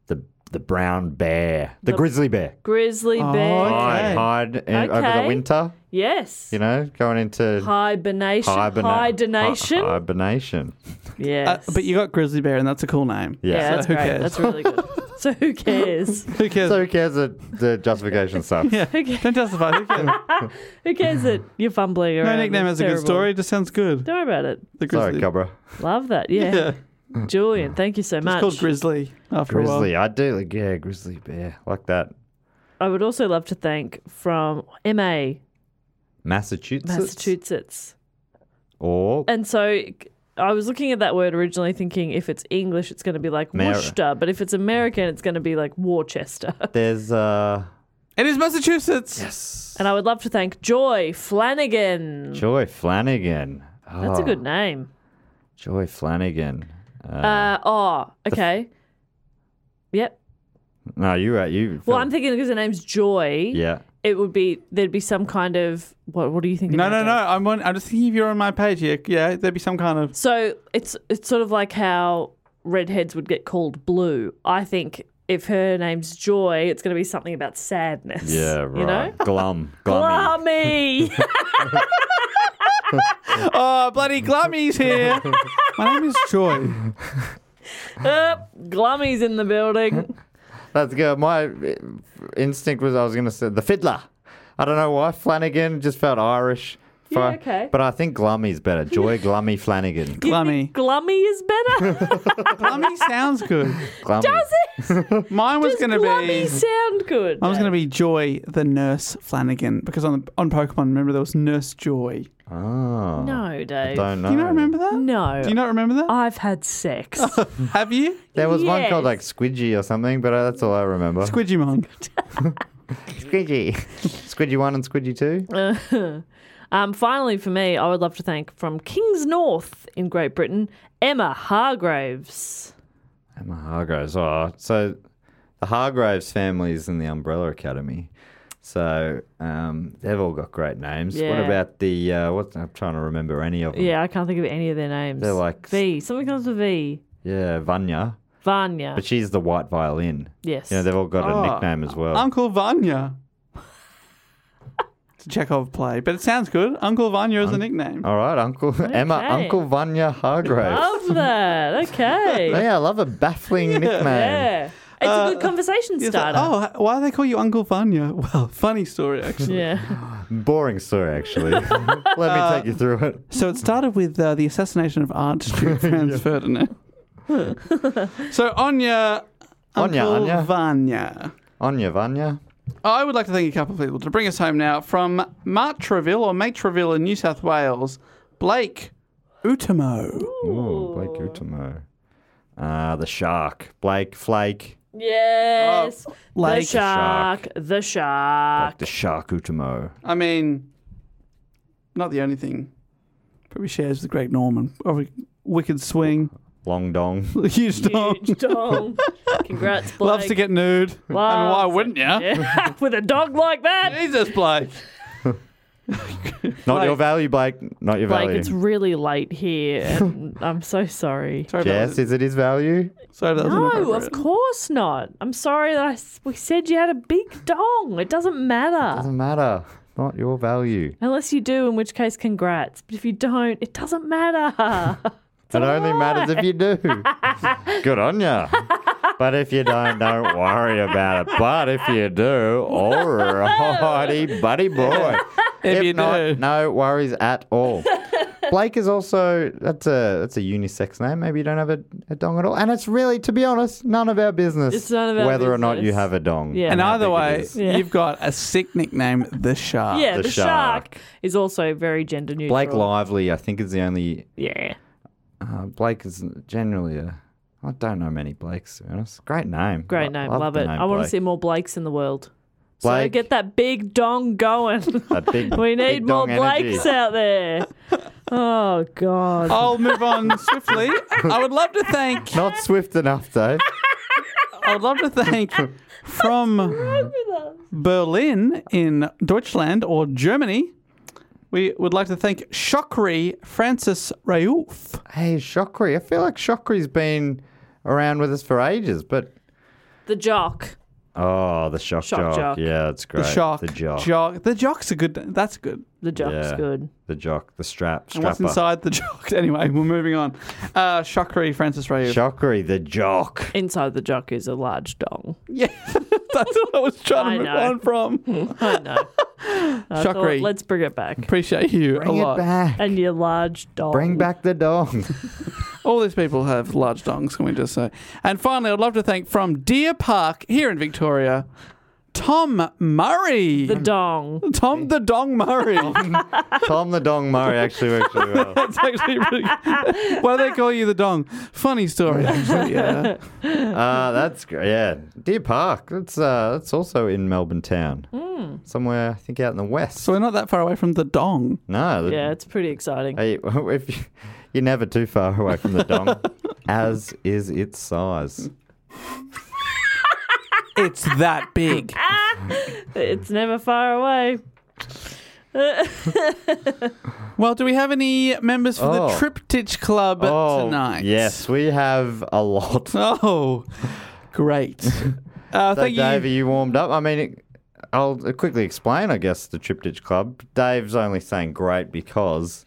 the the brown bear, the, grizzly bear. Grizzly Bear. Hyde, Hyde in, over Okay. the winter, Yes. you know, going into Hibernation. hibernation. Hibernation. hibernation. Uh, yes. but you got Grizzly Bear, and that's a cool name. Yeah. yeah, that's who great. cares? That's really good. So who cares? Who *laughs* cares? So who cares that *laughs* the justification stuff? yeah. Don't justify. Who cares? Who cares *sighs* that you're fumbling around? no nickname It's has a good terrible. story. It just sounds good. Don't worry about it. The Grizzly. Sorry, Cobra. Love *laughs* that. Yeah. Julian, thank you so It's much. called Grizzly. After Grizzly, a I do like yeah, grizzly bear like that. I would also love to thank from MA, Massachusetts, Massachusetts. or And so I was looking at that word originally thinking if it's English, it's going to be like Mara. Worcester, but if it's American, it's going to be like Worcester. *laughs* there's uh while. It is Massachusetts. And I would love to thank Joy Flanagan. Joy Flanagan. Oh, That's a good name. Joy Flanagan. Uh, oh, okay. Yep. No, you right. You. Well, I'm thinking because the name's Joy, yeah. it would be there'd be some kind of what? What do you think? No, about that? no, no. I'm on. I'm just thinking if you're on my page here. Yeah, there'd be some kind of. *laughs* So it's it's sort of like how redheads would get called blue. I think if her name's Joy, it's going to be something about sadness. Yeah, right. You know? *laughs* Glum. Glummy. Glummy. Oh, bloody Glummy's *laughs* here. my name is Joy. *laughs* Glummy's in the building. That's good. My uh, instinct was I was going to say the fiddler. I don't know why. Flanagan just felt Irish. Yeah, Fi- okay. But I think Glummy's better. Joy *laughs* Glummy Flanagan. Glummy. Glummy is better. *laughs* Glummy sounds good. Glummy. Does it? *laughs* Mine was Does going to glummy be. sound good? I was going to be Joy, the Nurse Flanagan, because on on Pokemon, remember there was Nurse Joy. Oh. No, Dave. Don't know. Do you not remember that? No. Um, Do you not remember that? I've had sex. Have you? There was one Yes. called like Squidgy or something, but uh, that's all I remember. *laughs* Squidgymon. Squidgy. *laughs* Squidgy 1 and Squidgy 2? um, finally, for me, I would love to thank from Kings North in Great Britain, Emma Hargraves. Emma Hargraves. Oh, so the Hargraves family is in the Umbrella Academy. So um, they've all got great names. What Yeah. about the uh, what? I'm trying to remember any of them. Yeah, I can't think of any of their names. They're like- V. Something comes with V. yeah, Vanya, Vanya. but she's the white violin. yes. You know, they've all got a Oh, nickname as well. Uncle Vanya. It's a Chekhov play, but it sounds good. Uncle Vanya is a nickname. all right, Uncle *laughs* Emma, Okay. Uncle Vanya Hargraves. Love that. *laughs* Okay. yeah, I love a baffling nickname. *laughs* Yeah. It's a good conversation It's like, starter. oh, h- why do they call you Uncle Vanya? *laughs* Well, funny story, actually. Yeah. Boring story, *laughs* actually. Let me take you through it. So it started with uh, the assassination of *laughs* Archduke Franz *laughs* Ferdinand. so Anya, Anya, Uncle Anya. Vanya. Anya, Vanya. I would like to thank a couple of people to bring us home now from Martreville or Matreville in New South Wales, Blake Utamo. Ooh, Blake Utamo. Uh, the shark. Blake Flake. Yes. like the shark. The *laughs* shark. The shark Utamo. I mean, not the only thing. Probably shares with Greg Norman. Or wicked swing, *laughs* Long dong. *laughs* huge dog. Huge dong. Congrats, Blake. Loves Oh. to get nude. I mean, why Loves it. wouldn't *laughs* you? Yeah. with a dog like that. Jesus, Blake. Not your value, Blake. Not your Blake, value. it's really late here. And I'm so sorry. Sorry, that Jess, was- is it his value? sorry that was No, inappropriate. of course not. I'm sorry that I s we said you had a big dong. It doesn't matter. Doesn't matter. Not your value. Unless you do, in which case, congrats. But if you don't, it doesn't matter. *laughs* It's it only matters if you do. *laughs* Good on ya. But if you don't, don't worry about it. But if you do, *laughs* alrighty, buddy boy. If you not, do. no worries at all. Blake is also that's a that's a unisex name. Maybe you don't have a, a dong at all, and it's really, to be honest, none of our business It's none of our whether or not you business. have a dong. Yeah. And how either way, Yeah. you've got a sick nickname, The Shark. yeah, the the, shark. shark. is also very gender neutral. Blake Lively, I think, is the only Yeah. Uh, Blake is generally a. I don't know many Blakes, to be honest. Great name. Great name. Love, the it. name I want to Blake. see more Blakes in the world. So Blake. get that big dong going. *laughs* A big, we need big more dong Blakes energy. out *laughs* there. Oh, God. I'll move on swiftly. I would love to thank. Not swift *laughs* enough, Dave. I would love to *laughs* thank from Berlin in Deutschland or Germany. We would like to thank Shokri Francis Raouf. hey, Shockery. I feel like Shockery's been around with us for ages, but. The jock. Oh, the shock, Shock jock. jock. Yeah, that's great. The shock. The jock. jock. The jock's a good. That's good. The jock's Yeah. good. The jock. The strap. And what's Strapper. inside the jock? *laughs* Anyway, we're moving on. Uh, Shokri Francis Raouf. Shockery, the jock. Inside the jock is a large dong. yeah, *laughs* that's what I was trying I to move know. on from. *laughs* I know. I thought, Shockery. Let's bring it back. Appreciate you a Bring lot. it back. And your large dong. Bring back *laughs* the dong. All these people have large dongs, can we just say? And finally, I'd love to thank from Deer Park here in Victoria, Tom Murray. the dong. Tom the Dong Murray. *laughs* Tom the dong Murray actually works really *laughs* well. *laughs* That's actually really Why do they call you the Dong? Funny story, actually. Yeah. Uh, that's great. Yeah, Deer Park. That's uh, that's also in Melbourne town, Hmm. somewhere I think out in the west. So we're not that far away from the Dong. no, the- Yeah, it's pretty exciting. hey, *laughs* if you, you're never too far away from the dong, as is its size. It's that big. It's never far away. Well, do we have any members for the Oh. Triptych Club Oh, tonight? yes, we have a lot. Oh, *laughs* great. Uh, So, thank you. Dave, are you warmed up? I mean, it, I'll quickly explain, I guess, the Triptych Club. Dave's only saying great because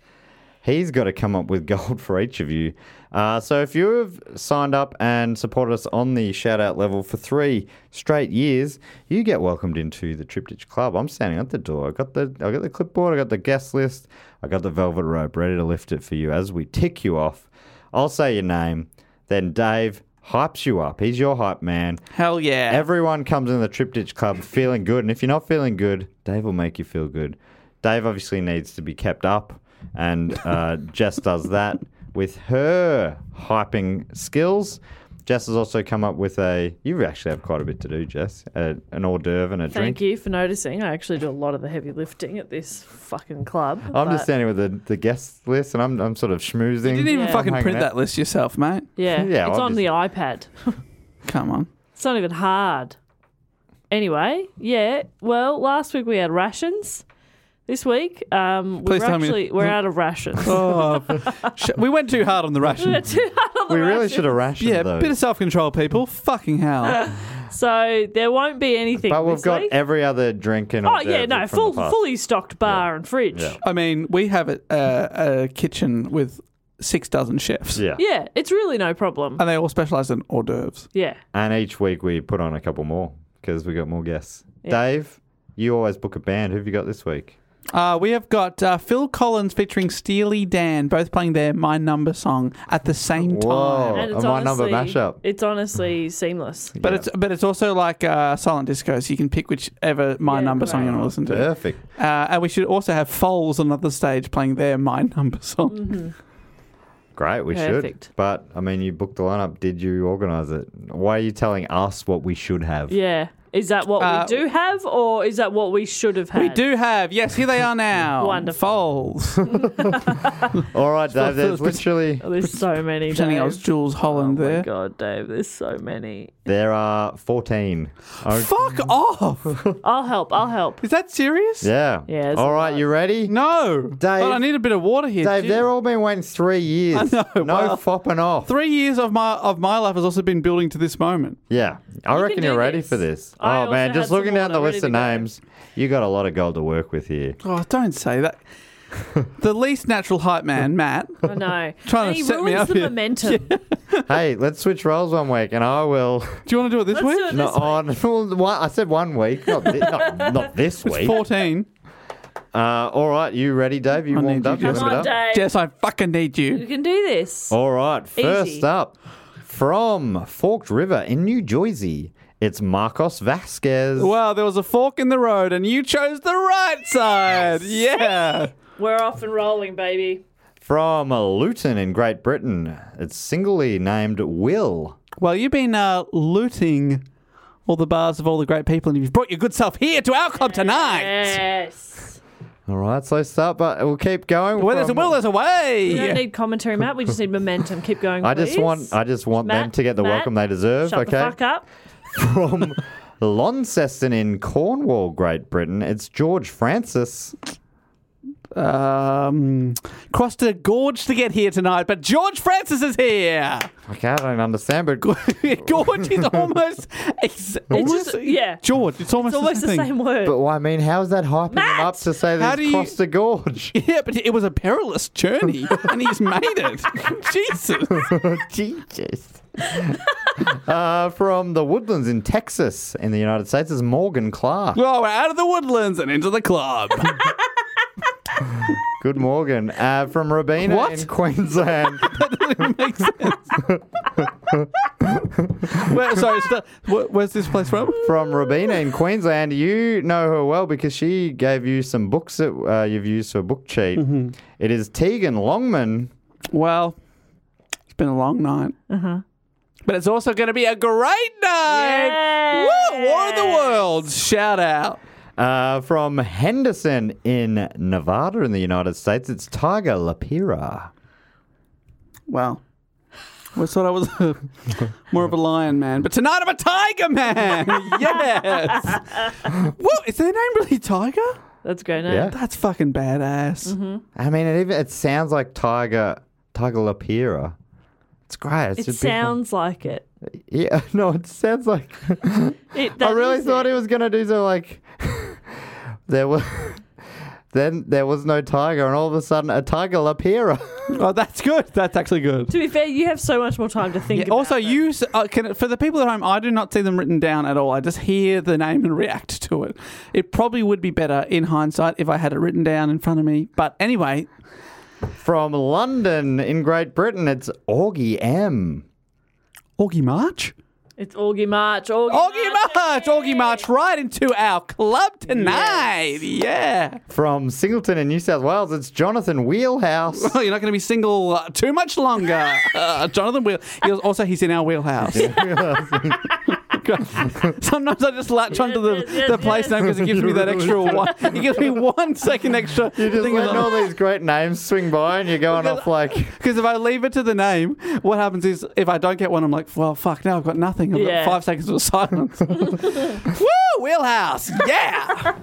he's got to come up with gold for each of you. Uh, so if you've signed up and supported us on the shout out level for three straight years, you get welcomed into the Triptych Club. I'm standing at the door. I got the I got the clipboard. I got the guest list. I got the velvet rope ready to lift it for you as we tick you off. I'll say your name, then Dave hypes you up. He's your hype man. Hell yeah. Everyone comes in the Triptych Club feeling good, and if you're not feeling good, Dave will make you feel good. Dave obviously needs to be kept up, and uh, *laughs* Jess does that with her hyping skills. Jess has also come up with a. You actually have quite a bit to do, Jess. A, an hors d'oeuvre and a drink. Thank you for noticing. I actually do a lot of the heavy lifting at this fucking club. I'm just but- standing with the, the guest list, and I'm I'm sort of schmoozing. you didn't even Yeah. fucking Hanging print out. that list yourself, mate. Yeah, *laughs* Yeah, it's I'll on just- the iPad. Come on. It's not even hard. Anyway, yeah. Well, last week we had rations. This week, um, Please we're tell me- actually we're out of rations. Oh, *laughs* sh- we went too hard on the ration. We really should have rationed Yeah, those. bit of self control, people. Fucking hell. so there won't be anything. but we've this got week. every other drink in. Oh yeah, no, full fully stocked bar Yeah. and fridge. Yeah. I mean, we have a, a, a kitchen with six dozen chefs, Yeah. Yeah, it's really no problem. Um, and they all specialize in hors d'oeuvres. yeah. and each week we put on a couple more because we got more guests. Dave, you always book a band. Who have you got this week? Uh, we have got uh, Phil Collins featuring Steely Dan, both playing their My Number song at the same Whoa. time. And a it's Oh, My Number honestly, mashup. It's honestly *laughs* seamless. But Yeah. it's but it's also like uh, silent disco, so you can pick whichever My Yeah, Number song you want to right. listen to. Perfect. Uh, and we should also have Foles on another stage playing their My Number song. Mm-hmm. Great, we Perfect. should. But I mean, you booked the lineup. Did you organise it? Why are you telling us what we should have? Yeah. Is that what Uh, we do have, or is that what we should have had? We do have yes, here they are now. Wonderful. Foles. All right, Dave. There's Phil's pres- literally Oh, there's so many. Pretending I Dave. was Jules Holland Oh my there. God, Dave, there's so many. there are 14. Oh, Fuck Mm. off! I'll help. I'll help. Is that serious? yeah. Yeah, it's All a right, you ready? No, But I need a bit of water here. Dave, Gee. they're all been waiting three years. I know, No well- fopping off. Three years of my of my life has also been building to this moment. Yeah, I reckon do you're ready this. for this. I oh also man, had just some looking down the water list of ready to go. names, you got a lot of gold to work with here. Oh, don't *laughs* say that. the least natural hype man, Matt. I know. Trying and he to set me ruins up the here. *laughs* momentum. hey, let's switch roles one week, and I will. Do you want to do it this Let's week? do it No, this week. on, *laughs* well, one- I said one week, not thi- not, not this It's week. fourteen. Uh, all right, you ready, Dave? You I warmed need up. you You to- Come warmed on, up. Dave. Jess, I fucking need You you. can do this. All right, first Easy. up from Forked River in New Jersey, it's Marcos Vasquez. Well, there was a fork in the road, and you chose the right side. Yeah. We're off and rolling, baby. From Luton in Great Britain, it's singly named Will. Well, you've been uh, looting all the bars of all the great people, and you've brought your good self here to our club tonight. Yes. All right, slow start, but we'll keep going. Where there's a from- will, there's a way. We don't need commentary, Matt. We just need momentum. Keep going. I just please. want, I just want them Matt, to get the Matt, welcome they deserve. Shut okay. the fuck up. From Launceston in Cornwall, Great Britain, it's George Francis. um, crossed a gorge to get here tonight, but George Francis is here. *laughs* Okay, I don't understand, but gorge *laughs* is almost, ex- almost just- yeah. George. It's almost, It's almost the the same *laughs* same word. but well, I mean, how is that hyping him up to say How that do he's you- crossed a gorge? *laughs* thing. Yeah, but it was a perilous journey, and he's made it. *laughs* Jesus. Oh, Jesus. *laughs* uh, from the woodlands in Texas, in the United States, is Morgan Clark. Well, we're out of the woodlands and into the club. *laughs* Good Morgan. Uh, from Robina What? in Queensland. Makes sense. Where, sorry, st- wh- where's this place from? from Robina in Queensland. You know her well because she gave you some books that uh, you've used for a book cheat. Mm-hmm. It is Tegan Longman. Well, it's been a long night. Uh-huh. But it's also going to be a great night. Woo! War of the Worlds. Shout out. Uh, from Henderson in Nevada in the United States, it's Tiger Lapira. Wow. I thought I was a, more of a lion man, but tonight I'm a *laughs* tiger man. yes. Whoa, is their name really Tiger? That's great. No? Yeah. That's fucking badass. Mm-hmm. I mean, it even it sounds like Tiger Tiger Lapira. It's great. It's It just beautiful. sounds like it. Yeah, *laughs* no, it sounds like. it I that really is thought it. he was gonna do so. Like *laughs* there was, *laughs* then there was no tiger, and all of a sudden a tiger Lapira. *laughs* Oh, that's good. That's actually good. To be fair, you have so much more time to think. Yeah, about also, it. you s- uh, can, for the people at home, I do not see them written down at all. I just hear the name and react to it. It probably would be better in hindsight if I had it written down in front of me. But anyway, From London in Great Britain, it's Augie M. Augie March. It's Augie March. Augie, Augie March. March. Augie March right into our club tonight. Yeah. From Singleton in New South Wales, it's Jonathan Wheelhouse. *laughs* Well, you're not going to be single *laughs* uh, too much longer. Uh, Jonathan Wheel. He was, also, he's in our wheelhouse. great. *laughs* Sometimes I just latch onto the, Yes, yes, the place yes. name because it gives *laughs* me that extra one. It gives me one second extra. You just thing of letting the- all these great names swing by and you're going off like, Because if I leave it to the name, what happens is if I don't get one, I'm like, well, fuck, now I've got nothing. I've Yeah. got five seconds of *laughs* silence. Woo, wheelhouse. Yeah.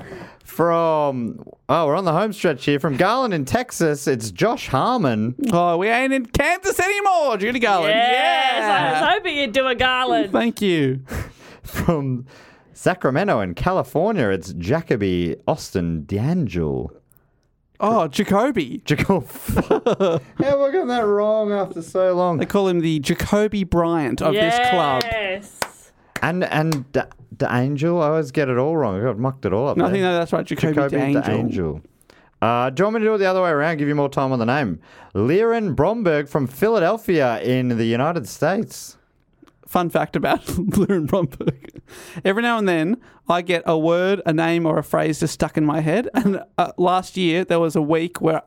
from, oh, we're on the home stretch here. From Garland in Texas, it's Josh Harmon. *laughs* oh, we ain't in Kansas anymore. Judy Garland. Yes, I yeah. was hoping you'd do a garland. Thank you. From Sacramento in California, it's Jacoby Austin D'Angel. Oh, Jacoby. Jacob. *laughs* How have I gotten that wrong after so long? They call him the Jacoby Bryant of this club. Yes. And and D- D'Angel, I always get it all wrong. I got mucked it all up. No, I there. think no, that's right. Jacoby, Jacoby D'Angelo. D'Angel. Uh, do you want me to do it the other way around? Give you more time on the name. Liren Bromberg from Philadelphia in the United States. Fun fact about *laughs* Lauren Bromberg. Every now and then, I get a word, a name, or a phrase just stuck in my head. And uh, last year, there was a week where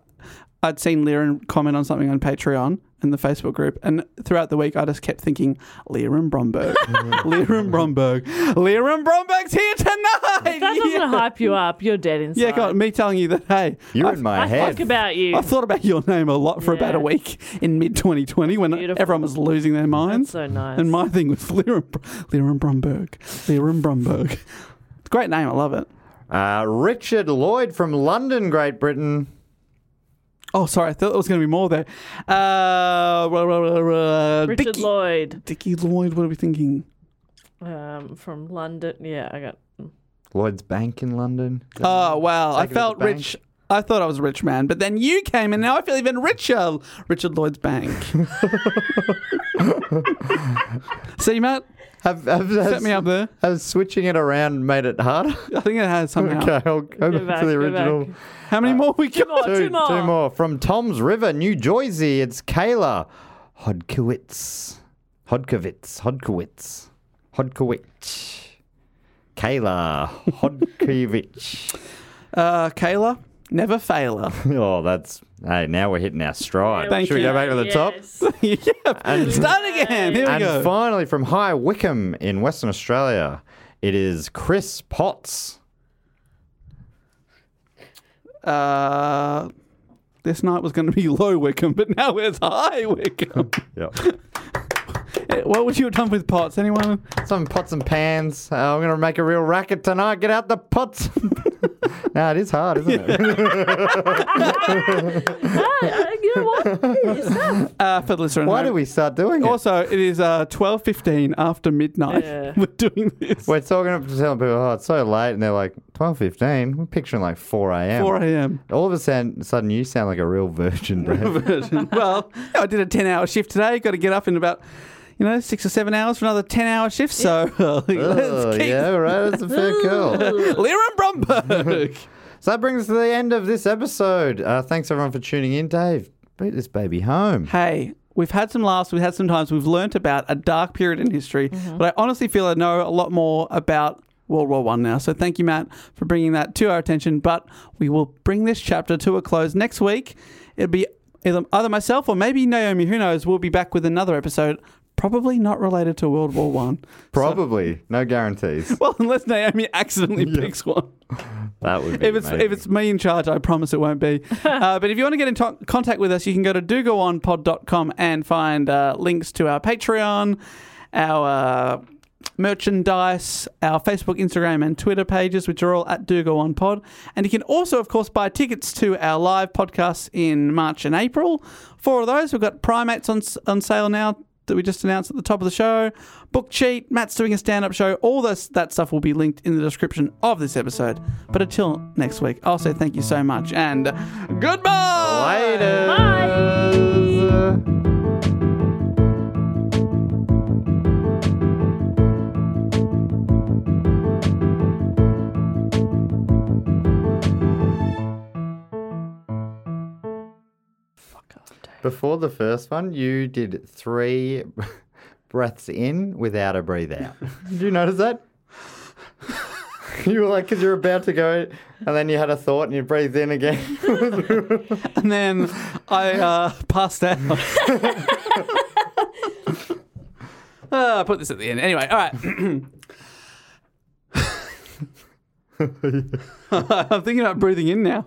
I'd seen Liren comment on something on Patreon and the Facebook group. And throughout the week, I just kept thinking, *laughs* Liren Bromberg, Liren Bromberg, Liren Bromberg's here tonight. That doesn't *laughs* yeah, hype you up. You're dead inside. yeah God, me telling you that, hey, You're I've- in my I head. think about you. I thought about your name a lot for about Yeah. a week in mid 2020 when Beautiful. everyone was losing their minds. so nice. And my thing was Liren, Liren Bromberg. Liren Bromberg. Great name. I love it. Uh, Richard Lloyd from London, Great Britain. Oh, sorry. I thought there was going to be more there. Uh, blah, blah, blah, blah, Richard Dickie- Lloyd Dickie Lloyd. What are we thinking? um, from London. Yeah, I got. Lloyd's Bank in London. Uh, Oh, wow. Take I it to the felt bank. rich. I thought I was a rich man, but then you came and now I feel even richer. Richard *laughs* Lloyd's bank. See, Matt, Have, have, set me up there. Has switching it around made it harder? I think it has somehow. *laughs* okay, I'll go back back, to the go back. original. How many more we got? more, two more. Two more. From Tom's River, New Jersey, it's Kayla Hodkowitz. Hodkowitz. Hodkowitz. Hodkowitz. Kayla Hodkowitz. *laughs* Uh, Kayla, never *laughs* failer. oh, that's. Hey, now we're hitting our stride. Thank Should we you. go back to the top? *laughs* top? yep. Start again. Here we And go. finally, from High Wycombe in Western Australia, it is Chris Potts. uh, this night was going to be low Wickham, but now it's high Wickham. Yep. Eh, *laughs* what would you have done with pots? Anyone? *laughs* Some pots and pans. Uh, I'm going to make a real racket tonight. Get out the pots. *laughs* nah, it is hard, isn't it? uh, you know what? Yourself. Uh, for the listener, at Why home. do we start doing it? Also, it is uh, twelve fifteen after midnight. Yeah. *laughs* We're doing this. We're talking up to telling people, oh, it's so late, and they're like twelve fifteen. We're picturing like four a.m. Four a.m. All of a sudden, sudden, you sound like a real virgin, *laughs* Dave. *laughs* version. well, *laughs* I did a ten-hour shift today. Got to get up in about. You know, six or seven hours for another ten-hour shift. So oh, *laughs* let's keep. yeah, right. That's a fair call. *laughs* Liren *laughs* Bromberg. So that brings us to the end of this episode. Uh, thanks everyone for tuning in, Dave. Beat this baby home. hey, we've had some laughs, we've had some times, we've learnt about a dark period in history, but I honestly feel I know a lot more about World War One now. So thank you, Matt, for bringing that to our attention. But we will bring this chapter to a close next week. It'll be either either myself or maybe Naomi, who knows, we'll be back with another episode, probably not related to World War One. *laughs* Probably, no guarantees. Well, unless Naomi accidentally picks one. That would be If it's amazing. if it's me in charge, I promise it won't be. uh, but if you want to get in to- contact with us, you can go to dogoonpod.com and find uh, links to our Patreon, our uh, merchandise, our Facebook, Instagram, and Twitter pages, which are all at Do Go On Pod. And you can also, of course, buy tickets to our live podcasts in March and April. Four of those. We've got Primates on, s- on sale now that we just announced at the top of the show. Book Cheat, Matt's doing a stand up show. All this, that stuff will be linked in the description of this episode. But until next week, I'll say thank you so much and goodbye! Later. Before the first one, you did three *laughs* breaths in without a breathe out. did you notice that? you were like, because you're about to go, and then you had a thought and you breathed in again. And then I uh, passed *laughs* out. Ah, Uh, I'll put this at the end. Anyway, all right. *laughs* I'm thinking about breathing in now.